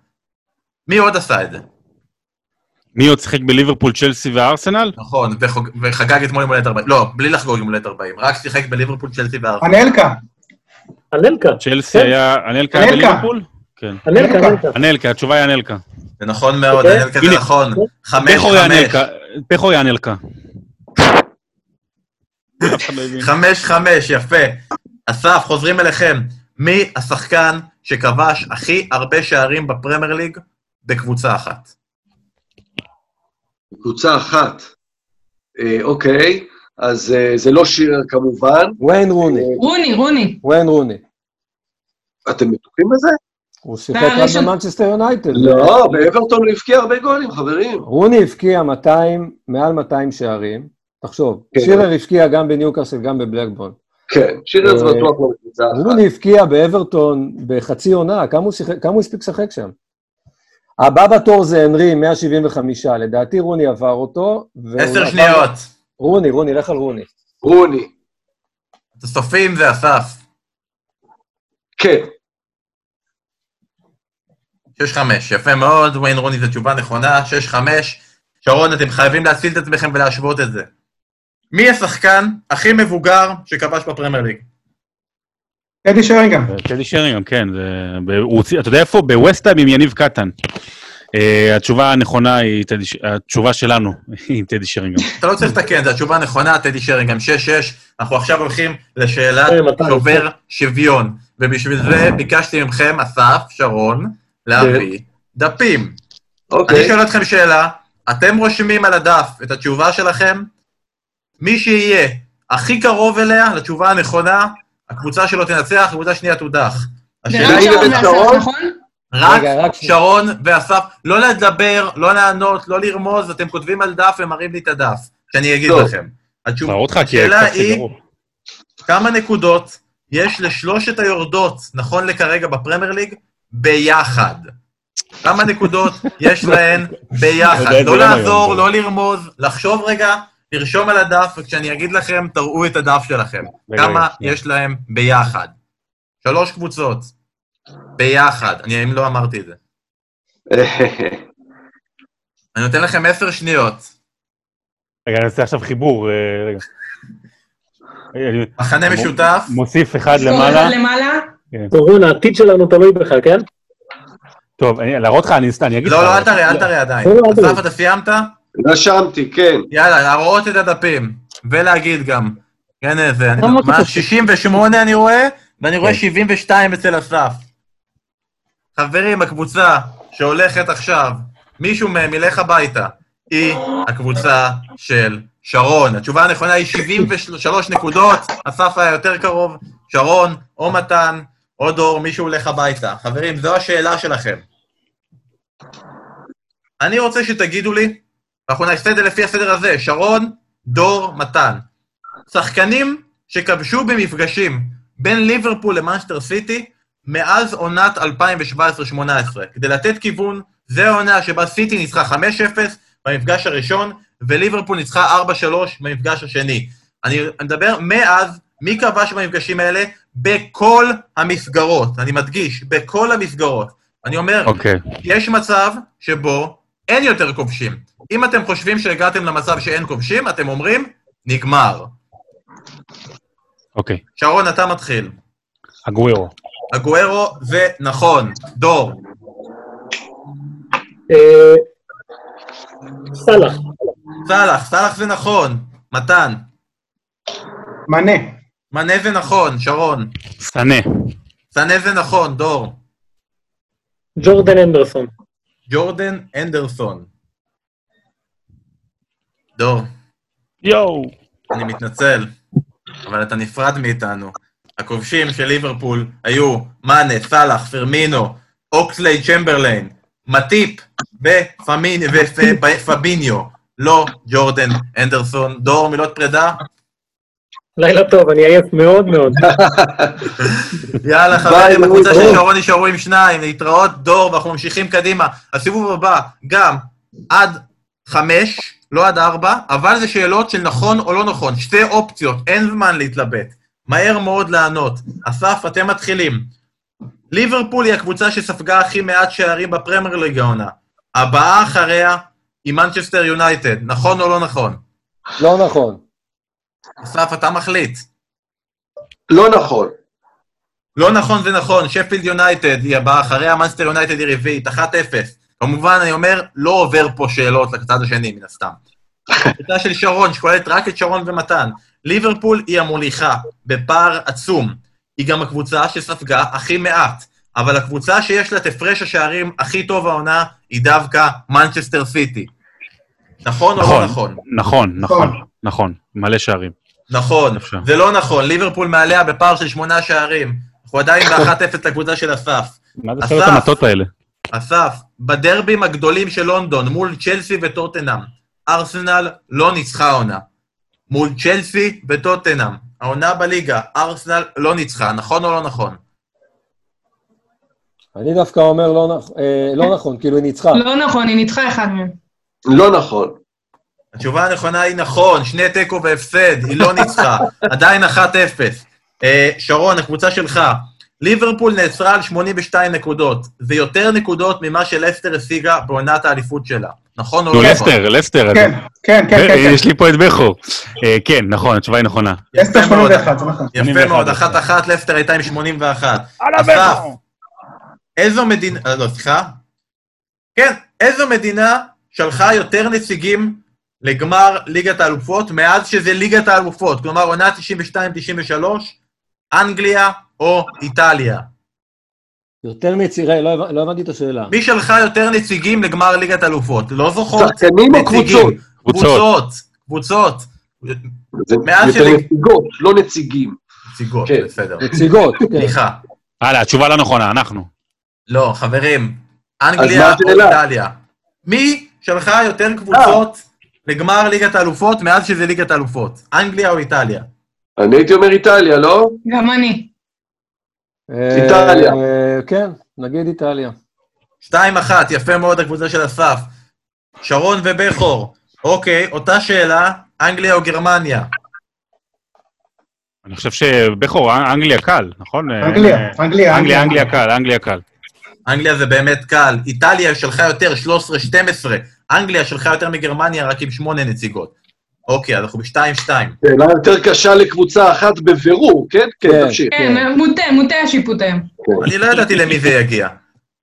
[SPEAKER 1] מי עוד עשה את זה?
[SPEAKER 10] מי עוד שיחק בליברפול, צ'לסי וארסנל?
[SPEAKER 1] נכון, וחוג... וחגג אתמול יום הולדת 40. לא, בלי לחגוג יום הולדת 40, רק שיחק בליברפול, צ'לסי וארסנל.
[SPEAKER 8] אנלקה.
[SPEAKER 6] אנלקה,
[SPEAKER 10] צ'לסי
[SPEAKER 6] כן.
[SPEAKER 10] היה... אנלקה היה
[SPEAKER 8] אנלקה.
[SPEAKER 10] בליברפול? כן.
[SPEAKER 6] אנלקה, אנלקה.
[SPEAKER 10] אנלקה, התשובה היא אנלקה.
[SPEAKER 1] זה נכון מאוד,
[SPEAKER 6] אוקיי.
[SPEAKER 1] אנלקה זה
[SPEAKER 10] הנה.
[SPEAKER 1] נכון. חמש,
[SPEAKER 10] בכור היה
[SPEAKER 1] חמש.
[SPEAKER 10] אנלקה. בכור היה אנלקה. אף אחד לא הבין.
[SPEAKER 1] חמש חמש, יפה. אסף, חוזרים אליכם. מי השחקן שכבש הכי הרבה שערים בפרמייר ליג בקבוצה אחת?
[SPEAKER 3] קבוצה אחת. אה, אוקיי, אז אה, זה לא שירר כמובן. אה,
[SPEAKER 4] ויין רוני,
[SPEAKER 7] רוני, רוני.
[SPEAKER 4] ויין רוני.
[SPEAKER 3] אתם בטוחים בזה?
[SPEAKER 4] הוא שיחק
[SPEAKER 7] והראשון-
[SPEAKER 4] רק במנצ'סטר יונייטד.
[SPEAKER 3] לא, באברטון הוא הבקיע הרבה גולים, חברים.
[SPEAKER 4] רוני הבקיע 200, מעל 200 שערים. תחשוב,
[SPEAKER 3] כן.
[SPEAKER 4] שילר הבקיע גם בניוקאסל, גם בבלקבון.
[SPEAKER 3] כן, שירר זה
[SPEAKER 4] אה,
[SPEAKER 3] בטוח לא בקבוצה אחת.
[SPEAKER 4] רוני הבקיע באברטון בחצי עונה, כמה הוא, שיחק, כמה הוא הספיק לשחק שם? הבא בתור זה הנרי, 175, לדעתי רוני עבר אותו. והוא
[SPEAKER 1] עשר
[SPEAKER 4] עבר-
[SPEAKER 1] שניות.
[SPEAKER 4] רוני, רוני, לך על רוני.
[SPEAKER 3] רוני.
[SPEAKER 1] סופים זה אסף.
[SPEAKER 3] כן,
[SPEAKER 1] שש חמש, יפה מאוד, וויין רוני זו תשובה נכונה, שש חמש. שרון, אתם חייבים להציל את עצמכם ולהשוות את זה. מי השחקן הכי מבוגר שכבש בפרמייר ליג?
[SPEAKER 8] טדי שרינגהם.
[SPEAKER 10] טדי שרינגהם, כן. זה- ב- הוא הוציא- אתה יודע איפה? בווסטהאם עם יניב קטן. אה, התשובה הנכונה היא, טדי ש- התשובה שלנו היא עם טדי שרינגהם.
[SPEAKER 1] אתה לא צריך לתקן, זו התשובה הנכונה, טדי שרינגהם 6-6. אנחנו עכשיו הולכים לשאלת
[SPEAKER 6] כן, מתן,
[SPEAKER 1] שובר שוויון. ובשביל זה ביקשתי מכם, אסף, שרון, להביא דפים. אני
[SPEAKER 3] אוקיי.
[SPEAKER 1] שואל אתכם שאלה, אתם רושמים על הדף את התשובה שלכם? מי שיהיה הכי קרוב אליה, לתשובה הנכונה, הקבוצה שלו תנצח, הקבוצה שנייה תודח.
[SPEAKER 7] זה
[SPEAKER 1] השאלה
[SPEAKER 7] רק
[SPEAKER 1] היא
[SPEAKER 7] שרון ואסף,
[SPEAKER 3] רגע, רגע, שרון?
[SPEAKER 7] נכון?
[SPEAKER 1] רק
[SPEAKER 4] רגע, רק שנייה.
[SPEAKER 1] שרון ואסף, לא לדבר, לא לענות, לא לרמוז, אתם כותבים על דף ומראים לי את הדף, שאני אגיד
[SPEAKER 3] טוב.
[SPEAKER 1] לכם. התשובה,
[SPEAKER 10] כבר אותך, כי
[SPEAKER 1] השאלה
[SPEAKER 10] הקפצתי
[SPEAKER 1] היא-
[SPEAKER 10] גרוע.
[SPEAKER 1] כמה נקודות יש לשלושת היורדות, נכון לכרגע בפרמייר ליג, ביחד? כמה נקודות
[SPEAKER 10] <laughs>
[SPEAKER 1] יש להן ביחד?
[SPEAKER 10] יודע את זה
[SPEAKER 1] לא
[SPEAKER 10] גם
[SPEAKER 1] לעזור,
[SPEAKER 10] היום.
[SPEAKER 1] לא לרמוז, לחשוב רגע, לרשום על הדף, וכשאני אגיד לכם, תראו את הדף שלכם.
[SPEAKER 10] רגע,
[SPEAKER 1] כמה
[SPEAKER 10] רגע, שנייה.
[SPEAKER 1] יש להם ביחד? שלוש קבוצות. ביחד. אני אם לא אמרתי את זה. אני נותן לכם עשר שניות.
[SPEAKER 2] רגע, אני עושה עכשיו חיבור, אה, רגע. אני
[SPEAKER 1] מחנה
[SPEAKER 2] מ-
[SPEAKER 1] משותף,
[SPEAKER 2] מוסיף אחד
[SPEAKER 6] נכון,
[SPEAKER 7] סקור
[SPEAKER 2] למעלה.
[SPEAKER 7] אחד למעלה.
[SPEAKER 6] כן. קורונה, העתיד שלנו תלוי בך, כן?
[SPEAKER 2] טוב, אני- להראות לך, אני סתם, אני אגיד לך.
[SPEAKER 1] לא, לא, אל תראה, אל תראה עדיין.
[SPEAKER 6] לא, לא, אל תראה.
[SPEAKER 1] אסף, אתה סיימת?
[SPEAKER 3] רשמתי, כן.
[SPEAKER 1] יאללה, להראות את הדפים, ולהגיד גם. כן, איזה, אני-
[SPEAKER 11] לא אמרתי
[SPEAKER 1] מה,
[SPEAKER 11] כלום.
[SPEAKER 1] 68 אני רואה, ואני רואה
[SPEAKER 2] כן.
[SPEAKER 1] 72 אצל אסף. חברים, הקבוצה שהולכת עכשיו, מישהו מהם ילך הביתה, היא הקבוצה של שרון. התשובה הנכונה היא 73 נקודות, אסף היה יותר קרוב, שרון, או מתן, או דור, מישהו הולך הביתה. חברים, זו השאלה שלכם. אני רוצה שתגידו לי, אנחנו נעשה את זה לפי הסדר הזה, שרון, דור, מתן. שחקנים שכבשו במפגשים בין ליברפול למאנסטר סיטי מאז עונת 2017-2018. כדי לתת כיוון, זו העונה שבה סיטי ניצחה 5-0 במפגש הראשון, וליברפול ניצחה 4-3 במפגש השני. אני אני מדבר מאז, מי כבש במפגשים האלה? בכל המסגרות. אני מדגיש, בכל המסגרות. אני אומר,
[SPEAKER 10] אוקיי.
[SPEAKER 1] יש מצב שבו אין יותר כובשים. אם אתם חושבים שהגעתם למצב שאין כובשים, אתם אומרים, נגמר.
[SPEAKER 10] אוקיי.
[SPEAKER 1] שרון, אתה מתחיל.
[SPEAKER 10] הגווירו.
[SPEAKER 1] הגוארו זה נכון. דור,
[SPEAKER 6] אה, סאלח,
[SPEAKER 1] סאלח, סאלח זה נכון. מתן,
[SPEAKER 8] מנה,
[SPEAKER 1] מנה זה נכון. שרון,
[SPEAKER 10] סנה.
[SPEAKER 1] סנה זה נכון. דור,
[SPEAKER 6] ג'ורדן אנדרסון,
[SPEAKER 1] ג'ורדן אנדרסון. דור,
[SPEAKER 10] יואו.
[SPEAKER 1] אני מתנצל, אבל אתה נפרד מאיתנו. הכובשים של ליברפול היו מאנה, סאלח, פרמינו, אוקסלי צ'מברליין, מטיפ ופמין- ופ- ופביניו, לא ג'ורדן אנדרסון. דור, מילות פרידה?
[SPEAKER 6] לילה טוב, אני עייף מאוד מאוד.
[SPEAKER 1] יאללה,
[SPEAKER 3] ביי,
[SPEAKER 1] חברים, הקבוצה של
[SPEAKER 3] להתראות.
[SPEAKER 1] שרון נשארו עם שניים, להתראות דור, ואנחנו ממשיכים קדימה. הסיבוב הבא, גם עד חמש, לא עד ארבע, אבל זה שאלות של נכון או לא נכון, שתי אופציות, אין זמן להתלבט. מהר מאוד לענות. אסף, אתם מתחילים. ליברפול היא הקבוצה שספגה הכי מעט שערים בפרמייר ליג העונה. הבאה אחריה היא מנצ'סטר יונייטד, נכון או לא נכון?
[SPEAKER 4] לא נכון.
[SPEAKER 1] אסף, אתה מחליט.
[SPEAKER 3] לא נכון.
[SPEAKER 1] לא נכון זה נכון, שפילד יונייטד היא הבאה אחריה, מנסטר יונייטד היא רביעית, 1-0. כמובן, אני אומר, לא עובר פה שאלות לצד השני, מן
[SPEAKER 3] <laughs>
[SPEAKER 1] הסתם. הקבוצה של שרון, שכוללת רק את שרון ומתן. ליברפול היא המוליכה, בפער עצום. היא גם הקבוצה שספגה הכי מעט, אבל הקבוצה שיש לה את הפרש השערים הכי טוב העונה, היא דווקא מנצ'סטר סיטי. נכון או לא נכון?
[SPEAKER 10] נכון, נכון, נכון, נכון, מלא שערים.
[SPEAKER 1] נכון,
[SPEAKER 10] אפשר.
[SPEAKER 2] כן.
[SPEAKER 1] זה לא נכון, ליברפול מעליה בפער של שמונה שערים.
[SPEAKER 10] <laughs>
[SPEAKER 1] אנחנו עדיין ב-1-0 לקבוצה של אסף.
[SPEAKER 10] מה זה שאלות המטות האלה?
[SPEAKER 1] אסף, בדרבים הגדולים של לונדון, מול צ'לסי וטוטנאם, ארסנל לא ניצחה העונה. מול צ'לסי וטוטנאם, העונה בליגה, ארסנל לא ניצחה, נכון או לא נכון?
[SPEAKER 4] אני דווקא אומר לא נכון, אה, לא נכון, כאילו היא ניצחה.
[SPEAKER 7] לא נכון, היא ניצחה אחד מהם.
[SPEAKER 3] לא נכון.
[SPEAKER 1] התשובה הנכונה היא נכון, שני תיקו והפסד, היא
[SPEAKER 3] <laughs>
[SPEAKER 1] לא ניצחה, עדיין 1-0. אה, שרון, הקבוצה שלך, ליברפול נעצרה על 82 נקודות, זה יותר נקודות ממה שלסטר השיגה בעונת האליפות שלה, נכון או
[SPEAKER 10] נו,
[SPEAKER 1] לא נכון?
[SPEAKER 10] לסטר, לסטר. אז-
[SPEAKER 8] כן, כן, כן,
[SPEAKER 10] אה,
[SPEAKER 8] כן,
[SPEAKER 10] יש לי פה את בכור. אה, כן, נכון, התשובה היא נכונה.
[SPEAKER 8] כן. אסתר
[SPEAKER 1] יפה מאוד,
[SPEAKER 8] 81, זה נכון.
[SPEAKER 1] יפה
[SPEAKER 10] 81.
[SPEAKER 1] מאוד, אחת אחת, לפטר הייתה עם 81. אסף, איזו מדינה, אה, לא, סליחה? כן, איזו מדינה שלחה יותר נציגים לגמר ליגת האלופות מאז שזה ליגת האלופות? כלומר, עונה 92-93, אנגליה או איטליה.
[SPEAKER 4] יותר מצירי, לא הבנ- לא הבנתי את השאלה.
[SPEAKER 1] מי שלחה יותר נציגים לגמר ליגת האלופות? לא זוכות?
[SPEAKER 3] שחקנים או קבוצות?
[SPEAKER 1] נציגים. קבוצות. קבוצות.
[SPEAKER 3] זה
[SPEAKER 1] מאז
[SPEAKER 3] יותר
[SPEAKER 1] שזה-
[SPEAKER 3] נציגות, לא נציגים.
[SPEAKER 1] נציגות,
[SPEAKER 3] כן.
[SPEAKER 1] בסדר. <laughs>
[SPEAKER 4] נציגות, כן.
[SPEAKER 1] סליחה.
[SPEAKER 10] הלאה, התשובה לא נכונה, אנחנו.
[SPEAKER 1] לא, חברים,
[SPEAKER 3] מה
[SPEAKER 1] אנגליה או
[SPEAKER 3] השאלה?
[SPEAKER 1] איטליה. מי שלחה יותר קבוצות לגמר ליגת האלופות מאז שזה ליגת האלופות? אנגליה או איטליה?
[SPEAKER 3] אני הייתי אומר איטליה, לא?
[SPEAKER 7] גם אני.
[SPEAKER 4] אה,
[SPEAKER 3] איטליה.
[SPEAKER 4] אה, כן, נגיד איטליה.
[SPEAKER 1] 2-1, יפה מאוד הקבוצה של אסף. שרון ובכור. אוקיי, אותה שאלה, אנגליה או גרמניה?
[SPEAKER 10] אני חושב שבכור, אנ- אנגליה קל, נכון? אה,
[SPEAKER 8] אנגליה,
[SPEAKER 10] אה,
[SPEAKER 8] אנגליה,
[SPEAKER 10] אנגליה, אנגליה קל, אנגליה קל.
[SPEAKER 1] אנגליה זה באמת קל. איטליה שלחה יותר, 13-12. אנגליה שלחה יותר מגרמניה, רק עם שמונה נציגות. אוקיי, אז אנחנו ב-2-2.
[SPEAKER 3] שאלה יותר קשה לקבוצה אחת בבירור, כן?
[SPEAKER 4] כן.
[SPEAKER 3] כן, תמשיך.
[SPEAKER 7] כן, מוטה, מוטה השיפוט היום.
[SPEAKER 1] אני לא ידעתי למי זה יגיע.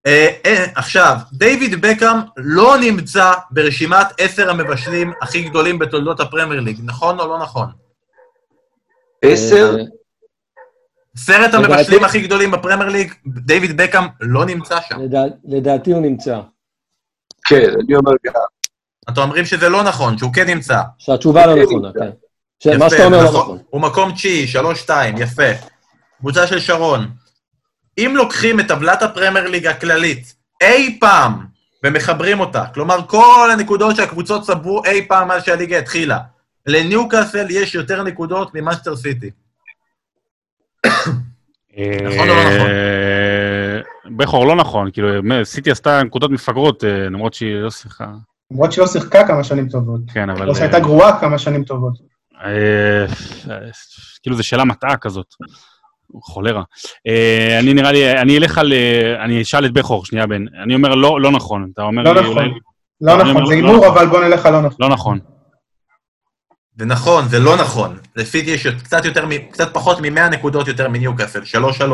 [SPEAKER 1] אה, אה, עכשיו, דיוויד בקאם לא נמצא ברשימת עשר המבשלים הכי גדולים בתולדות הפרמייר ליג, נכון או לא נכון?
[SPEAKER 3] עשר?
[SPEAKER 4] אה,
[SPEAKER 1] עשרת
[SPEAKER 4] לדעתי-
[SPEAKER 1] המבשלים הכי גדולים בפרמייר ליג, דיוויד בקאם לא נמצא שם.
[SPEAKER 4] לדע- לדעתי הוא נמצא.
[SPEAKER 3] כן, אני אומר גם.
[SPEAKER 1] אתם אומרים שזה לא נכון, שהוא כן נמצא.
[SPEAKER 4] שהתשובה לא
[SPEAKER 3] כן,
[SPEAKER 4] נכונה,
[SPEAKER 3] נמצא.
[SPEAKER 4] כן. שמה שאתה אומר לא נכון.
[SPEAKER 1] הוא מקום תשיעי, שלוש-שתיים, יפה. קבוצה של שרון. אם לוקחים את טבלת הפרמייר ליג הכללית אי פעם ומחברים אותה, כלומר כל הנקודות שהקבוצות צברו אי פעם מאז שהליגה התחילה, לניוקאסל יש יותר נקודות ממאסטר סיטי. נכון או לא נכון?
[SPEAKER 10] אה, בכור לא נכון, כאילו, סיטי עשתה נקודות מפגרות, אה, למרות שהיא לא שיחקה.
[SPEAKER 8] למרות שהיא לא שיחקה כמה שנים טובות.
[SPEAKER 10] כן, אבל...
[SPEAKER 8] או לא, שהייתה
[SPEAKER 10] אה,
[SPEAKER 8] גרועה כמה שנים טובות.
[SPEAKER 10] אה, אה, כאילו, זו שאלה מטעה כזאת. חולרה. אה, אני נראה לי, אני אלך על... אה, אני אשאל את בכור, שנייה, בן. אני אומר לא לא נכון. אתה אומר
[SPEAKER 8] לא
[SPEAKER 10] לי
[SPEAKER 8] נכון.
[SPEAKER 10] אולי...
[SPEAKER 8] לא
[SPEAKER 10] אני
[SPEAKER 8] נכון,
[SPEAKER 10] אומר,
[SPEAKER 8] זה
[SPEAKER 10] לא
[SPEAKER 8] הימור,
[SPEAKER 10] נכון.
[SPEAKER 8] אבל בוא נלך על לא נכון.
[SPEAKER 10] לא נכון.
[SPEAKER 1] זה נכון, זה לא נכון. לסיטי יש קצת, יותר, מ- קצת פחות מ-100 נקודות יותר מניוקאסל, 3-3.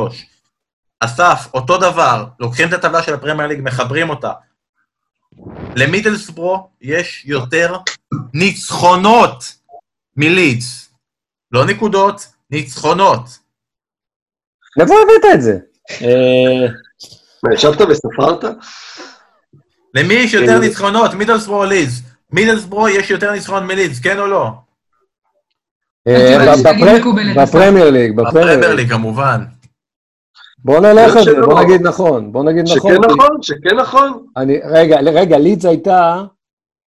[SPEAKER 1] אסף, אותו דבר, לוקחים את הטבלה של הפרמייר ליג, מחברים אותה. למידלסברו יש יותר ניצחונות מלידס. לא נקודות, ניצחונות.
[SPEAKER 4] מאיפה הבאת את זה? אה,
[SPEAKER 3] מה, ישבת וספרת?
[SPEAKER 1] למי יש יותר
[SPEAKER 3] אה.
[SPEAKER 1] ניצחונות, מידלסברו או לידס? מידלסברו יש יותר ניצחון מלידס, כן או לא?
[SPEAKER 4] אה,
[SPEAKER 7] התשובה שתגיד
[SPEAKER 4] בפרמ-
[SPEAKER 7] מקובלת.
[SPEAKER 4] בפרמייר ליג,
[SPEAKER 1] הפרמייר
[SPEAKER 4] בפרמייר ליג.
[SPEAKER 1] ליג כמובן.
[SPEAKER 4] בוא נלך על זה,
[SPEAKER 3] שלא.
[SPEAKER 4] בוא נגיד נכון, בוא נגיד נכון.
[SPEAKER 3] שכן
[SPEAKER 4] כי-
[SPEAKER 3] נכון, שכן נכון.
[SPEAKER 4] אני, רגע, רגע, לידס הייתה,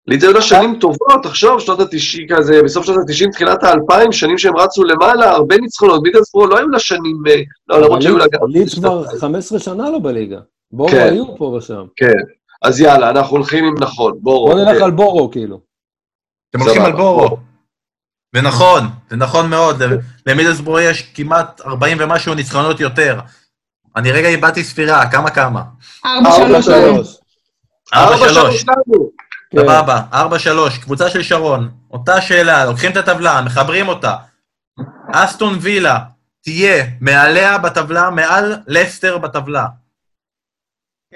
[SPEAKER 3] לי זה היו לה שנים טובות, תחשוב, שנות התשעים כזה, בסוף שנות התשעים, תחילת האלפיים, שנים שהם רצו למעלה, הרבה ניצחונות, מידלסבורו לא היו לה שנים, אה, לא, למרות שהיו לה גם...
[SPEAKER 4] אבל לידס כבר 15 שנה לא בליגה. בורו
[SPEAKER 3] כן.
[SPEAKER 4] היו פה ושם.
[SPEAKER 3] כן. אז יאללה, אנחנו הולכים עם נכון, בורו.
[SPEAKER 4] בוא נלך
[SPEAKER 3] כן.
[SPEAKER 4] על בורו, כאילו.
[SPEAKER 1] אתם הולכים
[SPEAKER 3] סבבה.
[SPEAKER 1] על בורו. ונכון, זה נכון מאוד, ל- למידלסבורו יש כמעט 40 ומשהו ניצחונות יותר. אני רגע איבדתי ספירה, כמה כמה?
[SPEAKER 7] ארבע,
[SPEAKER 3] ארבע,
[SPEAKER 7] שלוש,
[SPEAKER 3] שלוש.
[SPEAKER 7] היום.
[SPEAKER 1] 4-3,
[SPEAKER 3] ארבע שלוש לנו.
[SPEAKER 4] כן.
[SPEAKER 1] סבבה, 4-3, קבוצה של שרון, אותה שאלה, לוקחים את הטבלה, מחברים אותה. אסטון וילה תהיה מעליה בטבלה, מעל לסטר בטבלה.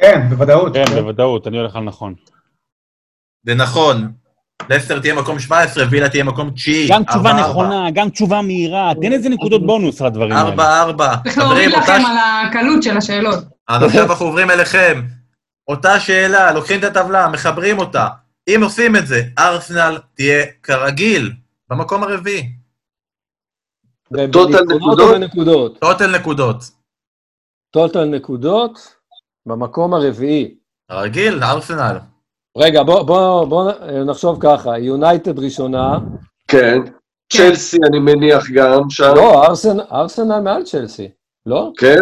[SPEAKER 8] כן, בוודאות.
[SPEAKER 10] כן, בוודאות, אני הולך על נכון.
[SPEAKER 1] זה נכון. לסטר תהיה מקום 17, וילה תהיה מקום תשיעי.
[SPEAKER 10] גם תשובה
[SPEAKER 1] ארבע,
[SPEAKER 10] נכונה, גם תשובה מהירה, תן איזה נקודות בונוס לדברים
[SPEAKER 1] ארבע.
[SPEAKER 10] האלה.
[SPEAKER 1] 4-4.
[SPEAKER 7] צריך להוריד לכם על הקלות של השאלות.
[SPEAKER 1] אז עכשיו אנחנו עוברים אליכם. אותה שאלה, לוקחים את הטבלה, מחברים אותה. אם עושים את זה, ארסנל תהיה כרגיל במקום הרביעי.
[SPEAKER 3] טוטל
[SPEAKER 4] בנקודות
[SPEAKER 3] נקודות?
[SPEAKER 4] או בנקודות?
[SPEAKER 1] טוטל נקודות.
[SPEAKER 4] טוטל נקודות, במקום הרביעי.
[SPEAKER 1] רגיל, ארסנל.
[SPEAKER 4] רגע, בוא- בוא בוא נחשוב ככה, יונייטד ראשונה,
[SPEAKER 3] כן. צ'לסי, אני מניח גם שם.
[SPEAKER 4] לא, ארסנ- ארסנל מעל צ'לסי, לא?
[SPEAKER 3] כן.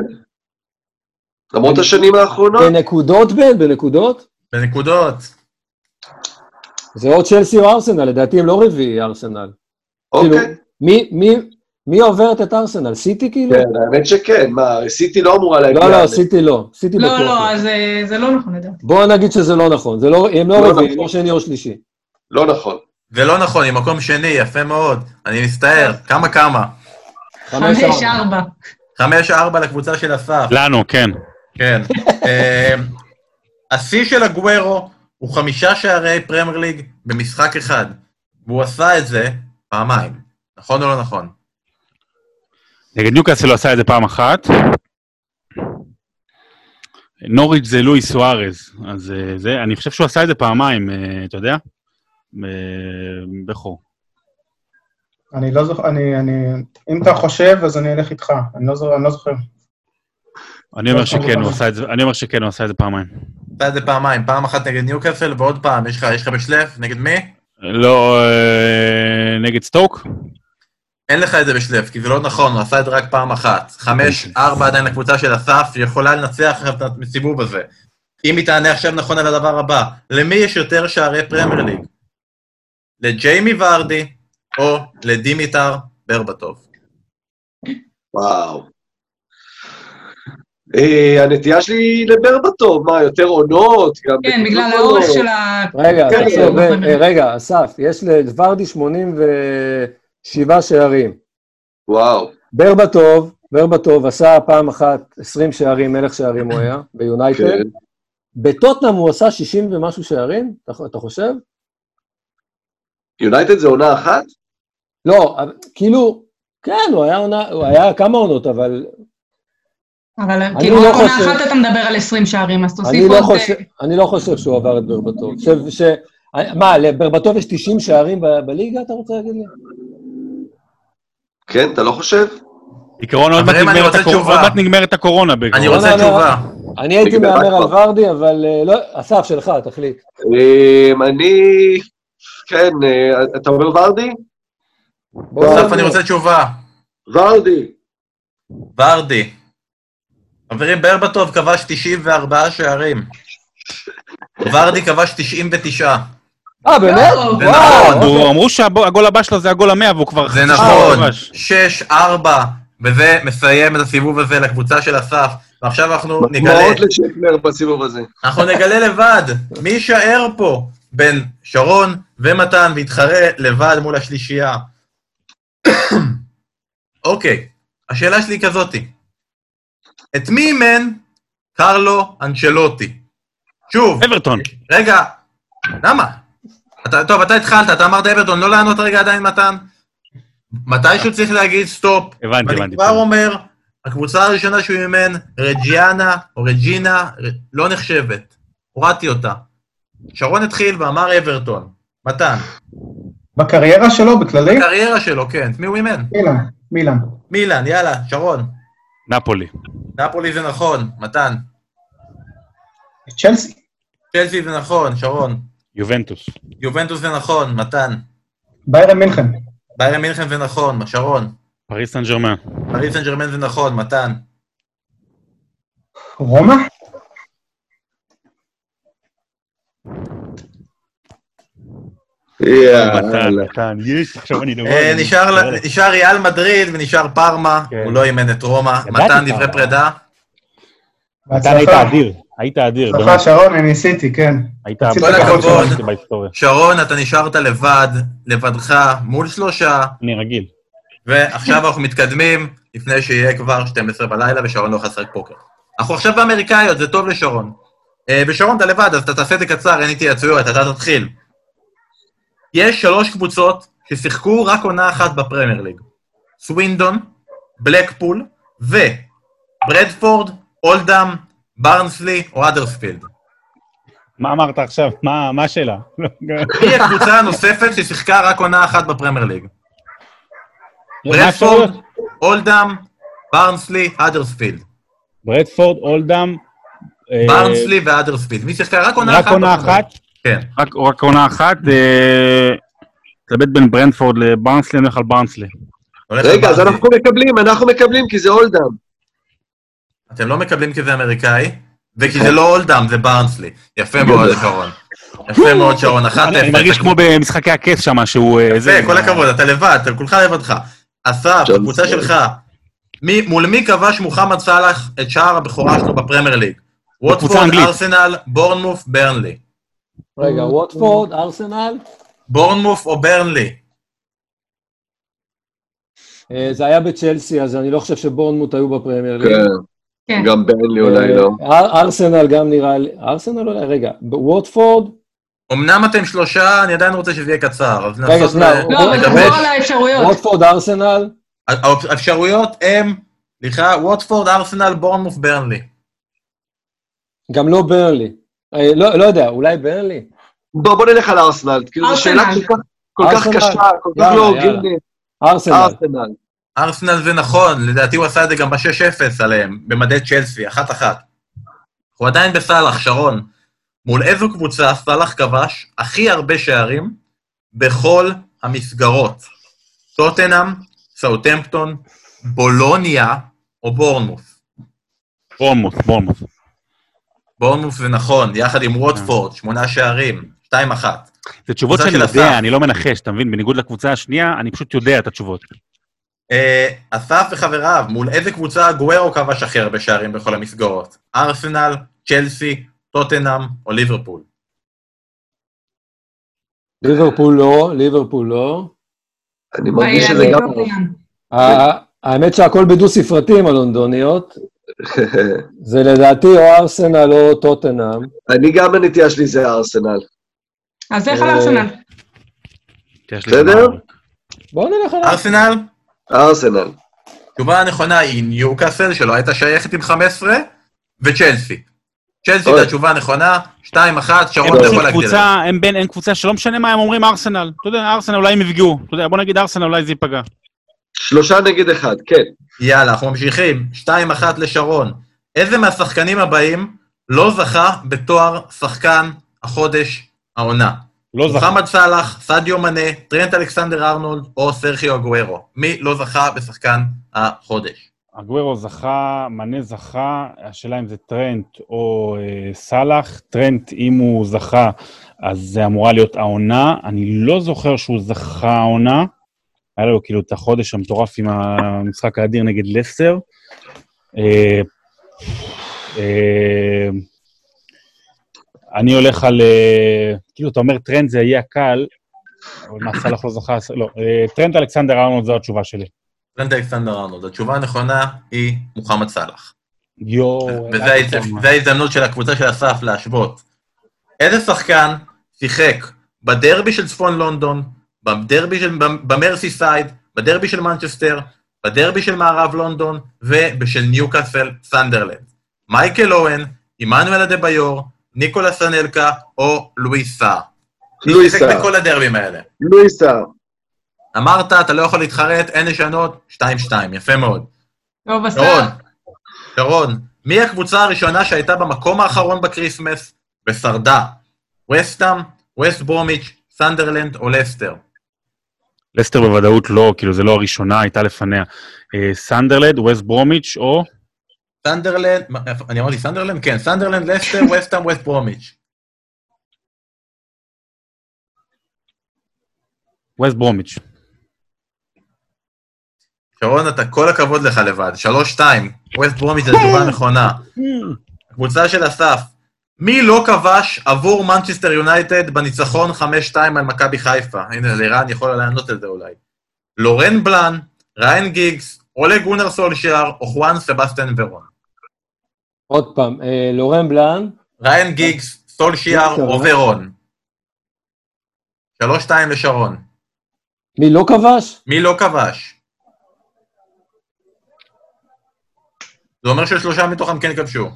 [SPEAKER 3] למרות השנים האחרונות.
[SPEAKER 4] בנקודות בן, בנקודות?
[SPEAKER 1] בנקודות.
[SPEAKER 4] זה או צ'לסי או ארסנל, לדעתי הם לא רביעי ארסנל. כאילו,
[SPEAKER 3] אוקיי.
[SPEAKER 4] מי, מי, מי עוברת את ארסנל? סיטי כאילו?
[SPEAKER 3] כן, האמת שכן. מה, סיטי לא אמורה להגיע.
[SPEAKER 4] לא, לא,
[SPEAKER 3] ל-
[SPEAKER 4] סיטי לא. סיטי בטוח.
[SPEAKER 7] לא, לא, אז אה, זה לא נכון לדעתי.
[SPEAKER 4] בואו נגיד שזה לא נכון. זה לא, הם לא
[SPEAKER 3] לא
[SPEAKER 4] רביעי, הם
[SPEAKER 3] נכון.
[SPEAKER 4] לא שני או שלישי.
[SPEAKER 3] לא נכון.
[SPEAKER 1] זה לא נכון, היא מקום שני, יפה מאוד. אני מסתער, כמה כמה.
[SPEAKER 4] חמש,
[SPEAKER 7] חמש,
[SPEAKER 4] ארבע.
[SPEAKER 7] ארבע.
[SPEAKER 1] חמש ארבע לקבוצה של אסף.
[SPEAKER 10] לנו, כן.
[SPEAKER 1] כן. אה, השיא של הגוורו הוא חמישה שערי פרמייר ליג במשחק אחד. והוא עשה את זה פעמיים. נכון או לא נכון?
[SPEAKER 10] נגד ניוקאסל הוא עשה את זה פעם אחת. נוריץ' זה לואי סוארז, אז אה, זה, אני חושב שהוא עשה את זה פעמיים, אה, אתה יודע? אה, בכור.
[SPEAKER 8] אני לא זוכר, אני, אני, אם אתה חושב, אז אני אלך איתך. אני לא זוכר, אני לא זוכר.
[SPEAKER 10] אני אומר
[SPEAKER 8] לא,
[SPEAKER 10] שכן,
[SPEAKER 8] כמובן.
[SPEAKER 10] הוא עשה את זה, אני אומר שכן, הוא עשה את זה פעמיים.
[SPEAKER 1] עשה את זה פעמיים, פעם אחת נגד ניוקאסל ועוד פעם, יש לך, יש לך בשלף? נגד מי?
[SPEAKER 10] לא, אה, נגד סטוק?
[SPEAKER 1] אין לך את זה בשלף, כי זה לא נכון, הוא עשה את זה רק פעם אחת. חמש, ארבע עדיין לקבוצה של אסף, היא יכולה לנצח עכשיו את הסיבוב הזה. אם היא תענה עכשיו נכון על הדבר הבא, למי יש יותר שערי פרמייר ליג? לג'יימי ורדי או לדימיטר ברבטוב?
[SPEAKER 3] וואו. אה, הנטייה שלי לברבטוב, מה, יותר עונות? גם לא-
[SPEAKER 7] כן,
[SPEAKER 3] בקבוצות.
[SPEAKER 7] בגלל האורך של ה...
[SPEAKER 4] רגע,
[SPEAKER 3] כן,
[SPEAKER 4] תעצור,
[SPEAKER 7] כן.
[SPEAKER 4] ו- אה, רגע, אסף, יש לוורדי 87 שערים.
[SPEAKER 3] וואו.
[SPEAKER 4] ברבטוב, ברבטוב עשה פעם אחת 20 שערים, מלך שערים הוא היה, ביונייטד.
[SPEAKER 3] כן.
[SPEAKER 4] בטוטנאם הוא עשה 60 ומשהו שערים, אתה, אתה חושב?
[SPEAKER 3] יונייטד זה עונה אחת?
[SPEAKER 4] לא, אבל- כאילו, כן, הוא היה עונה, הוא היה כמה עונות, אבל
[SPEAKER 7] אבל
[SPEAKER 4] אני
[SPEAKER 7] כאילו,
[SPEAKER 4] לא
[SPEAKER 7] רק עונה
[SPEAKER 4] חושב-
[SPEAKER 7] אחת אתה מדבר על 20 שערים, אז תוסיף
[SPEAKER 4] אני לא,
[SPEAKER 7] עוד... אה,
[SPEAKER 4] חושב, אני לא חושב שהוא עבר את ברבטוב. ש, ש, אה, מה, לברבטוב יש 90 שערים ב, בליגה, אתה רוצה להגיד לי?
[SPEAKER 3] כן, אתה לא חושב?
[SPEAKER 10] עיקרון, עוד מעט
[SPEAKER 1] חברים, אני
[SPEAKER 10] נגמרת
[SPEAKER 1] רוצה
[SPEAKER 10] הקור-
[SPEAKER 1] תשובה.
[SPEAKER 10] עוד מעט נגמרת הקורונה.
[SPEAKER 1] אני
[SPEAKER 10] בעיקרון.
[SPEAKER 1] רוצה
[SPEAKER 4] לא, לא.
[SPEAKER 1] תשובה.
[SPEAKER 4] אני הייתי
[SPEAKER 3] לגבי
[SPEAKER 4] מהמר על
[SPEAKER 3] ברבטוב.
[SPEAKER 4] ורדי, אבל אה, לא, אסף, שלך, תחליט.
[SPEAKER 3] אמ, אני... כן, אה, אתה אומר ורדי?
[SPEAKER 4] בוא
[SPEAKER 1] אסף,
[SPEAKER 4] נעבור.
[SPEAKER 1] אני רוצה תשובה.
[SPEAKER 3] ורדי.
[SPEAKER 1] ורדי. חברים, ברבטוב כבש 94 שערים. ורדי כבש 99.
[SPEAKER 4] אה, באמת?
[SPEAKER 7] וואו.
[SPEAKER 1] זה
[SPEAKER 4] וואו,
[SPEAKER 1] נכון,
[SPEAKER 4] אוקיי.
[SPEAKER 10] הוא- אמרו שהגול הבא שלו זה הגול המאה, והוא כבר...
[SPEAKER 1] זה
[SPEAKER 10] חצי שעה
[SPEAKER 1] נכון.
[SPEAKER 10] כבש.
[SPEAKER 1] 6-4, וזה מסיים את הסיבוב הזה לקבוצה של אסף. ועכשיו אנחנו נגלה,
[SPEAKER 3] מחמאות לשפנר בסיבוב הזה.
[SPEAKER 1] אנחנו נגלה לבד מי יישאר פה בין שרון ומתן ויתחרה לבד מול השלישייה. <coughs> אוקיי, השאלה שלי היא כזאתי. את מי אימן קרלו אנצ'לוטי? שוב,
[SPEAKER 10] אברטון.
[SPEAKER 1] רגע, למה? אתה, טוב, אתה התחלת, אתה אמרת אברטון, לא לענות רגע עדיין, מתן? מתישהו צריך להגיד סטופ.
[SPEAKER 10] הבנתי,
[SPEAKER 1] ואני
[SPEAKER 10] הבנתי.
[SPEAKER 1] כבר אומר, הקבוצה הראשונה שהוא אימן, רג'יאנה או רג'ינה, ר- לא נחשבת. הורדתי אותה. שרון התחיל ואמר אברטון. מתן,
[SPEAKER 8] בקריירה שלו, בכללי,
[SPEAKER 1] קריירה שלו, כן. את מי הוא אימן?
[SPEAKER 8] מילן, מילן.
[SPEAKER 1] מילאן, יאללה, שרון.
[SPEAKER 10] נפולי.
[SPEAKER 1] נפולי זה נכון, מתן.
[SPEAKER 8] צ'לסי,
[SPEAKER 1] צ'לסי זה נכון, שרון.
[SPEAKER 10] יובנטוס.
[SPEAKER 1] יובנטוס זה נכון, מתן.
[SPEAKER 8] ביירן מינכן,
[SPEAKER 1] ביירן מינכן זה נכון, שרון.
[SPEAKER 10] פריס סן ג'רמן.
[SPEAKER 1] פריס סן ג'רמן זה נכון, מתן.
[SPEAKER 8] רומא,
[SPEAKER 10] מתן, מתן. יש, עכשיו אני לבד.
[SPEAKER 1] אה,
[SPEAKER 10] אני-
[SPEAKER 1] נשאר ל- נשאר ריאל מדריד ונשאר פארמה,
[SPEAKER 10] כן.
[SPEAKER 1] הוא לא אימן את רומא.
[SPEAKER 10] ידעתי
[SPEAKER 1] מתן
[SPEAKER 10] פארמה.
[SPEAKER 1] דברי פרידה.
[SPEAKER 10] מתן, היית אדיר. היית אדיר,
[SPEAKER 8] סליחה,
[SPEAKER 10] באמת.
[SPEAKER 8] שרון, אני ניסיתי, כן.
[SPEAKER 10] היית
[SPEAKER 8] כל
[SPEAKER 10] הבטחה
[SPEAKER 1] הכבוד.
[SPEAKER 10] שקיבלתי בהיסטוריה.
[SPEAKER 1] שרון, אתה נשארת לבד, לבדך, מול שלושה,
[SPEAKER 10] אני רגיל.
[SPEAKER 1] ועכשיו אנחנו מתקדמים לפני שיהיה כבר 12 בלילה ושרון לא יכול לשחק פוקר. אנחנו עכשיו באמריקאיות, זה טוב לשרון. אה, ושרון, אתה לבד, אז אתה תעשה את זה קצר, אין התייעצויות, אתה תתחיל. יש שלוש קבוצות ששיחקו רק עונה אחת בפרמייר ליג. סווינדון, בלקפול וברדפורד, אולדאם, ברנסלי או אדרספילד.
[SPEAKER 10] מה אמרת עכשיו? מה מה השאלה? כן.
[SPEAKER 1] <laughs> היא הקבוצה הנוספת ששיחקה רק עונה אחת בפרמייר ליג.
[SPEAKER 10] מה האפשרויות?
[SPEAKER 1] ברדפורד, אולדאם, ברנסלי, האדרספילד.
[SPEAKER 10] ברדפורד, אולדאם. אה,
[SPEAKER 1] ברנסלי והאדרספילד. מי שיחקה רק עונה אחת.
[SPEAKER 10] רק עונה
[SPEAKER 1] בפרמייר.
[SPEAKER 10] אחת.
[SPEAKER 1] כן.
[SPEAKER 10] רק- רק עונה אחת. אה, תלבט בין ברנדפורד לברנסלי, אני הולך על ברנסלי.
[SPEAKER 1] הולך
[SPEAKER 3] רגע, אז
[SPEAKER 1] לברנסלי.
[SPEAKER 3] אנחנו מקבלים, אנחנו מקבלים, כי זה אולדאם.
[SPEAKER 1] אתם לא מקבלים כי זה אמריקאי, וכי זה לא אולדאם, זה ברנסלי. יפה מאוד, שרון. יפה מאוד, שרון. אחת
[SPEAKER 10] אני אני מרגיש כמו במשחקי הכס שם, שהוא... אה,
[SPEAKER 1] יפה, כל הכבוד, אתה לבד, אתה כולך לבדך. אסף,
[SPEAKER 3] שם
[SPEAKER 1] הקבוצה
[SPEAKER 3] ישראל.
[SPEAKER 1] שלך, מי- מול מי כבש מוחמד סאלח את שער הבכורה שלו בפרמייר ליג?
[SPEAKER 10] בקבוצה
[SPEAKER 1] ווטפורד,
[SPEAKER 10] האנגלית.
[SPEAKER 1] ארסנל, בורנמוף, ברנלי.
[SPEAKER 4] רגע, ווטפורד,
[SPEAKER 2] אה,
[SPEAKER 4] ארסנל,
[SPEAKER 1] בורנמוף או ברנלי?
[SPEAKER 4] אה, זה היה בצ'לסי, אז אני לא חושב שבורנמוט היו בפרמייר ליג.
[SPEAKER 7] כן.
[SPEAKER 3] גם בנלי
[SPEAKER 4] אה,
[SPEAKER 3] אולי לא.
[SPEAKER 4] אר- ארסנל גם נראה לי, ארסנל אולי, רגע, ב- ווטפורד,
[SPEAKER 1] אמנם אתם שלושה, אני עדיין רוצה שזה יהיה קצר, אז
[SPEAKER 4] רגע,
[SPEAKER 1] נעשות אה,
[SPEAKER 4] שנייה,
[SPEAKER 7] לא,
[SPEAKER 4] בוא
[SPEAKER 7] אבל
[SPEAKER 4] נדבר.
[SPEAKER 7] תחזור על האפשרויות.
[SPEAKER 4] ווטפורד, ארסנל,
[SPEAKER 1] האפשרויות הם, סליחה, ווטפורד, ארסנל, בורנמוף, ברנלי.
[SPEAKER 4] גם לא ברנלי. אה, לא לא יודע, אולי ברנלי?
[SPEAKER 3] בוא, בוא נלך על ארסנל, כאילו זו שאלה
[SPEAKER 7] ארסנל.
[SPEAKER 3] כל כך, כל כך
[SPEAKER 4] ארסנל.
[SPEAKER 3] קשה, כל כך
[SPEAKER 4] יאללה,
[SPEAKER 3] לא
[SPEAKER 4] יאללה.
[SPEAKER 3] הוגנת.
[SPEAKER 4] ארסנל.
[SPEAKER 3] ארסנל.
[SPEAKER 1] ארסנל זה נכון, לדעתי הוא עשה את זה גם ב-6-0 עליהם, במדי צ'לסי, אחת-אחת. הוא עדיין בסאלח, שרון. מול איזו קבוצה סאלח כבש הכי הרבה שערים בכל המסגרות? טוטנאם, סאוטמפטון, בולוניה או בורנמוף?
[SPEAKER 10] בורמוס, בורמוס.
[SPEAKER 1] בורנמוף זה נכון, יחד עם ווטפורד, שמונה שערים, שתיים אחת.
[SPEAKER 10] זה תשובות
[SPEAKER 1] קבוצה
[SPEAKER 10] שאני
[SPEAKER 1] של
[SPEAKER 10] יודע,
[SPEAKER 1] אסף.
[SPEAKER 10] אני לא מנחש, אתה מבין? בניגוד לקבוצה השנייה, אני פשוט יודע את התשובות.
[SPEAKER 1] אה, אסף וחבריו, מול איזה קבוצה גוורו כבש הכי הרבה שערים בכל המסגרות? ארסנל, צ'לסי, טוטנאם או ליברפול?
[SPEAKER 4] ליברפול לא, ליברפול לא.
[SPEAKER 3] אני מרגיש שזה
[SPEAKER 7] ביעדים
[SPEAKER 3] גם...
[SPEAKER 7] בבניין.
[SPEAKER 4] ה- האמת שהכל בדו-ספרתי עם הלונדוניות.
[SPEAKER 3] <laughs>
[SPEAKER 4] זה לדעתי או ארסנל או טוטנאם.
[SPEAKER 3] אני גם הנטייה שלי זה ארסנל.
[SPEAKER 7] אז לך על
[SPEAKER 4] אה,
[SPEAKER 7] ארסנל.
[SPEAKER 2] יש לי
[SPEAKER 3] בסדר?
[SPEAKER 2] זמן.
[SPEAKER 4] בואו נלך על ארסנל.
[SPEAKER 1] ארסנל?
[SPEAKER 3] ארסנל.
[SPEAKER 1] התשובה הנכונה היא ניוקאסל, שלא הייתה שייכת עם 15, וצ'לסי. צ'לסי
[SPEAKER 3] אוי.
[SPEAKER 1] זו התשובה הנכונה, 2-1,
[SPEAKER 2] הם
[SPEAKER 1] שרון אתה יכול
[SPEAKER 2] פשוט
[SPEAKER 1] להגדיר. את זה.
[SPEAKER 2] קבוצה, הם בין, הם קבוצה שלא משנה מה הם אומרים, ארסנל. אתה יודע, ארסנל אולי הם יפגעו. אתה יודע, בוא נגיד ארסנל אולי זה ייפגע.
[SPEAKER 3] שלושה נגד אחד, כן.
[SPEAKER 1] יאללה, אנחנו ממשיכים. 2-1 לשרון. איזה מהשחקנים הבאים לא זכה בתואר שחקן החודש העונה?
[SPEAKER 2] לא זכה.
[SPEAKER 1] מוחמד סאלח, סעדיו מנה, טרנט אלכסנדר ארנולד או סרחיו אגוארו. מי לא זכה בשחקן החודש?
[SPEAKER 2] אגוורו זכה, מנה זכה, השאלה אם זה טרנט או אה, סאלח. טרנט, אם הוא זכה, אז זה אמורה להיות העונה. אני לא זוכר שהוא זכה העונה. היה לו כאילו את החודש המטורף עם המשחק האדיר נגד לסטר. אה, אה, אני הולך על... אה, כאילו, אתה אומר טרנט זה יהיה הקל, אבל מה, סאלח לא זכה? לא. אה, טרנט אלכסנדר ארנולד, זו התשובה שלי.
[SPEAKER 1] טרנט אלכסנדר ארנולד. התשובה הנכונה היא מוחמד סאלח.
[SPEAKER 2] יואו. אה,
[SPEAKER 1] וזו
[SPEAKER 2] אלעד
[SPEAKER 1] ההזד-
[SPEAKER 2] פורמן.
[SPEAKER 1] זו ההזדמנות של הקבוצה של אסף להשוות. איזה שחקן שיחק בדרבי של צפון לונדון, בדרבי של... במרסי סייד, בדרבי של מנצ'סטר, בדרבי של מערב לונדון ובשל ניוקאסל סנדרלנד? מייקל אוהן, עמנואל אדביור, ניקולה סנלקה או לואיס סער?
[SPEAKER 3] לואיס
[SPEAKER 1] שיחק
[SPEAKER 3] סער.
[SPEAKER 1] בכל הדרבים האלה.
[SPEAKER 3] לואיס סער.
[SPEAKER 1] אמרת, אתה לא יכול להתחרט, אין לשנות, 2-2, יפה מאוד.
[SPEAKER 7] טוב,
[SPEAKER 1] שרון,
[SPEAKER 7] השר.
[SPEAKER 1] שרון, מי הקבוצה הראשונה שהייתה במקום האחרון בקריסמס ושרדה? וסטאם, ווסט ברומיץ', סנדרלנד או לסטר?
[SPEAKER 2] לסטר בוודאות לא, כאילו זה לא הראשונה, הייתה לפניה. אה, סנדרלד, ווסט ברומיץ' או...
[SPEAKER 1] סנדרלנד, מה, איפה- אני אמרתי סנדרלנד? כן, סנדרלנד, <laughs> לסטר, וסטאם, ווסט ברומיץ'.
[SPEAKER 2] ווסט ברומיץ'.
[SPEAKER 1] שרון, אתה, כל הכבוד לך לבד, 3-2, ווסט ברומיץ' זו תשובה נכונה. הקבוצה של אסף, מי לא כבש עבור מנצ'סטר יונייטד בניצחון 5-2 על מכבי חיפה? הנה, לירן יכול לענות על זה אולי. לורן בלאן, ריין גיגס, אולה גונר סולשיאר או חואן סבסטן ורון.
[SPEAKER 4] עוד פעם, אה, לורן בלאן,
[SPEAKER 1] ריין גיגס, סולשיאר
[SPEAKER 4] לא,
[SPEAKER 1] או ורון. 3-2 לשרון.
[SPEAKER 4] מי לא כבש?
[SPEAKER 1] מי לא כבש? זה אומר ששלושה מתוכם כן כבשו.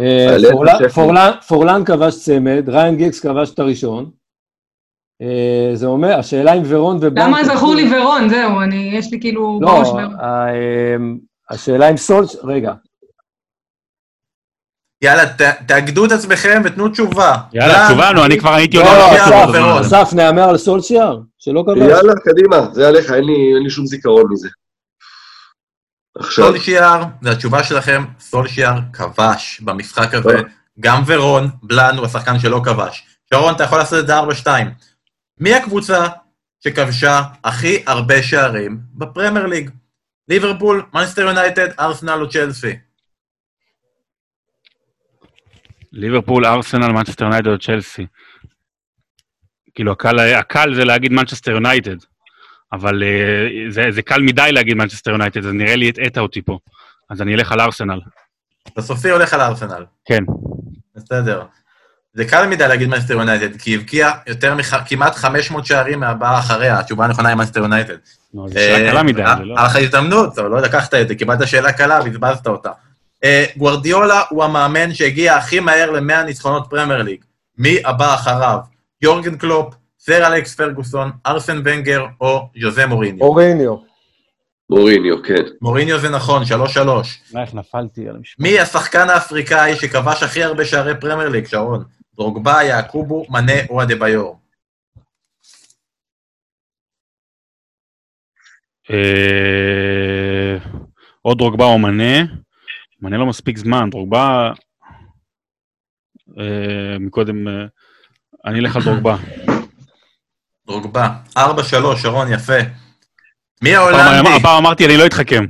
[SPEAKER 4] אה,
[SPEAKER 3] עליהם
[SPEAKER 4] פורלן-
[SPEAKER 3] שפי.
[SPEAKER 4] פורלן- פורלן כבש צמד, ריין גיגס כבש את הראשון. אה, זה אומר, השאלה אם ורון ובנק...
[SPEAKER 7] למה זכור לי ורון? זהו, אני, יש לי כאילו
[SPEAKER 4] לא,
[SPEAKER 7] בראש ורון.
[SPEAKER 4] ה- אה, השאלה אם סולש... רגע,
[SPEAKER 1] יאללה, ת- תאגדו את עצמכם ותנו תשובה.
[SPEAKER 2] יאללה,
[SPEAKER 1] בלאן,
[SPEAKER 2] תשובה, נו, אני כבר הייתי יודע...
[SPEAKER 4] לא,
[SPEAKER 2] מה
[SPEAKER 1] אסף,
[SPEAKER 2] התשובה בזמן
[SPEAKER 1] ורון.
[SPEAKER 2] הזה.
[SPEAKER 4] אסף, נהמר על סולשיאר, שלא כבש.
[SPEAKER 3] יאללה, קדימה, זה עליך, אין לי- אין לי שום זיכרון מזה. עכשיו,
[SPEAKER 1] סולשיאר, זו התשובה שלכם, סולשיאר כבש במשחק הזה.
[SPEAKER 3] טוב.
[SPEAKER 1] גם ורון, בלאן הוא השחקן שלא כבש. שרון, אתה יכול לעשות את זה 4-2. מי הקבוצה שכבשה הכי הרבה שערים בפרמייר ליג? ליברפול, מנסטר יונייטד, ארסנל או צ'לסי?
[SPEAKER 2] ליברפול, ארסנל, מנצ'סטר יונייטד או צ'לסי. כאילו, הקל, הקל זה להגיד מנצ'סטר יונייטד, אבל אה, זה, זה קל מדי להגיד מנצ'סטר יונייטד, אז נראה לי הטעית אותי פה. אז אני אלך על ארסנל.
[SPEAKER 1] בסופי הולך על ארסנל.
[SPEAKER 2] כן.
[SPEAKER 1] בסדר. זה קל מדי להגיד מנסטר יונייטד, כי היא הבקיעה יותר מכמעט 500 שערים מהבאה אחריה, התשובה הנכונה היא מנסטר יונייטד.
[SPEAKER 2] נו, לא, זו שאלה קלה מדי,
[SPEAKER 1] אה,
[SPEAKER 2] זה לא...
[SPEAKER 1] היה לך הזדמנות, אבל לא לקחת את זה, קיבלת שאלה קלה והזבזת אותה. אה, גוורדיולה הוא המאמן שהגיע הכי מהר ל-100 ניצחונות פרמייר ליג. מי הבא אחריו? יורגן קלופ, סר אלכס פרגוסון, ארסן ונגר או יוזה מוריניו.
[SPEAKER 4] אוריניו.
[SPEAKER 3] מוריניו, כן.
[SPEAKER 1] מוריניו זה נכון, 3-3.
[SPEAKER 2] אה, איך נפלתי על המשפט.
[SPEAKER 1] מי השחקן האפריקאי שכבש הכי הרבה שערי פרמייר ליג, שרון? דרוגבה, יעקובו, מנה או אדביור.
[SPEAKER 2] אה, או דרוגבה או מנה. מנה לא מספיק זמן, דרוגבה... אה, מקודם... אה, <laughs> אני אלך על דרוגבה.
[SPEAKER 1] דרוגבה. 4-3, שרון, יפה. מי
[SPEAKER 2] הפעם
[SPEAKER 1] ההולנדי?
[SPEAKER 2] הפעם אמרתי, אני לא אתחכם.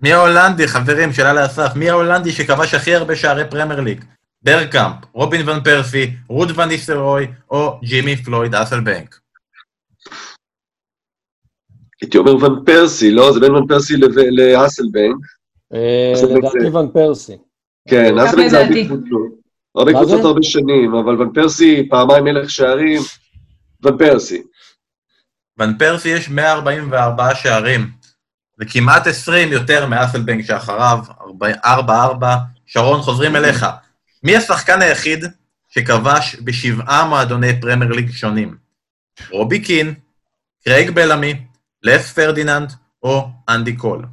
[SPEAKER 1] מי ההולנדי, חברים, שאלה לאסף, מי ההולנדי שכבש הכי הרבה שערי פרמייר ליג? ברקאמפ, רובין ון פרסי, רות ון ניסלרוי, או ג'ימי פלויד אסלבנק.
[SPEAKER 3] הייתי אומר ון פרסי, לא? זה בין ון פרסי לב- לאסלבנק.
[SPEAKER 4] אה,
[SPEAKER 3] אז זה
[SPEAKER 4] לדעתי
[SPEAKER 3] בעצם-
[SPEAKER 4] ון פרסי.
[SPEAKER 3] כן,
[SPEAKER 7] גם
[SPEAKER 3] אסלבנק זה הרבה
[SPEAKER 7] לדעתי.
[SPEAKER 3] קבוצות. הרבה
[SPEAKER 4] מה
[SPEAKER 3] קבוצות
[SPEAKER 4] זה?
[SPEAKER 3] הרבה שנים, אבל ון פרסי, פעמיים מלך שערים, ון פרסי.
[SPEAKER 1] ון פרסי יש 144 שערים. זה כמעט 20 יותר מאסלבנק שאחריו, 4-4. שרון, חוזרים אליך. מי השחקן היחיד שכבש בשבעה מועדוני פרמייר ליג שונים? רובי קין, קרייג בלעמי, לס פרדיננד או אנדי קול?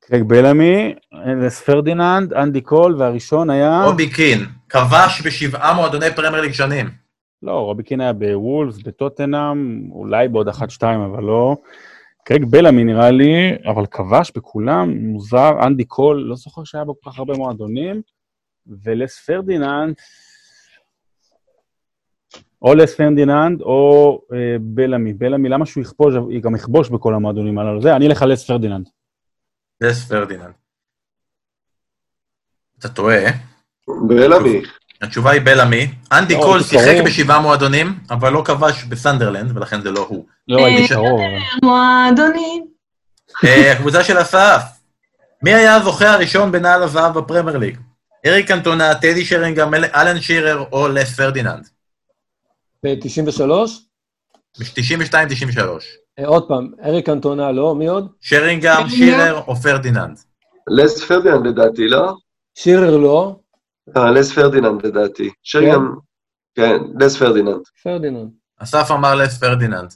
[SPEAKER 2] קרק בלעמי, אלס פרדיננד, אנדי קול, והראשון היה...
[SPEAKER 1] רובי קין, כבש בשבעה מועדוני פרמייר ליג שונים.
[SPEAKER 2] לא, רובי קין היה בוולס, בטוטנאם, אולי בעוד אחת-שתיים, אבל לא. קרק בלעמי נראה לי, אבל כבש בכולם, מוזר, אנדי קול, לא זוכר שהיה בו כל כך הרבה מועדונים, ולס פרדיננד, או לס פרדיננד או אה, בלעמי. בלעמי, למה שהוא יכבוש, היא גם יכבוש בכל המועדונים הללו? זה, אני אלך על לס פרדיננד.
[SPEAKER 1] לס פרדיננד. אתה טועה.
[SPEAKER 3] בלעמי.
[SPEAKER 1] התשובה היא בלעמי. אנדי
[SPEAKER 2] לא,
[SPEAKER 1] קול
[SPEAKER 2] זה
[SPEAKER 1] שיחק
[SPEAKER 2] קרוב.
[SPEAKER 1] בשבעה מועדונים, אבל לא כבש בסנדרלנד, ולכן זה לא הוא.
[SPEAKER 2] לא, הייתי
[SPEAKER 1] אה,
[SPEAKER 2] קרוב.
[SPEAKER 7] מועדונים.
[SPEAKER 1] אה, הקבוצה של אסף. מי היה הזוכה הראשון בנעל הזהב בפרמייר ליג? אריק אנטונה, טדי שרינגהם, אל- אלן שירר או לס פרדיננד?
[SPEAKER 4] ב-93?
[SPEAKER 1] ב-92-93.
[SPEAKER 4] אה, עוד פעם, אריק אנטונה, לא, מי עוד?
[SPEAKER 1] שרינגהם,
[SPEAKER 7] שרינגהם.
[SPEAKER 1] שירר או פרדיננד?
[SPEAKER 3] לס פרדיננד לדעתי, לא?
[SPEAKER 4] שירר לא,
[SPEAKER 3] אה, לס פרדיננד לדעתי. שגם... כן, לס פרדיננד.
[SPEAKER 4] פרדיננד.
[SPEAKER 1] אסף אמר לס פרדיננד.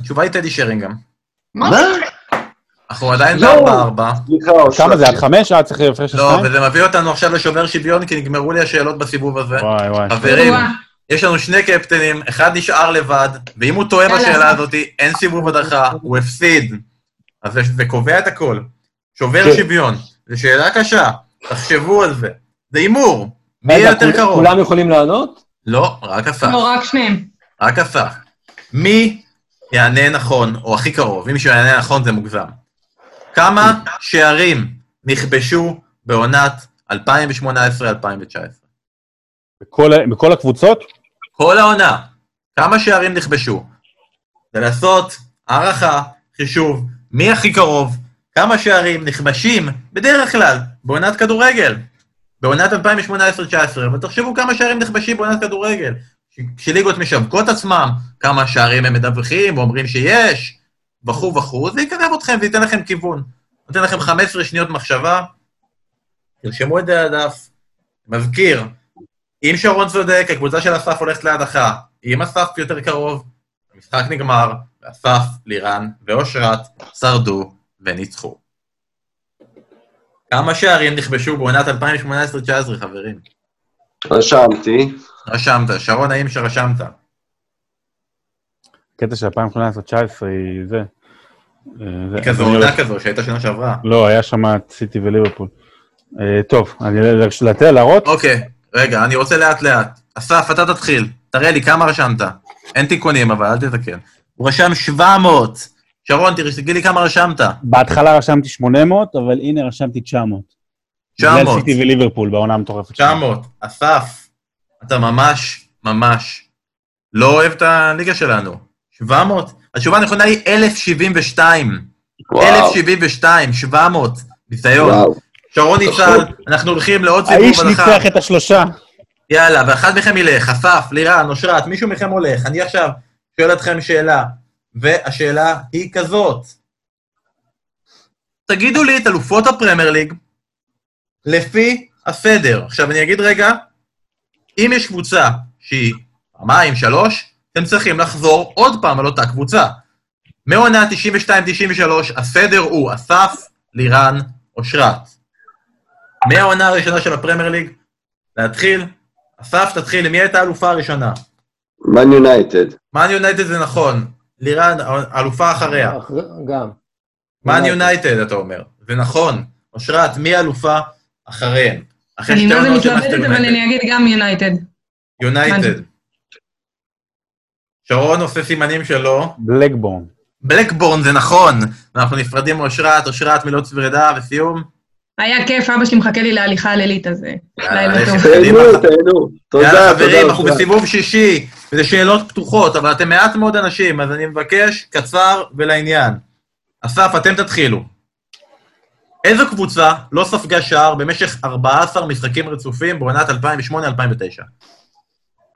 [SPEAKER 1] התשובה היא טדי שרינגהם.
[SPEAKER 7] מה?
[SPEAKER 1] אנחנו עדיין
[SPEAKER 3] לא.
[SPEAKER 1] בארבע-ארבע.
[SPEAKER 3] סליחה,
[SPEAKER 2] כמה זה, עד
[SPEAKER 3] אסף.
[SPEAKER 2] חמש? היה צריך הפרש של
[SPEAKER 1] לא,
[SPEAKER 2] שתיים?
[SPEAKER 1] וזה מביא אותנו עכשיו לשובר שוויון, כי נגמרו לי השאלות בסיבוב הזה.
[SPEAKER 2] וואי, וואי.
[SPEAKER 1] חברים,
[SPEAKER 7] וואה,
[SPEAKER 1] יש לנו שני קפטנים, אחד נשאר לבד, ואם הוא טועה
[SPEAKER 7] יאללה.
[SPEAKER 1] בשאלה הזאת, אין סיבוב הדרכה, הוא הפסיד. אז זה- זה קובע את הכל. שובר
[SPEAKER 4] כן.
[SPEAKER 1] שוויון, זו שאלה קשה, תחשבו על זה. זה הימור, מי
[SPEAKER 4] רגע,
[SPEAKER 1] יהיה יותר
[SPEAKER 4] כול-
[SPEAKER 1] קרוב?
[SPEAKER 4] כולם יכולים לענות?
[SPEAKER 1] לא, רק אסף,
[SPEAKER 7] לא, רק שניהם.
[SPEAKER 1] רק אסף. מי יענה נכון, או הכי קרוב, אם מישהו יענה נכון זה מוגזם. כמה שערים נכבשו בעונת 2018-2019?
[SPEAKER 2] בכל ה- בכל הקבוצות?
[SPEAKER 1] כל העונה, כמה שערים נכבשו. זה לעשות הערכה, חישוב, מי הכי קרוב, כמה שערים נכבשים, בדרך כלל, בעונת כדורגל. בעונת 2018-2019, אבל תחשבו כמה שערים נכבשים בעונת כדורגל. כש- כשליגות משווקות עצמם, כמה שערים הם מדווחים, אומרים שיש, וכו' וכו', זה יקרב אתכם, זה ייתן לכם כיוון. נותן לכם 15 שניות מחשבה, תרשמו את זה על הדף. מזכיר, אם שרון צודק, הקבוצה של אסף הולכת להדחה. אם אסף יותר קרוב, המשחק נגמר, ואסף, לירן ואושרת שרדו וניצחו. כמה שערים נכבשו בעונת 2018-2019, חברים?
[SPEAKER 3] רשמתי.
[SPEAKER 1] רשמת, שרון, האם שרשמת?
[SPEAKER 2] הקטע של 2018-2019 היא זה. אה, זה-
[SPEAKER 1] כזו
[SPEAKER 2] אני הולך-
[SPEAKER 1] עונה כזו שהייתה שנה שעברה.
[SPEAKER 2] לא, היה שם את סיטי וליברפול. אה, טוב, אני אלך לתת להראות?
[SPEAKER 1] אוקיי, רגע, אני רוצה לאט-לאט. אסף, אתה תתחיל. תראה לי כמה רשמת. אין תיקונים, אבל אל תתקן. הוא רשם 700. שרון, תראי, תגיד לי כמה רשמת.
[SPEAKER 2] בהתחלה רשמתי 800, אבל הנה רשמתי 900.
[SPEAKER 1] 900.
[SPEAKER 2] בגלל סיטי וליברפול בעונה המטורפת. שלהם.
[SPEAKER 1] 900, אסף, אתה ממש, ממש לא אוהב את הליגה שלנו. 700? התשובה הנכונה היא 1,072.
[SPEAKER 3] וואו.
[SPEAKER 1] 1,072, 700, ניסיון.
[SPEAKER 3] וואו.
[SPEAKER 1] שרון ניצל, אנחנו הולכים לעוד
[SPEAKER 2] נכון. האיש
[SPEAKER 1] סיבוב הלכה.
[SPEAKER 2] ניצח את השלושה.
[SPEAKER 1] יאללה, ואחד מכם ילך, אסף, לירן, אושרת, מישהו מכם הולך. אני עכשיו שואל אתכם שאלה, והשאלה היא כזאת. תגידו לי את אלופות הפרמייר ליג לפי הסדר. עכשיו, אני אגיד רגע, אם יש קבוצה שהיא פעמיים, שלוש, אתם צריכים לחזור עוד פעם על אותה קבוצה. מעונה 92-93, הסדר הוא אסף, לירן, אושרת. מהעונה הראשונה של הפרמייר ליג, להתחיל, אסף, תתחיל, מי הייתה האלופה הראשונה?
[SPEAKER 3] מן יונייטד.
[SPEAKER 1] מן יונייטד זה נכון, לירן, האלופה אחריה.
[SPEAKER 4] אחר- גם.
[SPEAKER 1] מן יונייטד, אתה אומר. זה נכון. אושרת, מי האלופה אחריהם? אחרי
[SPEAKER 7] אני לא
[SPEAKER 1] שתי
[SPEAKER 7] מה זה
[SPEAKER 1] עונות של מאסטר
[SPEAKER 7] מתלבטת, אבל
[SPEAKER 1] יונייטד.
[SPEAKER 7] אני אגיד גם יונייטד.
[SPEAKER 1] יונייטד. שרון עושה סימנים שלו.
[SPEAKER 2] בלקבורן.
[SPEAKER 1] בלקבורן זה נכון, ואנחנו נפרדים מאושרת, אושרת מילות פרידה וסיום.
[SPEAKER 7] היה כיף, אבא שלי מחכה לי להליכה הלילית, אז אה, לילה
[SPEAKER 1] יאללה,
[SPEAKER 7] טוב.
[SPEAKER 1] לכי, קדימה.
[SPEAKER 4] תהנו. תודה,
[SPEAKER 1] יאללה חברים,
[SPEAKER 4] תודה.
[SPEAKER 1] אנחנו בסיבוב שישי, וזה שאלות פתוחות, אבל אתם מעט מאוד אנשים, אז אני מבקש קצר ולעניין. אסף, אתם תתחילו. איזו קבוצה לא ספגה שער במשך 14 משחקים רצופים בעונת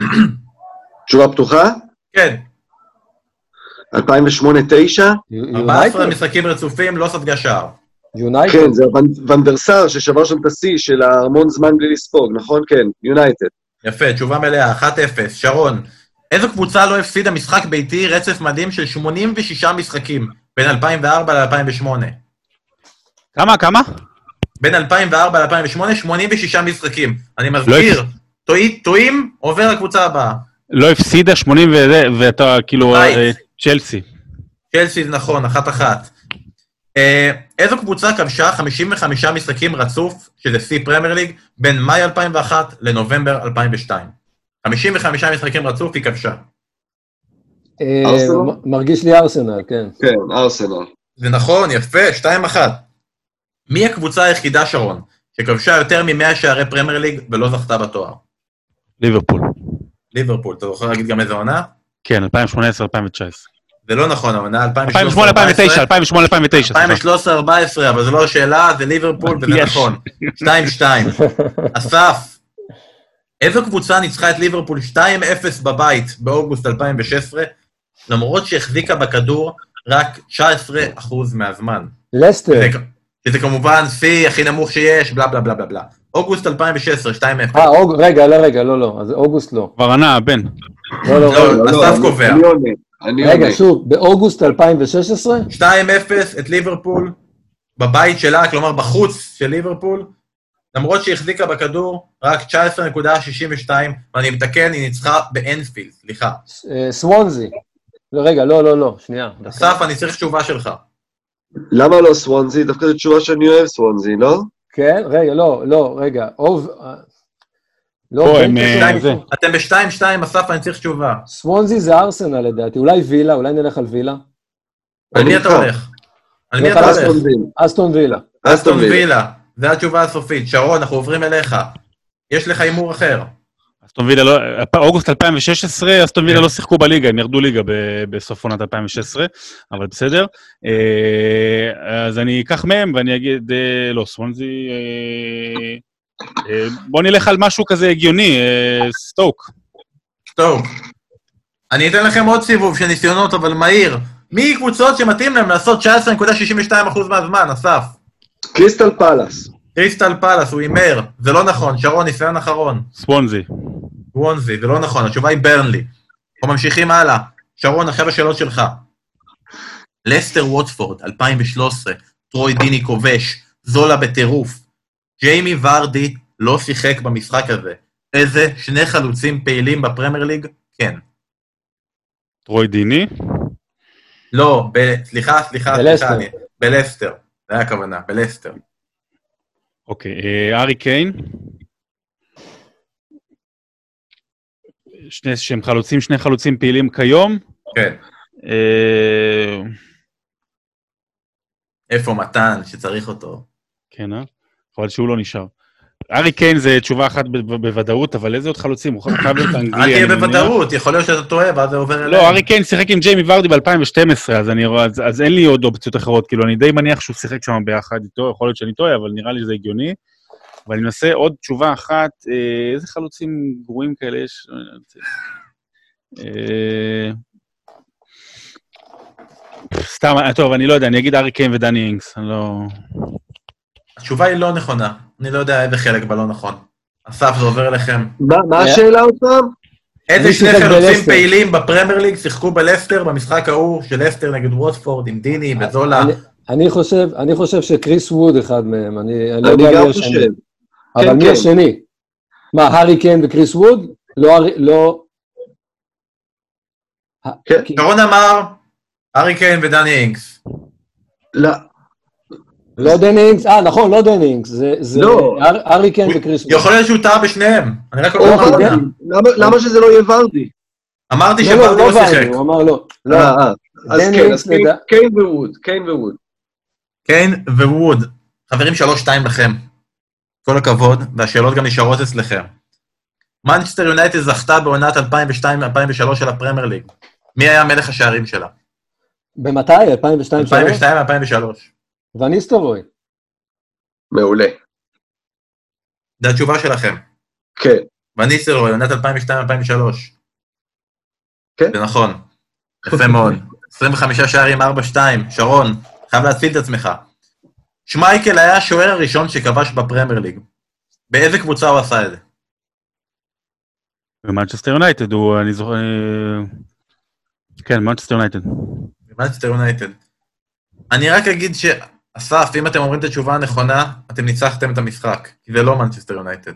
[SPEAKER 1] 2008-2009?
[SPEAKER 3] תשובה פתוחה?
[SPEAKER 1] כן,
[SPEAKER 3] 2008-2009?
[SPEAKER 1] 14 משחקים רצופים לא ספגה שער.
[SPEAKER 4] יונייטד?
[SPEAKER 3] כן, זה הוונ- ונדרסר ששבר שם את השיא של המון זמן בלי לספוג, נכון? כן, יונייטד.
[SPEAKER 1] יפה, תשובה מלאה, 1-0. שרון, איזו קבוצה לא הפסידה משחק ביתי רצף מדהים של 86 משחקים בין 2004 ל-2008?
[SPEAKER 2] כמה, כמה?
[SPEAKER 1] בין 2004 ל-2008, 86 משחקים. אני
[SPEAKER 2] לא
[SPEAKER 1] מזכיר, טועים- טועים, עובר לקבוצה הבאה.
[SPEAKER 2] לא הפסידה 80 וזה, ואתה כאילו...
[SPEAKER 1] בית.
[SPEAKER 2] אה, צ'לסי.
[SPEAKER 1] צ'לסי זה נכון, אחת-אחת. אה, איזו קבוצה כבשה 55 משחקים רצוף, שזה שיא פרמייר ליג, בין מאי 2001 לנובמבר 2002? 55 משחקים רצוף היא כבשה.
[SPEAKER 4] אה,
[SPEAKER 3] ארסנל?
[SPEAKER 4] מ- מרגיש לי ארסנל, כן.
[SPEAKER 3] כן, ארסנל.
[SPEAKER 1] זה נכון, יפה, 2-1. מי הקבוצה היחידה, שרון, שכבשה יותר מ-100 שערי פרמייר ליג ולא זכתה בתואר?
[SPEAKER 2] ליברפול.
[SPEAKER 1] ליברפול, אתה זוכר להגיד גם איזה עונה?
[SPEAKER 2] כן, 2018-2019.
[SPEAKER 1] זה לא נכון, העונה
[SPEAKER 2] 2008-2009,
[SPEAKER 1] 2013-2014,
[SPEAKER 2] 2008-2009, סליחה.
[SPEAKER 1] 2013-2014, אבל זו לא השאלה, זה ליברפול וזה
[SPEAKER 2] נכון. יש.
[SPEAKER 1] נכון. 2-2. אסף, איזו קבוצה ניצחה את ליברפול 2-0 בבית באוגוסט 2016, למרות שהחזיקה בכדור רק 19% מהזמן?
[SPEAKER 4] לסטר.
[SPEAKER 3] כן.
[SPEAKER 1] שזה- שזה כמובן שיא הכי נמוך שיש, בלה בלה בלה בלה בלה. אוגוסט 2016, 2-0.
[SPEAKER 4] אה, אוג... רגע, לא, רגע, לא, לא, אז אוגוסט לא.
[SPEAKER 2] כבר ענה, בן.
[SPEAKER 4] לא, לא,
[SPEAKER 1] לא,
[SPEAKER 4] רגע.
[SPEAKER 1] אסף
[SPEAKER 3] אני-
[SPEAKER 1] קובע.
[SPEAKER 3] אני עונה, אני עונה.
[SPEAKER 4] רגע, שוב, באוגוסט 2016?
[SPEAKER 1] 2-0 את ליברפול, בבית שלה, כלומר בחוץ של ליברפול, למרות שהחזיקה בכדור רק 19.62, ואני מתקן, היא ניצחה באנפילד, סליחה.
[SPEAKER 4] ס- אה, סוונזי. לא, רגע, לא, לא, לא, שנייה. דקה.
[SPEAKER 1] אסף, אני צריך תשובה שלך.
[SPEAKER 3] למה לא סוונזי? דווקא זו תשובה שאני אוהב סוונזי, לא?
[SPEAKER 4] כן, רגע, לא, לא, רגע. אוב... אה, לא,
[SPEAKER 2] פה הם...
[SPEAKER 4] בין-
[SPEAKER 2] אה,
[SPEAKER 1] שתיים.
[SPEAKER 2] זה.
[SPEAKER 1] אתם ב-2-2, אסף, אני צריך תשובה.
[SPEAKER 4] סוונזי זה ארסנל לדעתי, אולי וילה, אולי נלך על וילה.
[SPEAKER 1] על
[SPEAKER 3] אני
[SPEAKER 1] מי אתה
[SPEAKER 3] איתך.
[SPEAKER 1] הולך? על מי
[SPEAKER 4] אני
[SPEAKER 1] אתה
[SPEAKER 4] איתך,
[SPEAKER 1] הולך?
[SPEAKER 3] סוונזי.
[SPEAKER 4] אסטון וילה.
[SPEAKER 1] אסטון וילה. זו התשובה הסופית. שרון, אנחנו עוברים אליך. יש לך הימור אחר.
[SPEAKER 2] אסטון וילה לא... אוגוסט 2016, אסטון וילה לא שיחקו בליגה, הם ירדו ליגה ב- בסוף עונת 2016, אבל בסדר. אה, אז אני אקח מהם ואני אגיד, אה, לא, סוונזי... אה, אה, בוא נלך על משהו כזה הגיוני, אה, סטוק.
[SPEAKER 1] טוב. אני אתן לכם עוד סיבוב של ניסיונות, אבל מהיר. מי קבוצות שמתאים להם לעשות 19.62% מהזמן, אסף?
[SPEAKER 3] קריסטל פאלאס.
[SPEAKER 1] קריסטל פלאס, הוא הימר, זה לא נכון. שרון, ניסיון אחרון.
[SPEAKER 2] סוונזי.
[SPEAKER 1] וונזי, זה לא נכון, התשובה היא ברנלי. אנחנו ממשיכים הלאה. שרון, עכשיו השאלות שלך. לסטר ווטפורד, 2013, טרוי דיני כובש, זולה בטירוף. ג'יימי ורדי לא שיחק במשחק הזה. איזה שני חלוצים פעילים בפרמייר ליג? כן.
[SPEAKER 2] טרוי דיני.
[SPEAKER 1] לא, ב... סליחה, סליחה,
[SPEAKER 4] בלסטר.
[SPEAKER 1] סליחה, אני... בלסטר. זה היה הכוונה, בלסטר.
[SPEAKER 2] אוקיי, אה, ארי קיין. שני, שהם חלוצים, שני חלוצים פעילים כיום.
[SPEAKER 1] כן.
[SPEAKER 2] אה,
[SPEAKER 1] איפה מתן שצריך אותו?
[SPEAKER 2] כן, אה? חבל שהוא לא נשאר. ארי קיין זה תשובה אחת ב- ב- בוודאות, אבל איזה עוד חלוצים? הוא
[SPEAKER 1] <coughs>
[SPEAKER 2] חייב להיות
[SPEAKER 1] אל
[SPEAKER 2] אנגלי,
[SPEAKER 1] תהיה
[SPEAKER 2] אני מניח.
[SPEAKER 1] בוודאות, יכול להיות שאתה טועה, ואז זה עובר אליהם.
[SPEAKER 2] לא, ארי קיין שיחק עם ג'יימי ורדי ב-2012, אז אני רואה- אז- אז אין לי עוד אופציות אחרות. כאילו, אני די מניח שהוא שיחק שם ביחד איתו, יכול להיות שאני טועה, אבל נראה לי שזה הגיוני. אבל אני מנסה עוד תשובה אחת, אה, איזה חלוצים גרועים כאלה יש? לא אה, סתם, אה, טוב, אני לא יודע, אני אגיד ארי קיין ודני אינגס, אני לא...
[SPEAKER 1] התשובה היא לא נכונה. אני לא יודע איזה חלק בה לא נכון. אסף, זה עובר אליכם.
[SPEAKER 3] מה
[SPEAKER 4] אה,
[SPEAKER 3] מה השאלה עוד פעם?
[SPEAKER 1] איזה
[SPEAKER 4] אני
[SPEAKER 1] שני
[SPEAKER 4] שיחק
[SPEAKER 1] חלוצים
[SPEAKER 4] בלסטר.
[SPEAKER 1] פעילים בפרמייר ליג שיחקו בלסטר במשחק ההוא של לסטר נגד ווטפורד עם דיני
[SPEAKER 4] אה,
[SPEAKER 1] וזולה?
[SPEAKER 4] אני- אני חושב, אני חושב שקריס ווד אחד מהם, אני אני לא
[SPEAKER 3] אני
[SPEAKER 4] יודע
[SPEAKER 3] גם
[SPEAKER 4] מי השני.
[SPEAKER 3] חושב.
[SPEAKER 4] אבל
[SPEAKER 3] כן,
[SPEAKER 4] מי
[SPEAKER 3] כן.
[SPEAKER 4] השני? מה, הארי קיין וקריס ווד? לא... הארי- לא...
[SPEAKER 3] כן.
[SPEAKER 1] שרון אמר, ארי קיין ודני אינגס.
[SPEAKER 3] לא,
[SPEAKER 4] לא דני אינגס, אה, נכון, לא דני אינגס, זה- זה
[SPEAKER 3] לא.
[SPEAKER 4] הר- הארי קיין וקריס ווד.
[SPEAKER 1] יכול להיות שהוא טעה בשניהם, אני רק
[SPEAKER 3] או
[SPEAKER 1] אומר מה
[SPEAKER 3] ורדי.
[SPEAKER 1] העונה.
[SPEAKER 3] למה- למה שזה לא יהיה ורדי?
[SPEAKER 1] אמרתי
[SPEAKER 4] לא, לא,
[SPEAKER 1] שוורדי
[SPEAKER 4] לא
[SPEAKER 1] לא
[SPEAKER 4] ואני,
[SPEAKER 1] שיחק.
[SPEAKER 4] הוא אמר לא. לא,
[SPEAKER 3] אה, אה, אז
[SPEAKER 4] דן
[SPEAKER 3] כן,
[SPEAKER 4] לינץ'
[SPEAKER 3] אז קיין-
[SPEAKER 4] לדע-
[SPEAKER 3] קיין וווד, קיין וווד.
[SPEAKER 1] קיין כן וווד. חברים, שלוש-שתיים לכם. כל הכבוד, והשאלות גם נשארות אצלכם. מנצ'סטר יונייטד זכתה בעונת 2002-2003 של הפרמייר ליג. מי היה מלך השערים שלה?
[SPEAKER 4] במתי? 2002 2003?
[SPEAKER 1] 2002-2003.
[SPEAKER 4] וניסטרוי.
[SPEAKER 3] מעולה.
[SPEAKER 1] זו התשובה שלכם.
[SPEAKER 3] כן.
[SPEAKER 1] וניסטלרוי, עונת 2002-2003.
[SPEAKER 3] כן.
[SPEAKER 1] זה נכון. יפה מאוד. 25 שערים, 4-2. שרון, חייב להציל את עצמך. שמייקל היה השוער הראשון שכבש בפרמייר ליג. באיזה קבוצה הוא עשה את זה?
[SPEAKER 10] ומנצ'סטר יונייטד הוא, אני זוכר... אה, כן, מנצ'סטר יונייטד.
[SPEAKER 1] במנצ'סטר יונייטד. אני רק אגיד שאסף, אם אתם אומרים את התשובה הנכונה, אתם ניצחתם את המשחק. כי זה לא מנצ'סטר יונייטד.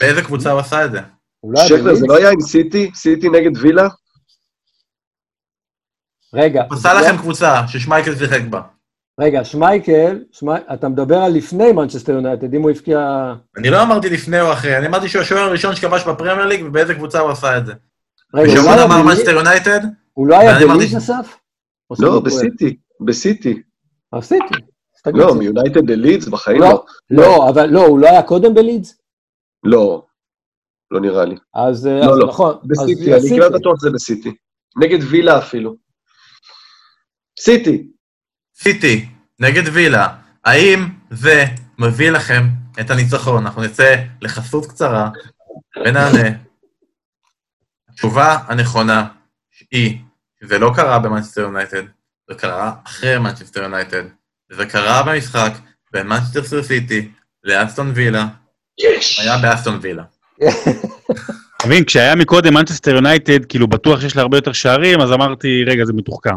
[SPEAKER 1] באיזה קבוצה הוא עשה את זה?
[SPEAKER 4] אולי...
[SPEAKER 3] שכנר, זה
[SPEAKER 4] בליץ?
[SPEAKER 3] לא היה עם סיטי? סיטי נגד וילה?
[SPEAKER 4] רגע.
[SPEAKER 1] הוא עשה
[SPEAKER 4] זה-
[SPEAKER 1] לכם קבוצה ששמייקל שיחק בה.
[SPEAKER 4] רגע, שמייקל, שמי- אתה מדבר על לפני מנצ'סטר יונייטד, אם הוא הבקיע...
[SPEAKER 1] אני לא אמרתי לפני או אחרי, אני אמרתי שהוא השוער הראשון שכבש בפרמייר ליג, ובאיזה קבוצה הוא עשה את זה.
[SPEAKER 4] רגע, הוא לא
[SPEAKER 1] ושרון
[SPEAKER 4] היה
[SPEAKER 1] אמר
[SPEAKER 4] בליץ?
[SPEAKER 1] מנצ'סטר יונייטד,
[SPEAKER 4] הוא לא היה
[SPEAKER 1] ואני אמרתי
[SPEAKER 4] בליג'
[SPEAKER 1] ש-
[SPEAKER 4] אסף? או שאני
[SPEAKER 3] לא,
[SPEAKER 4] טועה?
[SPEAKER 3] בסיטי, בסיטי.
[SPEAKER 4] אה, סיטי. אז תגיד
[SPEAKER 3] לא,
[SPEAKER 4] סיטי.
[SPEAKER 3] מיונייטד ללידס בחיים
[SPEAKER 4] לא,
[SPEAKER 3] לא.
[SPEAKER 4] לא, אבל לא, הוא לא היה קודם בלידס?
[SPEAKER 3] לא, לא נראה לי.
[SPEAKER 4] אז אה,
[SPEAKER 3] לא,
[SPEAKER 4] אז
[SPEAKER 3] לא.
[SPEAKER 4] נכון. אז
[SPEAKER 3] בסיטי, אני כמעט בטוח שזה בסיטי. נגד וילה אפילו. סיטי.
[SPEAKER 1] סיטי, נגד וילה, האם זה מביא לכם את הניצחון? אנחנו נצא לחסות קצרה ונענה. התשובה הנכונה היא שזה לא קרה במנצ'סטר יונייטד, זה קרה אחרי מנצ'סטר יונייטד, וזה קרה במשחק בין מנצ'סטר סיטי לאסטון וילה,
[SPEAKER 3] יש.
[SPEAKER 1] היה באסטון וילה.
[SPEAKER 10] אתה מבין, כשהיה מקודם מנצ'סטר יונייטד, כאילו בטוח שיש לה הרבה יותר שערים, אז אמרתי, רגע, זה מתוחכם.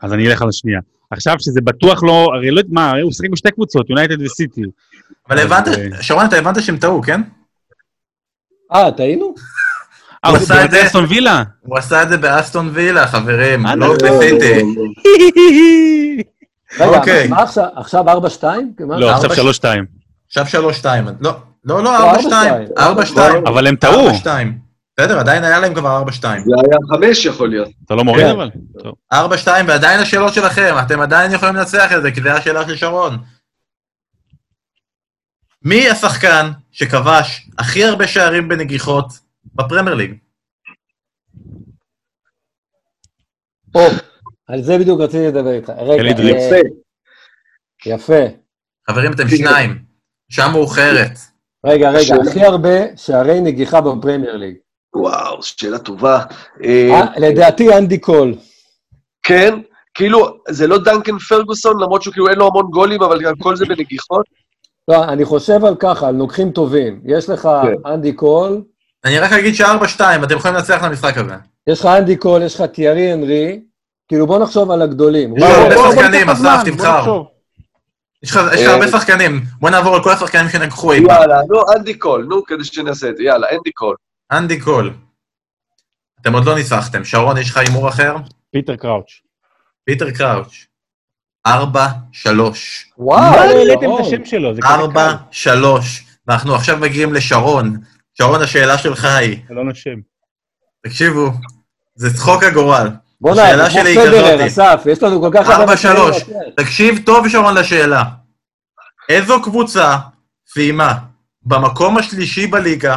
[SPEAKER 10] אז אני אלך על השנייה. עכשיו שזה בטוח לא, הרי לא יודע מה, הרי הוא שיחק בשתי קבוצות, יונייטד וסיטי.
[SPEAKER 1] אבל
[SPEAKER 10] אז,
[SPEAKER 1] הבנת,
[SPEAKER 10] אה,
[SPEAKER 1] שרון, אתה הבנת שהם טעו, כן?
[SPEAKER 4] אה, טעינו?
[SPEAKER 10] אה, הוא
[SPEAKER 1] הוא עשה את זה.
[SPEAKER 10] עשה אסטון וילה?
[SPEAKER 1] הוא עשה את זה באסטון וילה, חברים,
[SPEAKER 10] אה,
[SPEAKER 1] לא
[SPEAKER 10] נכון.
[SPEAKER 1] בסיטי.
[SPEAKER 4] רגע,
[SPEAKER 1] אוקיי.
[SPEAKER 4] מה עכשיו? עכשיו 4-2? כמעט?
[SPEAKER 10] לא, עכשיו
[SPEAKER 1] ארבע-
[SPEAKER 10] 3-2.
[SPEAKER 1] עכשיו שלוש שתיים. לא, לא, לא,
[SPEAKER 4] לא,
[SPEAKER 1] ארבע
[SPEAKER 4] ארבע
[SPEAKER 1] שתיים.
[SPEAKER 4] שתיים.
[SPEAKER 1] ארבע
[SPEAKER 2] לא,
[SPEAKER 1] שתיים.
[SPEAKER 10] אבל הם טעו,
[SPEAKER 1] ארבע שתיים. בסדר, עדיין היה להם כבר ארבע שתיים.
[SPEAKER 3] זה היה חמש יכול להיות.
[SPEAKER 10] אתה לא מוריד
[SPEAKER 4] כן.
[SPEAKER 10] אבל? טוב.
[SPEAKER 1] ארבע שתיים, ועדיין השאלות שלכם, אתם עדיין יכולים לנצח את זה, כי זה השאלה של שרון. מי השחקן שכבש הכי הרבה שערים בנגיחות בפרמייר ליג?
[SPEAKER 4] או, על זה בדיוק רציתי לדבר איתך. רגע,
[SPEAKER 10] אלי דריקס.
[SPEAKER 4] אה,
[SPEAKER 3] יפה.
[SPEAKER 4] יפה.
[SPEAKER 1] חברים, אתם שניים. שעה מאוחרת.
[SPEAKER 4] רגע, רגע,
[SPEAKER 3] השאלה-
[SPEAKER 4] הכי הרבה שערי נגיחה בפרמייר ליג.
[SPEAKER 3] וואו, שאלה טובה. אה,
[SPEAKER 4] אה, לדעתי אנדי קול.
[SPEAKER 3] כן, כאילו, זה לא דנקן פרגוסון, למרות שהוא כאילו אין לו המון גולים, אבל גם כל זה בנגיחות.
[SPEAKER 4] לא, אני חושב על ככה, על נוקחים טובים. יש לך
[SPEAKER 3] כן.
[SPEAKER 4] אנדי קול,
[SPEAKER 1] אני רק אגיד שארבע שתיים, אתם יכולים לנצח את המשחק הזה.
[SPEAKER 4] יש לך אנדי קול, יש לך טיירי הנרי. כאילו, בוא נחשוב על הגדולים.
[SPEAKER 1] יש לך לא, הרבה
[SPEAKER 10] בוא, בוא
[SPEAKER 1] שחקנים,
[SPEAKER 10] ניקח
[SPEAKER 1] אסף,
[SPEAKER 10] זמן, בוא
[SPEAKER 1] תבחר.
[SPEAKER 10] נחשוב.
[SPEAKER 1] יש לך יש לך הרבה שחקנים. בוא נעבור על כל השחקנים שנגחו אי פעם.
[SPEAKER 3] אה, יאללה, נו, אנדי קול, נו, כדי שנעשה את זה, יאללה, אנדי קול.
[SPEAKER 1] אנדי קול. אתם עוד לא ניצחתם. שרון, יש לך הימור אחר?
[SPEAKER 10] פיטר קראוץ'.
[SPEAKER 1] פיטר קראוץ'. ארבע, שלוש.
[SPEAKER 4] וואו,
[SPEAKER 10] לא העליתם
[SPEAKER 4] ירון.
[SPEAKER 10] את השם שלו, זה כזה
[SPEAKER 1] ארבע, שלוש. ואנחנו עכשיו מגיעים לשרון. שרון, השאלה שלך היא,
[SPEAKER 10] קל, לא נשם.
[SPEAKER 1] תקשיבו, זה צחוק הגורל.
[SPEAKER 4] בוא'נה,
[SPEAKER 1] השאלה
[SPEAKER 4] כמו
[SPEAKER 1] שלי היא
[SPEAKER 4] פדרר,
[SPEAKER 1] כזאתי.
[SPEAKER 4] אסף, יש לנו כל כך הרבה...
[SPEAKER 1] ארבע,
[SPEAKER 4] מצבים
[SPEAKER 1] שלוש.
[SPEAKER 4] לתת.
[SPEAKER 1] תקשיב טוב, שרון, לשאלה. איזו קבוצה סיימה במקום השלישי בליגה,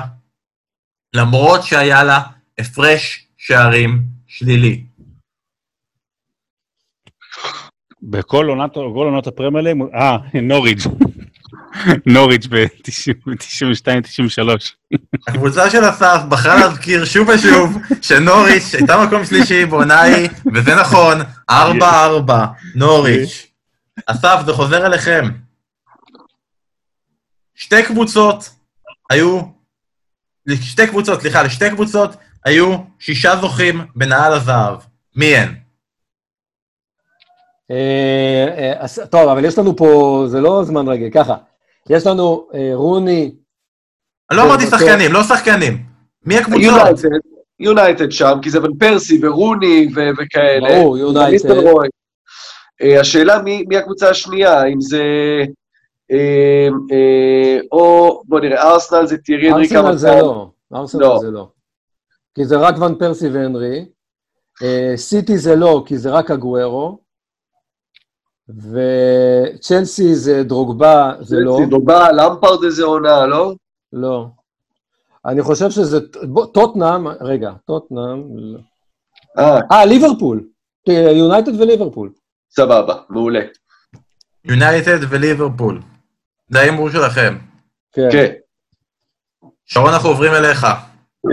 [SPEAKER 1] למרות שהיה לה הפרש שערים שלילי?
[SPEAKER 10] בכל עונת, כל עונות הפרמייר ליג, אה, <laughs> נוריג'. נוריג' ב-92-93.
[SPEAKER 1] הקבוצה של אסף בחרה להזכיר שוב ושוב שנוריץ' הייתה מקום שלישי בעונה ההיא, וזה נכון, 4-4, נוריץ'. אסף, זה חוזר אליכם. שתי קבוצות היו, שתי קבוצות, סליחה, לשתי קבוצות היו שישה זוכים בנהל הזהב. מי הן?
[SPEAKER 4] אה, אה, אז- טוב, אבל יש לנו פה, זה לא זמן רגל, ככה. יש לנו אה, רוני,
[SPEAKER 1] אני לא
[SPEAKER 4] כן,
[SPEAKER 1] אמרתי
[SPEAKER 4] בסוף.
[SPEAKER 1] שחקנים, לא שחקנים. מי הקבוצות?
[SPEAKER 3] יונייטד, יונייטד שם, כי זה בן פרסי ורוני ו- וכאלה.
[SPEAKER 4] ברור, יונייטד.
[SPEAKER 3] וניסטלרוי. אה, השאלה מי, מי הקבוצה השנייה, אם זה... אה, אה, או, בוא נראה, ארסנל זה טירי הנרי כמה
[SPEAKER 4] ארסנל זה
[SPEAKER 3] פעמים.
[SPEAKER 4] לא. ארסנל
[SPEAKER 3] לא.
[SPEAKER 4] זה לא. כי זה רק ון פרסי והנרי. אה, סיטי זה לא, כי זה רק הגוארו. וצ'לסי זה דרוגבה, זה לא.
[SPEAKER 3] דובה, למפרד איזה עונה, לא?
[SPEAKER 4] לא. אני חושב שזה... בוא, טוטנאם, רגע, טוטנאם... לא.
[SPEAKER 3] אה,
[SPEAKER 4] אה, ליברפול. ת- יונייטד וליברפול.
[SPEAKER 3] סבבה, מעולה.
[SPEAKER 1] יונייטד וליברפול. זה ההימור שלכם.
[SPEAKER 4] כן.
[SPEAKER 3] כן.
[SPEAKER 1] שרון, אנחנו עוברים אליך.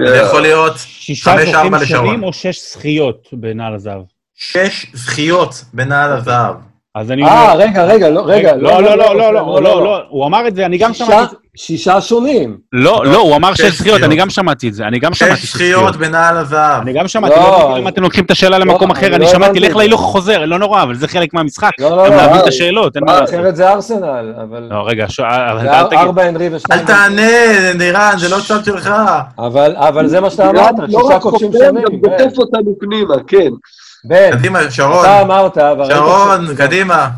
[SPEAKER 1] זה
[SPEAKER 3] אה,
[SPEAKER 1] יכול להיות
[SPEAKER 2] שישה
[SPEAKER 1] חמש,
[SPEAKER 2] זוכים
[SPEAKER 1] ארבע
[SPEAKER 2] שווים
[SPEAKER 1] לשרון.
[SPEAKER 2] או שש זכיות בנעל הזהב? אוקיי.
[SPEAKER 1] שש זכיות בנעל הזהב.
[SPEAKER 2] אז אני
[SPEAKER 4] אה,
[SPEAKER 2] אומר...
[SPEAKER 4] רגע, רגע, לא, רגע.
[SPEAKER 2] לא, לא, לא, לא, לא, לא, לא, הוא אמר את זה, אני גם
[SPEAKER 4] שישה-
[SPEAKER 2] שמעתי...
[SPEAKER 4] שישה שונים.
[SPEAKER 2] לא, לא, הוא אמר
[SPEAKER 1] שש
[SPEAKER 2] שש זכיות,
[SPEAKER 1] זכיות.
[SPEAKER 2] אני גם שמעתי את זה, אני גם שמעתי
[SPEAKER 1] שש זכיות בנעל הזהב.
[SPEAKER 2] כן. אני גם שמעתי,
[SPEAKER 4] לא,
[SPEAKER 2] לא יודע
[SPEAKER 4] אני-
[SPEAKER 2] אם אתם לוקחים את השאלה למקום
[SPEAKER 4] אני
[SPEAKER 2] אחר,
[SPEAKER 4] לא
[SPEAKER 2] אני שמעתי,
[SPEAKER 4] הבנתי את
[SPEAKER 2] לך
[SPEAKER 4] זה.
[SPEAKER 2] להילוך חוזר, לא נורא, אבל זה חלק מהמשחק.
[SPEAKER 4] לא, לא,
[SPEAKER 2] גם
[SPEAKER 4] לא.
[SPEAKER 2] להבין
[SPEAKER 4] אה,
[SPEAKER 2] את השאלות, אין מה
[SPEAKER 4] אה,
[SPEAKER 2] לעשות.
[SPEAKER 4] אחרת זה ארסנל, אבל...
[SPEAKER 2] לא, רגע, ש- אבל
[SPEAKER 4] זה
[SPEAKER 2] אל תגיד.
[SPEAKER 4] ארבע הנרי ושניים...
[SPEAKER 1] אל תענה, נירן, זה לא צד שלך.
[SPEAKER 4] אבל, אבל זה מה שאתה אמרת,
[SPEAKER 3] לא
[SPEAKER 4] שישה
[SPEAKER 3] רק
[SPEAKER 4] כובשים
[SPEAKER 3] חותם,
[SPEAKER 4] שונים.
[SPEAKER 3] גם גוטף אותנו פנימה, כן.
[SPEAKER 4] בן, בן,
[SPEAKER 1] קדימה, שרון.
[SPEAKER 4] אתה אמרת, אבל... ראית
[SPEAKER 1] שרון,
[SPEAKER 4] ש-
[SPEAKER 1] קדימה.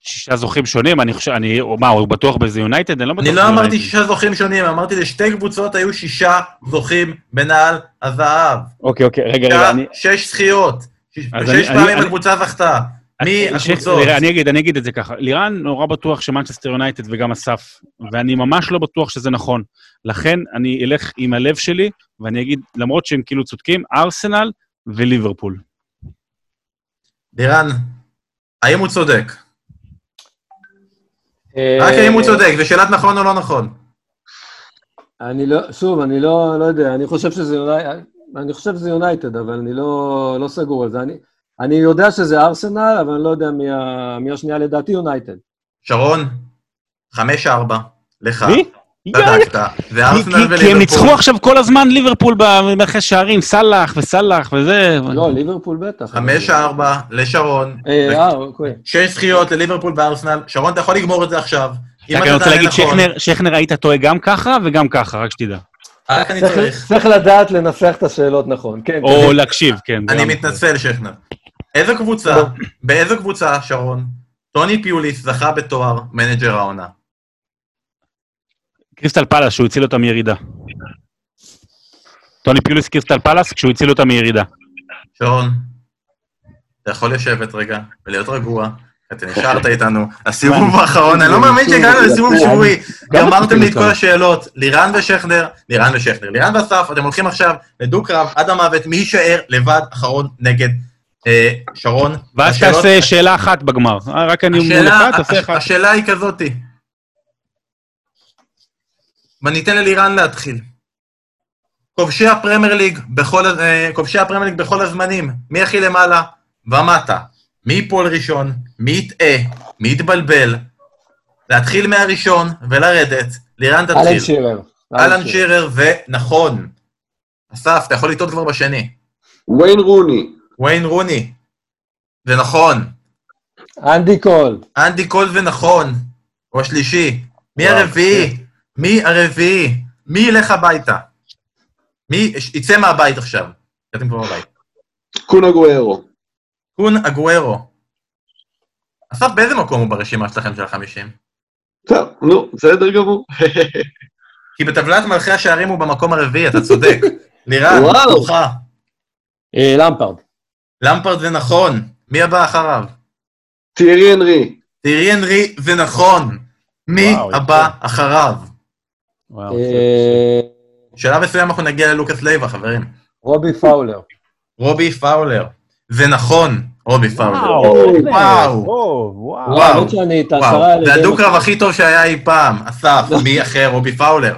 [SPEAKER 2] שישה זוכים שונים, אני חושב, אני, מה, הוא בטוח באיזה יונייטד? אני לא בטוח.
[SPEAKER 1] אני לא
[SPEAKER 2] ביונייטד.
[SPEAKER 1] אמרתי שישה זוכים שונים, אמרתי לשתי קבוצות היו שישה זוכים בנעל הזהב.
[SPEAKER 2] אוקיי, אוקיי, רגע, רגע, אני...
[SPEAKER 1] שש זכיות. שש-
[SPEAKER 2] אז
[SPEAKER 1] ושש
[SPEAKER 2] אני-
[SPEAKER 1] פעמים
[SPEAKER 2] אני-
[SPEAKER 1] הקבוצה זכתה. מי
[SPEAKER 2] ש-
[SPEAKER 1] הקבוצות?
[SPEAKER 2] לירן, אני אגיד, אני אגיד את זה ככה. לירן נורא בטוח שמנצ'סטר יונייטד וגם אסף, ואני ממש לא בטוח שזה נכון. לכן אני אלך עם הלב שלי, ואני אגיד, למרות שהם כאילו צודקים, ארסנל וליברפול.
[SPEAKER 1] לירן, האם הוא צודק?
[SPEAKER 4] אה,
[SPEAKER 1] רק האם הוא צודק, זו שאלת נכון או לא נכון.
[SPEAKER 4] אני לא, שוב, אני לא, לא יודע, אני חושב שזה יונייטד, אני חושב שזה יונייטד, אבל אני לא, לא סגור על זה. אני, אני יודע שזה ארסנל, אבל אני לא יודע מי, ה, מי השנייה לדעתי יונייטד.
[SPEAKER 1] שרון, חמש ארבע, לך.
[SPEAKER 2] מי? יאללה.
[SPEAKER 1] צדקת. זה
[SPEAKER 2] כי-
[SPEAKER 1] ארסנל
[SPEAKER 2] כי- כי הם ניצחו
[SPEAKER 1] וליברפול.
[SPEAKER 2] עכשיו כל הזמן ליברפול במערכי שערים, סאלח וסאלח וזה.
[SPEAKER 4] לא, ליברפול בטח.
[SPEAKER 1] חמש ארבע לשרון.
[SPEAKER 4] אה, אה, אוקיי.
[SPEAKER 1] שש זכיות לליברפול וארסנל. שרון, אתה יכול לגמור את זה עכשיו. אם
[SPEAKER 2] רק
[SPEAKER 1] אתה
[SPEAKER 2] אני רוצה
[SPEAKER 1] תענה
[SPEAKER 2] להגיד,
[SPEAKER 1] נכון.
[SPEAKER 2] שכנר- שכנר היית טועה גם ככה וגם ככה, רק שתדע.
[SPEAKER 1] רק אני
[SPEAKER 4] צריך- <laughs>
[SPEAKER 1] צריך.
[SPEAKER 4] צריך לדעת לנסח את השאלות נכון. כן,
[SPEAKER 2] או להקשיב, כן. זה
[SPEAKER 1] אני
[SPEAKER 2] גם-
[SPEAKER 1] מתנצל, שכנר. איזה
[SPEAKER 4] לא.
[SPEAKER 1] קבוצה, באיזה קבוצה, שרון, טוני פיוליס זכה בתואר מנג'ר העונה?
[SPEAKER 2] קריסטל פלאס, שהוא הציל אותה מירידה. טוני פיוליס קריסטל פלאס, כשהוא הציל אותה מירידה.
[SPEAKER 1] שרון, אתה יכול לשבת רגע ולהיות רגוע. אתה נשארת איתנו, הסיבוב האחרון, אני לא מאמין שהגענו לסיבוב שבועי, גמרתם לי את כל השאלות, לירן ושכנר, לירן ושכנר, לירן ואסף, אתם הולכים עכשיו לדו-קרב עד המוות, מי יישאר לבד אחרון נגד אה, שרון.
[SPEAKER 2] ואז
[SPEAKER 1] השאלות-
[SPEAKER 2] תעשה שאלה אחת בגמר. אה, רק אני אומר
[SPEAKER 1] השאלה-
[SPEAKER 2] לך, תעשה אחת.
[SPEAKER 1] השאלה היא כזאתי. ואני אתן ללירן להתחיל. כובשי הפרמייר ליג בכל, הז- אה, כובשי הפרמייר ליג בכל הזמנים, מי הכי למעלה ומטה. מי ייפול ראשון, מי יטעה, מי יתבלבל. להתחיל מהראשון ולרדת. לירן
[SPEAKER 4] אלן
[SPEAKER 1] תתחיל.
[SPEAKER 4] שירר.
[SPEAKER 1] אלן שירר ונכון. אסף, אתה יכול לטעות כבר בשני.
[SPEAKER 3] ויין רוני.
[SPEAKER 1] וויין רוני. זה נכון.
[SPEAKER 4] אנדי קול.
[SPEAKER 1] אנדי קול ונכון, הוא השלישי. מי
[SPEAKER 3] כן.
[SPEAKER 1] הרביעי? מי הרביעי? מי ילך הביתה? מי ש- יצא מהבית עכשיו? אתם כבר בבית.
[SPEAKER 3] קונה גוארו.
[SPEAKER 1] קון אגוארו. אסף, באיזה מקום הוא ברשימה שלכם של החמישים?
[SPEAKER 3] טוב, נו, בסדר גמור. <laughs>
[SPEAKER 1] כי בטבלת מלכי השערים הוא במקום הרביעי, אתה
[SPEAKER 3] <laughs>
[SPEAKER 1] צודק. לירן,
[SPEAKER 3] וואו.
[SPEAKER 1] ברוכה.
[SPEAKER 4] אה, למפרד.
[SPEAKER 1] למפרד זה נכון. מי הבא אחריו?
[SPEAKER 3] תיארי אנרי.
[SPEAKER 1] תראי אנרי זה נכון. מי
[SPEAKER 2] וואו,
[SPEAKER 1] הבא אחריו?
[SPEAKER 2] וואו,
[SPEAKER 4] אה,
[SPEAKER 1] בשלב מסוים אנחנו נגיע ללוקאס לייבה, חברים.
[SPEAKER 4] רובי פאולר.
[SPEAKER 1] רובי פאולר. זה נכון, רובי פאולר. אה, וואו,
[SPEAKER 2] וואו.
[SPEAKER 1] וואו,
[SPEAKER 4] האמת שאני את העשרה
[SPEAKER 1] וואו.
[SPEAKER 4] האלה...
[SPEAKER 1] זה
[SPEAKER 4] די-
[SPEAKER 1] הדו-קרב הכי טוב שהיה אי פעם. אסף,
[SPEAKER 4] לא.
[SPEAKER 1] מי אחר רובי פאולר?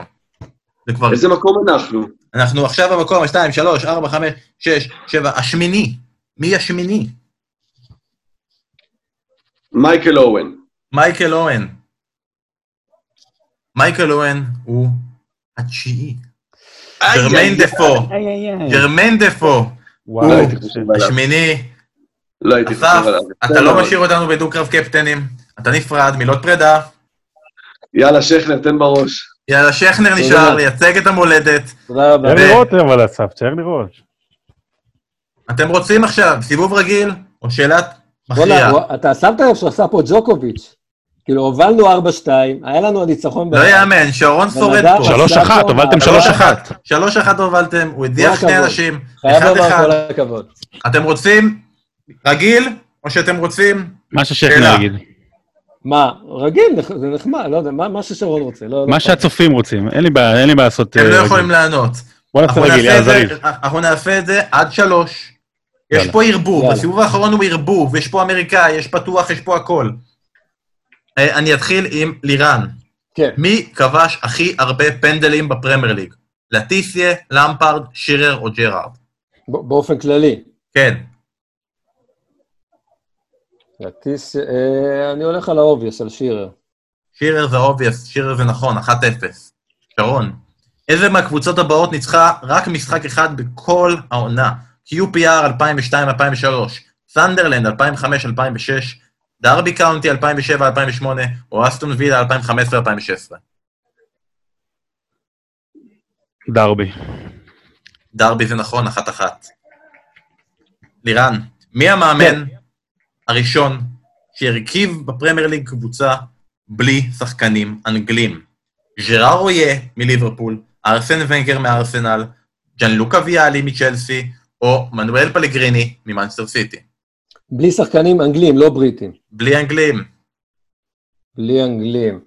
[SPEAKER 1] זה כבר...
[SPEAKER 3] איזה מקום אנחנו?
[SPEAKER 1] אנחנו עכשיו במקום ה-2, 3, 4, 5, 6, 7, השמיני. מי השמיני?
[SPEAKER 3] מייקל אוהן.
[SPEAKER 1] מייקל אוהן. מייקל אוהן הוא התשיעי. גרמיין דפו. גרמיין דפו.
[SPEAKER 3] לא
[SPEAKER 2] וואו.
[SPEAKER 3] הייתי חושב עליו.
[SPEAKER 1] השמיני.
[SPEAKER 3] לא הייתי חושב
[SPEAKER 1] אסף,
[SPEAKER 3] עליו.
[SPEAKER 1] אתה לא משאיר אותנו בדו-קרב קפטנים. אתה נפרד, מילות פרידה.
[SPEAKER 3] יאללה, שכנר, תן בראש.
[SPEAKER 1] יאללה, שכנר נשאר לייצג את המולדת.
[SPEAKER 4] תודה רבה.
[SPEAKER 2] צריך לראות אבל אסף, צריך לראות.
[SPEAKER 1] אתם רוצים עכשיו סיבוב רגיל או שאלת
[SPEAKER 4] בוא'נה,
[SPEAKER 1] מכריע?
[SPEAKER 4] הוא- אתה שמת לב שהוא עשה פה ג'וקוביץ'. כאילו, הובלנו 4-2, היה לנו הניצחון...
[SPEAKER 1] לא יאמן, שרון שורד פה.
[SPEAKER 4] כן. שלוש אחת,
[SPEAKER 2] הובלתם
[SPEAKER 1] שלוש אחת. שלוש אחת הובלתם, הוא הדיח
[SPEAKER 4] כל
[SPEAKER 1] שני
[SPEAKER 4] הכבוד.
[SPEAKER 1] אנשים,
[SPEAKER 4] חייב
[SPEAKER 1] אחד
[SPEAKER 4] לומר
[SPEAKER 1] אחד.
[SPEAKER 4] כל הכבוד.
[SPEAKER 1] אתם רוצים רגיל, או שאתם רוצים...
[SPEAKER 2] מה ששכנר
[SPEAKER 1] שאלה.
[SPEAKER 2] יגיד.
[SPEAKER 4] מה, רגיל, נח- זה נחמד, לא יודע, מה מה ששרון רוצה. לא- לא
[SPEAKER 2] מה
[SPEAKER 4] אכפת.
[SPEAKER 2] שהצופים רוצים, אין לי בעיה, אין לי בעיה לעשות...
[SPEAKER 1] אתם
[SPEAKER 2] אה,
[SPEAKER 1] לא
[SPEAKER 2] רגיל.
[SPEAKER 1] יכולים לענות.
[SPEAKER 2] בוא נעשה
[SPEAKER 1] אנחנו
[SPEAKER 2] רגיל,
[SPEAKER 1] נעשה
[SPEAKER 2] יאללה,
[SPEAKER 1] את זה-
[SPEAKER 2] זריז.
[SPEAKER 1] אנחנו נעשה את זה עד שלוש. יש
[SPEAKER 2] יאללה.
[SPEAKER 1] פה ערבוב,
[SPEAKER 4] יאללה.
[SPEAKER 1] בסיבוב האחרון הוא ערבוב, יש פה אמריקאי, יש פתוח, יש פה הכל. אה, אני אתחיל עם לירן.
[SPEAKER 4] כן.
[SPEAKER 1] מי כבש הכי הרבה פנדלים בפרמייר ליג? לטיסיה, למפרד, שירר או ג'רארד?
[SPEAKER 4] ב- באופן כללי.
[SPEAKER 1] כן.
[SPEAKER 4] לטיס, אה, אני הולך על האובייס, על שירר.
[SPEAKER 1] שירר זה אובייס, שירר זה נכון, 1-0. שרון, איזה מהקבוצות הבאות ניצחה רק משחק אחד בכל העונה? QPR 2002-2003, סנדרלנד 2005-2006, דרבי קאונטי 2007-2008, או אסטון וילה 2015-2016.
[SPEAKER 2] דרבי.
[SPEAKER 1] דרבי זה נכון, אחת אחת. לירן, מי
[SPEAKER 4] כן.
[SPEAKER 1] המאמן הראשון שהרכיב בפרמייר ליג קבוצה בלי שחקנים אנגלים? ז'רר רויה מליברפול, ארסן ונגר מארסנל, ג'אן לוקה ויאלי מצ'לסי, או מנואל פלגריני ממנסטר סיטי.
[SPEAKER 4] בלי שחקנים אנגלים, לא בריטים.
[SPEAKER 1] בלי אנגלים.
[SPEAKER 4] בלי אנגלים.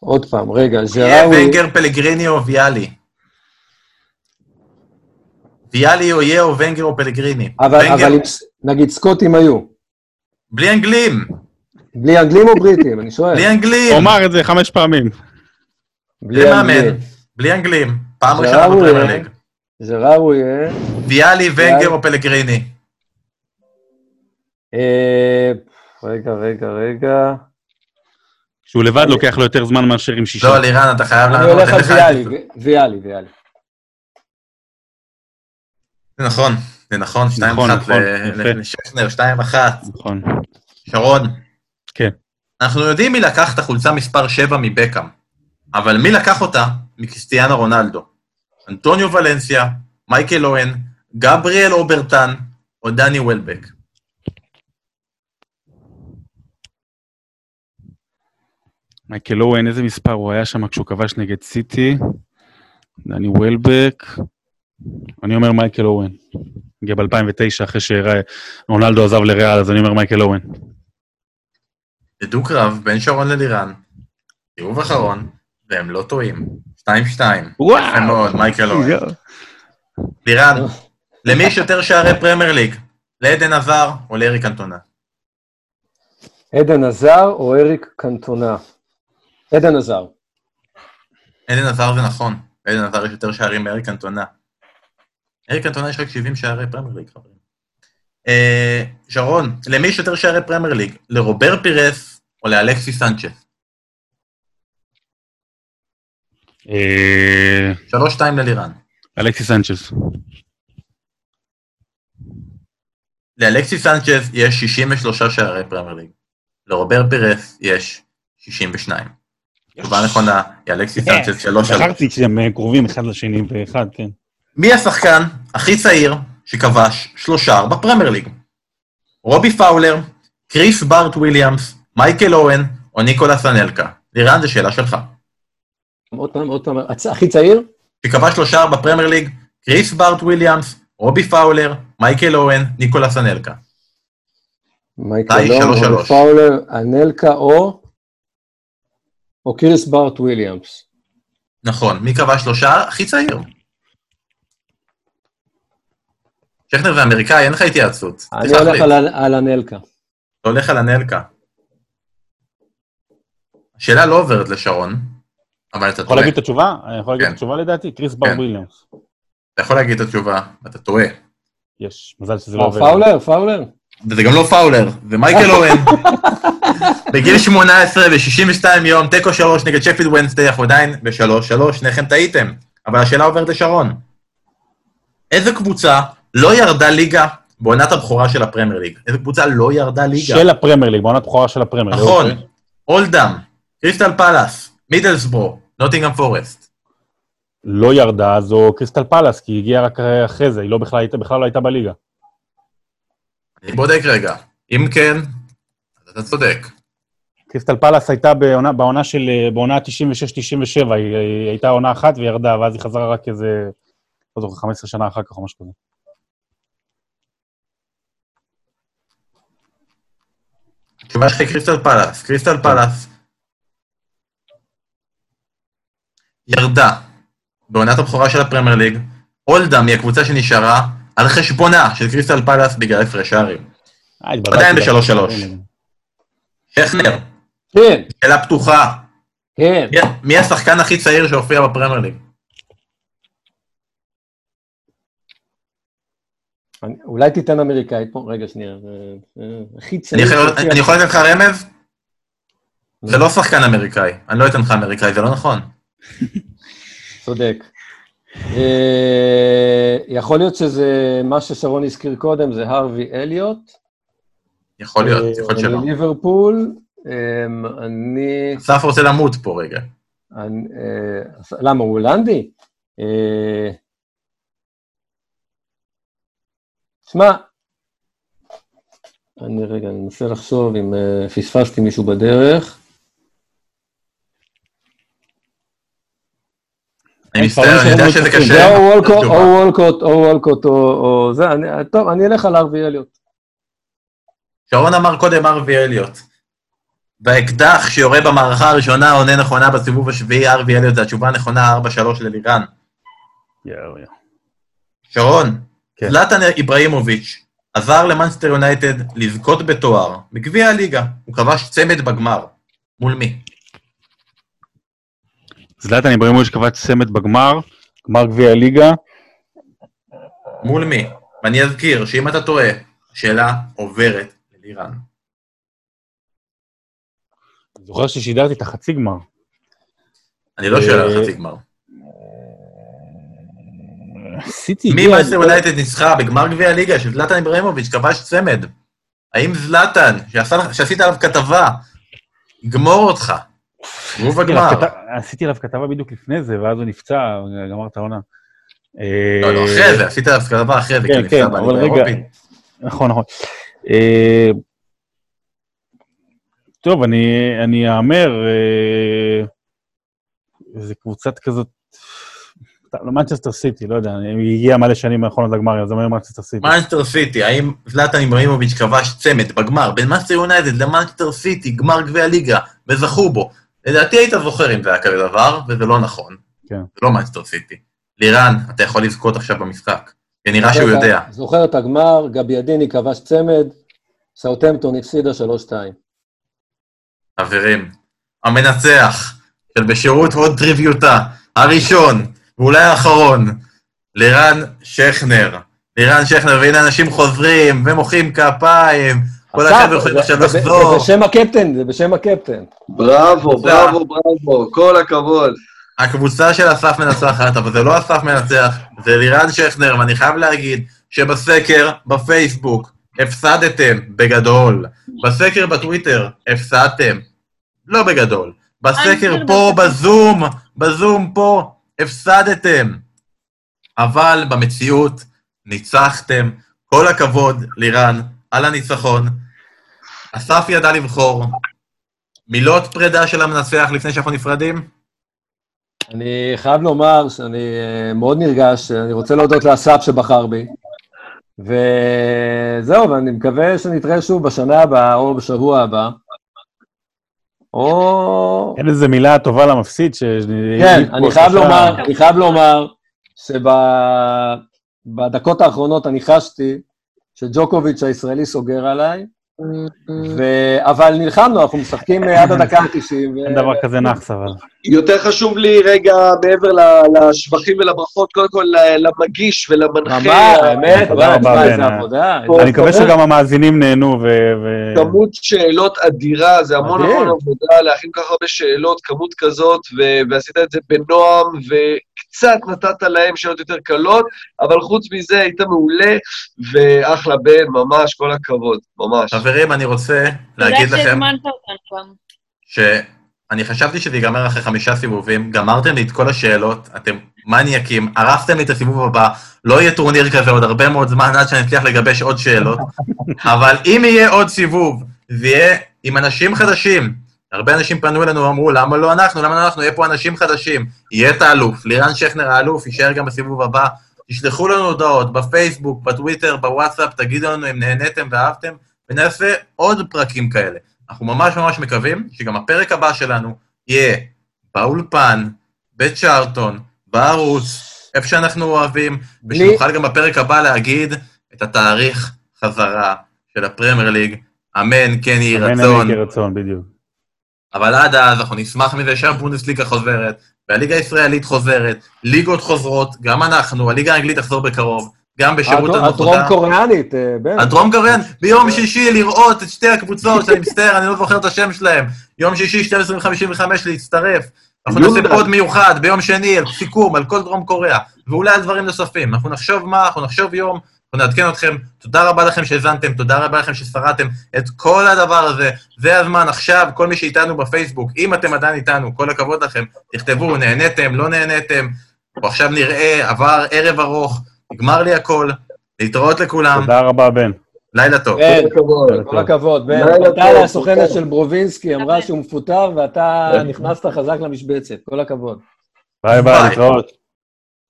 [SPEAKER 4] עוד פעם, רגע,
[SPEAKER 1] יהיה
[SPEAKER 4] ז'ראוי...
[SPEAKER 1] ונגר, פלגריני או ויאלי. ויאלי או יהיה או ונגר או פלגריני.
[SPEAKER 4] אבל,
[SPEAKER 1] ונגר-
[SPEAKER 4] אבל אם ס- נגיד סקוטים היו.
[SPEAKER 1] בלי אנגלים.
[SPEAKER 4] בלי אנגלים או בריטים? אני שואל.
[SPEAKER 1] בלי אנגלים.
[SPEAKER 2] הוא אמר את זה חמש פעמים.
[SPEAKER 4] בלי
[SPEAKER 1] בלי מאמן, בלי אנגלים, פעם
[SPEAKER 4] זה
[SPEAKER 1] ראשונה
[SPEAKER 4] ראוי,
[SPEAKER 1] בפרמייר
[SPEAKER 4] אה?
[SPEAKER 1] ליג.
[SPEAKER 4] ז'ראוי...
[SPEAKER 1] ויאלי, ונגר
[SPEAKER 4] ויאלי.
[SPEAKER 1] או פלגריני?
[SPEAKER 4] אה, רגע, רגע, רגע.
[SPEAKER 2] שהוא לבד לוקח לו יותר זמן מאשר עם שישה.
[SPEAKER 1] לא, לירן, אתה
[SPEAKER 4] אני
[SPEAKER 1] חייב לענות.
[SPEAKER 4] הולך על
[SPEAKER 1] אין לך
[SPEAKER 4] ויאלי,
[SPEAKER 1] את זה.
[SPEAKER 4] ו- ויאלי, ויאלי.
[SPEAKER 1] זה נכון, זה נכון, 2-1
[SPEAKER 2] נכון, נכון,
[SPEAKER 1] ל-
[SPEAKER 2] יפה.
[SPEAKER 1] לשכנר, 2-1.
[SPEAKER 2] נכון.
[SPEAKER 1] שרון.
[SPEAKER 2] כן.
[SPEAKER 1] אנחנו יודעים מי לקח את החולצה מספר 7 מבקאם, אבל מי לקח אותה מקריסטיאנו רונלדו? אנטוניו ולנסיה, מייקל אוהן, גבריאל אוברטן או דני וולבק?
[SPEAKER 2] מייקל אוהן, איזה מספר הוא היה שם כשהוא כבש נגד סיטי? דני וולבק. אני אומר מייקל אוהן. הגיע ב-2009, אחרי שרונלדו עזב לריאל, אז אני אומר מייקל אוהן.
[SPEAKER 1] זה דו-קרב בין שרון ללירן, סיבוב אחרון, והם לא טועים. 2-2. יפה מאוד, מייקל אורן. לירן, למי יש יותר שערי פרמייר ליג? לעדן עבר או לאריק אנטונה?
[SPEAKER 4] עדן עזר או אריק קנטונה? עדן עזר.
[SPEAKER 1] עדן עבר זה נכון, לעדן עבר יש יותר שערים מאריק אנטונה. אריק אנטונה יש רק 70 שערי פרמייר ליג, חברים. אה, שרון, למי יש יותר שערי פרמייר ליג? לרובר פירס או לאלכסי סנצ'ס?
[SPEAKER 2] אה,
[SPEAKER 1] 3-2 ללירן.
[SPEAKER 2] אלכסיס סנצ'ס.
[SPEAKER 1] לאלכסי סנצ'ס יש 63 שערי פרמייר ליג. לרובר פירס יש 62. תשובה נכונה, היא אלכסי
[SPEAKER 2] כן.
[SPEAKER 1] סנצ'ס 3-3.
[SPEAKER 2] זכרתי שהם אה, קרובים אחד לשני באחד, כן.
[SPEAKER 1] מי השחקן הכי צעיר שכבש שלושה בפרמייר ליג? רובי פאולר, קריס בארט וויליאמס, מייקל אוהן או ניקולס אנלקה? לירן, זו שאלה שלך.
[SPEAKER 4] עוד פעם, עוד פעם, הצ- הכי צעיר?
[SPEAKER 1] שכבש שלושה בפרמייר ליג, קריס בארט וויליאמס, רובי פאולר, מייקל אוהן, ניקולס אנלקה.
[SPEAKER 4] מייקל
[SPEAKER 1] די,
[SPEAKER 4] אורן,
[SPEAKER 1] שלוש,
[SPEAKER 4] רון
[SPEAKER 1] שלוש.
[SPEAKER 4] פאולר, אנלקה או... או קיריס בארט וויליאמס.
[SPEAKER 1] נכון, מי כבש שלושה? הכי צעיר. שכנר זה אמריקאי, אין לך התייעצות.
[SPEAKER 4] אני
[SPEAKER 1] צריך
[SPEAKER 4] הולך
[SPEAKER 1] להחליט.
[SPEAKER 4] על, על אנלקה.
[SPEAKER 1] אתה הולך על אנלקה. השאלה לא עוברת לשרון, אבל אתה
[SPEAKER 2] יכול
[SPEAKER 1] טועה.
[SPEAKER 2] להגיד את התשובה? אני יכול להגיד
[SPEAKER 1] כן.
[SPEAKER 2] את התשובה לדעתי? קריס בר
[SPEAKER 1] כן.
[SPEAKER 2] וויליאמס.
[SPEAKER 1] אתה יכול להגיד את התשובה, אתה טועה.
[SPEAKER 2] יש, מזל שזה לא
[SPEAKER 4] מה,
[SPEAKER 2] עובד.
[SPEAKER 4] פאולר, פאולר?
[SPEAKER 1] וזה גם לא פאולר, זה מייקל אורן.
[SPEAKER 2] <laughs>
[SPEAKER 1] בגיל 18 ו-62 יום, תיקו 3 נגד שפילד וונסטי, אנחנו עדיין ב-3-3, שניכם טעיתם. אבל השאלה עוברת לשרון. איזה קבוצה לא ירדה ליגה בעונת הבכורה של הפרמייר ליג? איזה קבוצה לא ירדה ליגה?
[SPEAKER 2] של הפרמייר ליג, בעונת בכורה של הפרמייר ליג.
[SPEAKER 1] נכון.
[SPEAKER 2] אוקיי.
[SPEAKER 1] אולדאם, קריסטל פלאס, מידלסבורו, נוטינגאם פורסט.
[SPEAKER 2] לא ירדה, זו קריסטל פלאס, כי היא הגיעה רק אחרי זה, היא לא בכלל הייתה- בכלל לא הייתה בליגה.
[SPEAKER 1] אני בודק רגע. אם כן, אז אתה צודק.
[SPEAKER 10] קריסטל פלאס הייתה בעונה, בעונה של, אה, בעונה 96-97, היא,
[SPEAKER 2] אה,
[SPEAKER 10] היא הייתה עונה אחת וירדה, ואז היא חזרה רק איזה, לא זוכר, 15 שנה אחר כך או משהו כזה.
[SPEAKER 1] התשובה שלך היא קריסטל פלאס. קריסטל פלאס ירדה בעונת הבכורה של הפרמייר ליג. אולדהם היא הקבוצה שנשארה על חשבונה של קריסטל פלאס בגלל הפרש שערים.
[SPEAKER 10] אה, התבלבלתי.
[SPEAKER 1] עדיין בשלוש-שלוש. שכנר,
[SPEAKER 4] כן,
[SPEAKER 1] שאלה פתוחה.
[SPEAKER 4] כן.
[SPEAKER 1] מי- מי השחקן הכי צעיר שהופיע בפרמייר ליג?
[SPEAKER 4] אני- אולי תיתן אמריקאית פה, רגע, שנייה. אה, אה, הכי
[SPEAKER 1] אני
[SPEAKER 4] צעיר.
[SPEAKER 1] יכול-
[SPEAKER 4] שהופיע.
[SPEAKER 1] אני יכול לתת לך רמז? זה לא שחקן אמריקאי. אני לא אתן לך אמריקאי, זה לא נכון.
[SPEAKER 4] צודק. אה, יכול להיות שזה מה ששרון הזכיר קודם, זה הרווי אליוט. אה,
[SPEAKER 1] יכול להיות, יכול להיות שלא.
[SPEAKER 4] ליברפול. אמ, אני...
[SPEAKER 1] אסף רוצה למות פה רגע.
[SPEAKER 4] אני- אה, אז למה, הוא הולנדי? אה, שמע, אני רגע, אני מנסה לחשוב אם אה, פספסתי מישהו בדרך.
[SPEAKER 1] אני
[SPEAKER 10] פרמייר
[SPEAKER 1] מצטער, אני יודע
[SPEAKER 10] שלא
[SPEAKER 1] שזה
[SPEAKER 10] מצליחים.
[SPEAKER 1] קשה.
[SPEAKER 4] זה או וולקוט,
[SPEAKER 1] התשובה.
[SPEAKER 4] או וולקוט, או וולקוט, או- או זה, אני- טוב, אני אלך על ארווי אליוט.
[SPEAKER 1] שרון אמר קודם ארווי אליוט. באקדח שיורה במערכה הראשונה עונה נכונה בסיבוב השביעי, ארווי אליוט זה התשובה הנכונה, 4-3 ללירן.
[SPEAKER 10] יואו, יואו.
[SPEAKER 1] שרון,
[SPEAKER 10] כן.
[SPEAKER 1] זלאטן איבראימוביץ' עזר למאנסטר יונייטד לזכות בתואר בגביע הליגה. הוא כבש צמד בגמר. מול מי?
[SPEAKER 10] זלאטן אברהימוביץ' קבע צמד בגמר, גמר גביע הליגה.
[SPEAKER 1] מול מי? ואני אזכיר שאם אתה טועה, השאלה עוברת ללירן.
[SPEAKER 10] אני זוכר ששידרתי את החצי גמר. אה,
[SPEAKER 1] אני לא שואל על
[SPEAKER 2] אה,
[SPEAKER 1] חצי גמר.
[SPEAKER 10] עשיתי...
[SPEAKER 1] מי מאסטר יונייטד ניצחה בגמר גביע הליגה שזלאטן אברהימוביץ' כבש צמד? האם זלאטן, שעשה לך- שעשית עליו כתבה, יגמור אותך? גרוב
[SPEAKER 10] עשיתי עליו
[SPEAKER 1] הגמר.
[SPEAKER 10] כת- עשיתי עליו כתבה בדיוק לפני זה, ואז הוא נפצע, גמר את העונה. אה,
[SPEAKER 1] לא, לא, אחרי זה, עשית עליו כתבה אחרי זה, כי
[SPEAKER 10] כן,
[SPEAKER 1] הוא נפצע
[SPEAKER 10] כן, אבל
[SPEAKER 1] בליגה
[SPEAKER 10] רגע...
[SPEAKER 1] האירופית.
[SPEAKER 10] נכון, נכון. אה, טוב, אני אני אהמר, אה, איזה קבוצת כזאת... טוב, לא, מנצ'סטר סיטי, לא יודע, היא הגיעה מלא שנים האחרונות לגמר, אז אני אומר מנצ'סטר סיטי.
[SPEAKER 1] מנצ'סטר סיטי, האם זלאטן אברהימוביץ' כבש צמד בגמר בין מאסטר יונייטד למנצ'סטר סיטי, גמר גביע הליגה, וזכו בו? לדעתי היית זוכר אם זה היה כזה דבר, וזה לא נכון.
[SPEAKER 10] כן.
[SPEAKER 1] זה לא מאסטר סיטי. לירן, אתה יכול לזכות עכשיו במשחק. כי נראה שהוא יודע.
[SPEAKER 4] זוכר את הגמר, גביאדיני כבש צמד, סאוטמפטון הפסידה 3-2.
[SPEAKER 1] חברים, המנצח של בשירות הוד טריוויוטה, הראשון, ואולי האחרון, לירן שכנר. לירן שכנר, והנה אנשים חוזרים ומוחאים כפיים, כל
[SPEAKER 4] אסף,
[SPEAKER 1] החבר'ה יכולים
[SPEAKER 4] זה-
[SPEAKER 1] עכשיו
[SPEAKER 4] זה- זה-
[SPEAKER 1] לחזור.
[SPEAKER 4] זה בשם הקפטן, זה בשם הקפטן.
[SPEAKER 3] בראבו,
[SPEAKER 1] תודה.
[SPEAKER 3] בראבו, בראבו, כל הכבוד.
[SPEAKER 1] הקבוצה של אסף מנצחת, אבל זה לא אסף מנצח, זה לירן שכנר, ואני חייב להגיד שבסקר בפייסבוק הפסדתם בגדול. בסקר בטוויטר הפסדתם, לא בגדול. בסקר
[SPEAKER 9] אנטר
[SPEAKER 1] פה,
[SPEAKER 9] בסקר.
[SPEAKER 1] בזום, בזום פה, הפסדתם. אבל במציאות ניצחתם. כל הכבוד, לירן, על הניצחון. אסף ידע לבחור. מילות פרידה של המנצח לפני שאנחנו נפרדים?
[SPEAKER 4] אני חייב לומר שאני אה, מאוד נרגש, אני רוצה להודות לאסף שבחר בי. וזהו, ואני מקווה שנתראה שוב בשנה הבאה, או בשבוע הבא. או...
[SPEAKER 10] אין איזה מילה טובה למפסיד ש...
[SPEAKER 4] כן, אני חייב
[SPEAKER 10] שלושה-
[SPEAKER 4] לומר, אני חייב לומר שבדקות האחרונות אני חשתי שג'וקוביץ' הישראלי סוגר עליי, ו- אבל נלחמנו, אנחנו משחקים אה, עד הדקה ה-90.
[SPEAKER 10] אין דבר כזה נאחס, אבל.
[SPEAKER 3] יותר חשוב לי רגע, מעבר ל- לשבחים ולברכות, קודם כל ל- למגיש
[SPEAKER 4] רמה,
[SPEAKER 3] ולמנחה.
[SPEAKER 4] האמת,
[SPEAKER 10] אה, תודה
[SPEAKER 4] וואי,
[SPEAKER 10] רבה,
[SPEAKER 4] וואי,
[SPEAKER 10] בן.
[SPEAKER 4] איזה עבודה. איזה
[SPEAKER 10] אני מקווה
[SPEAKER 3] כמובן.
[SPEAKER 10] שגם המאזינים נהנו ו... ו-
[SPEAKER 3] כמות שאלות אדירה, זה המון
[SPEAKER 4] מדהים.
[SPEAKER 3] המון עבודה, להכין כל כך הרבה שאלות, כמות כזאת, ו- ועשית את זה בנועם, וקצת נתת להם שאלות יותר קלות, אבל חוץ מזה היית מעולה, ואחלה בן, ממש, כל הכבוד, ממש.
[SPEAKER 1] חברים, אני רוצה
[SPEAKER 9] תודה
[SPEAKER 1] להגיד לכם
[SPEAKER 9] שהזמנת אותנו גם.
[SPEAKER 1] שאני חשבתי שזה ייגמר אחרי חמישה סיבובים, גמרתם לי את כל השאלות, אתם מניאקים, הרסתם לי את הסיבוב הבא, לא יהיה טורניר כזה עוד הרבה מאוד זמן עד שאני אצליח לגבש עוד שאלות, אבל אם יהיה עוד סיבוב, זה יהיה עם אנשים חדשים, הרבה אנשים פנו אלינו ואמרו, למה לא אנחנו? למה לא אנחנו? יהיה פה אנשים חדשים. יהיה את האלוף, לירן שכנר האלוף, יישאר גם בסיבוב הבא. תשלחו לנו הודעות בפייסבוק, בטוויטר, בוואטסאפ, תגידו לנו אם נהניתם ואהבתם, ונעשה עוד פרקים כאלה. אנחנו ממש ממש מקווים שגם הפרק הבא שלנו יהיה באולפן, בצ'ארטון, בערוץ, איפה שאנחנו אוהבים, ושנוכל גם בפרק הבא להגיד את התאריך חזרה של הפרמייר ליג. אמן, כן יהי
[SPEAKER 10] אמן,
[SPEAKER 1] רצון.
[SPEAKER 10] אמן, יהי רצון, בדיוק.
[SPEAKER 1] אבל עד אז אנחנו נשמח מזה שהבונדסליגה חוזרת, והליגה הישראלית חוזרת, ליגות חוזרות, גם אנחנו, הליגה האנגלית תחזור בקרוב, גם בשירות
[SPEAKER 4] הדרום- הדרום
[SPEAKER 1] הנכונה.
[SPEAKER 4] קוריאנית, אה, בן.
[SPEAKER 1] הדרום קוריאן, ביום שישי לראות את שתי הקבוצות, שאני מצטער, אני לא זוכר את השם שלהם. יום שישי, 12:55 להצטרף. אנחנו נעשה
[SPEAKER 3] יונדן.
[SPEAKER 1] פוד מיוחד ביום שני, על סיכום, על כל דרום קוריאה, ואולי על דברים נוספים. אנחנו נחשוב מה, אנחנו נחשוב יום, אנחנו נעדכן אתכם. תודה רבה לכם שהאזנתם, תודה רבה לכם ששרדתם את כל הדבר הזה. זה הזמן עכשיו, כל מי שאיתנו בפייסבוק, אם אתם עדיין איתנו, כל הכבוד לכם, תכתבו, נהניתם, לא נהניתם. אנחנו עכשיו נראה, עבר ערב ארוך, נגמר לי הכל. להתראות לכולם,
[SPEAKER 10] תודה רבה, בן.
[SPEAKER 1] לילה טוב.
[SPEAKER 4] בן,
[SPEAKER 10] לילה
[SPEAKER 4] כן, כל
[SPEAKER 10] טוב.
[SPEAKER 4] הכבוד, בן.
[SPEAKER 3] לילה
[SPEAKER 4] אתה
[SPEAKER 3] טוב,
[SPEAKER 4] הסוכנת של ברובינסקי, אמרה
[SPEAKER 9] אמן.
[SPEAKER 4] שהוא מפוטר, ואתה נכנסת חזק למשבצת. כל הכבוד.
[SPEAKER 10] ביי ביי,
[SPEAKER 1] ביי.
[SPEAKER 10] להתראות.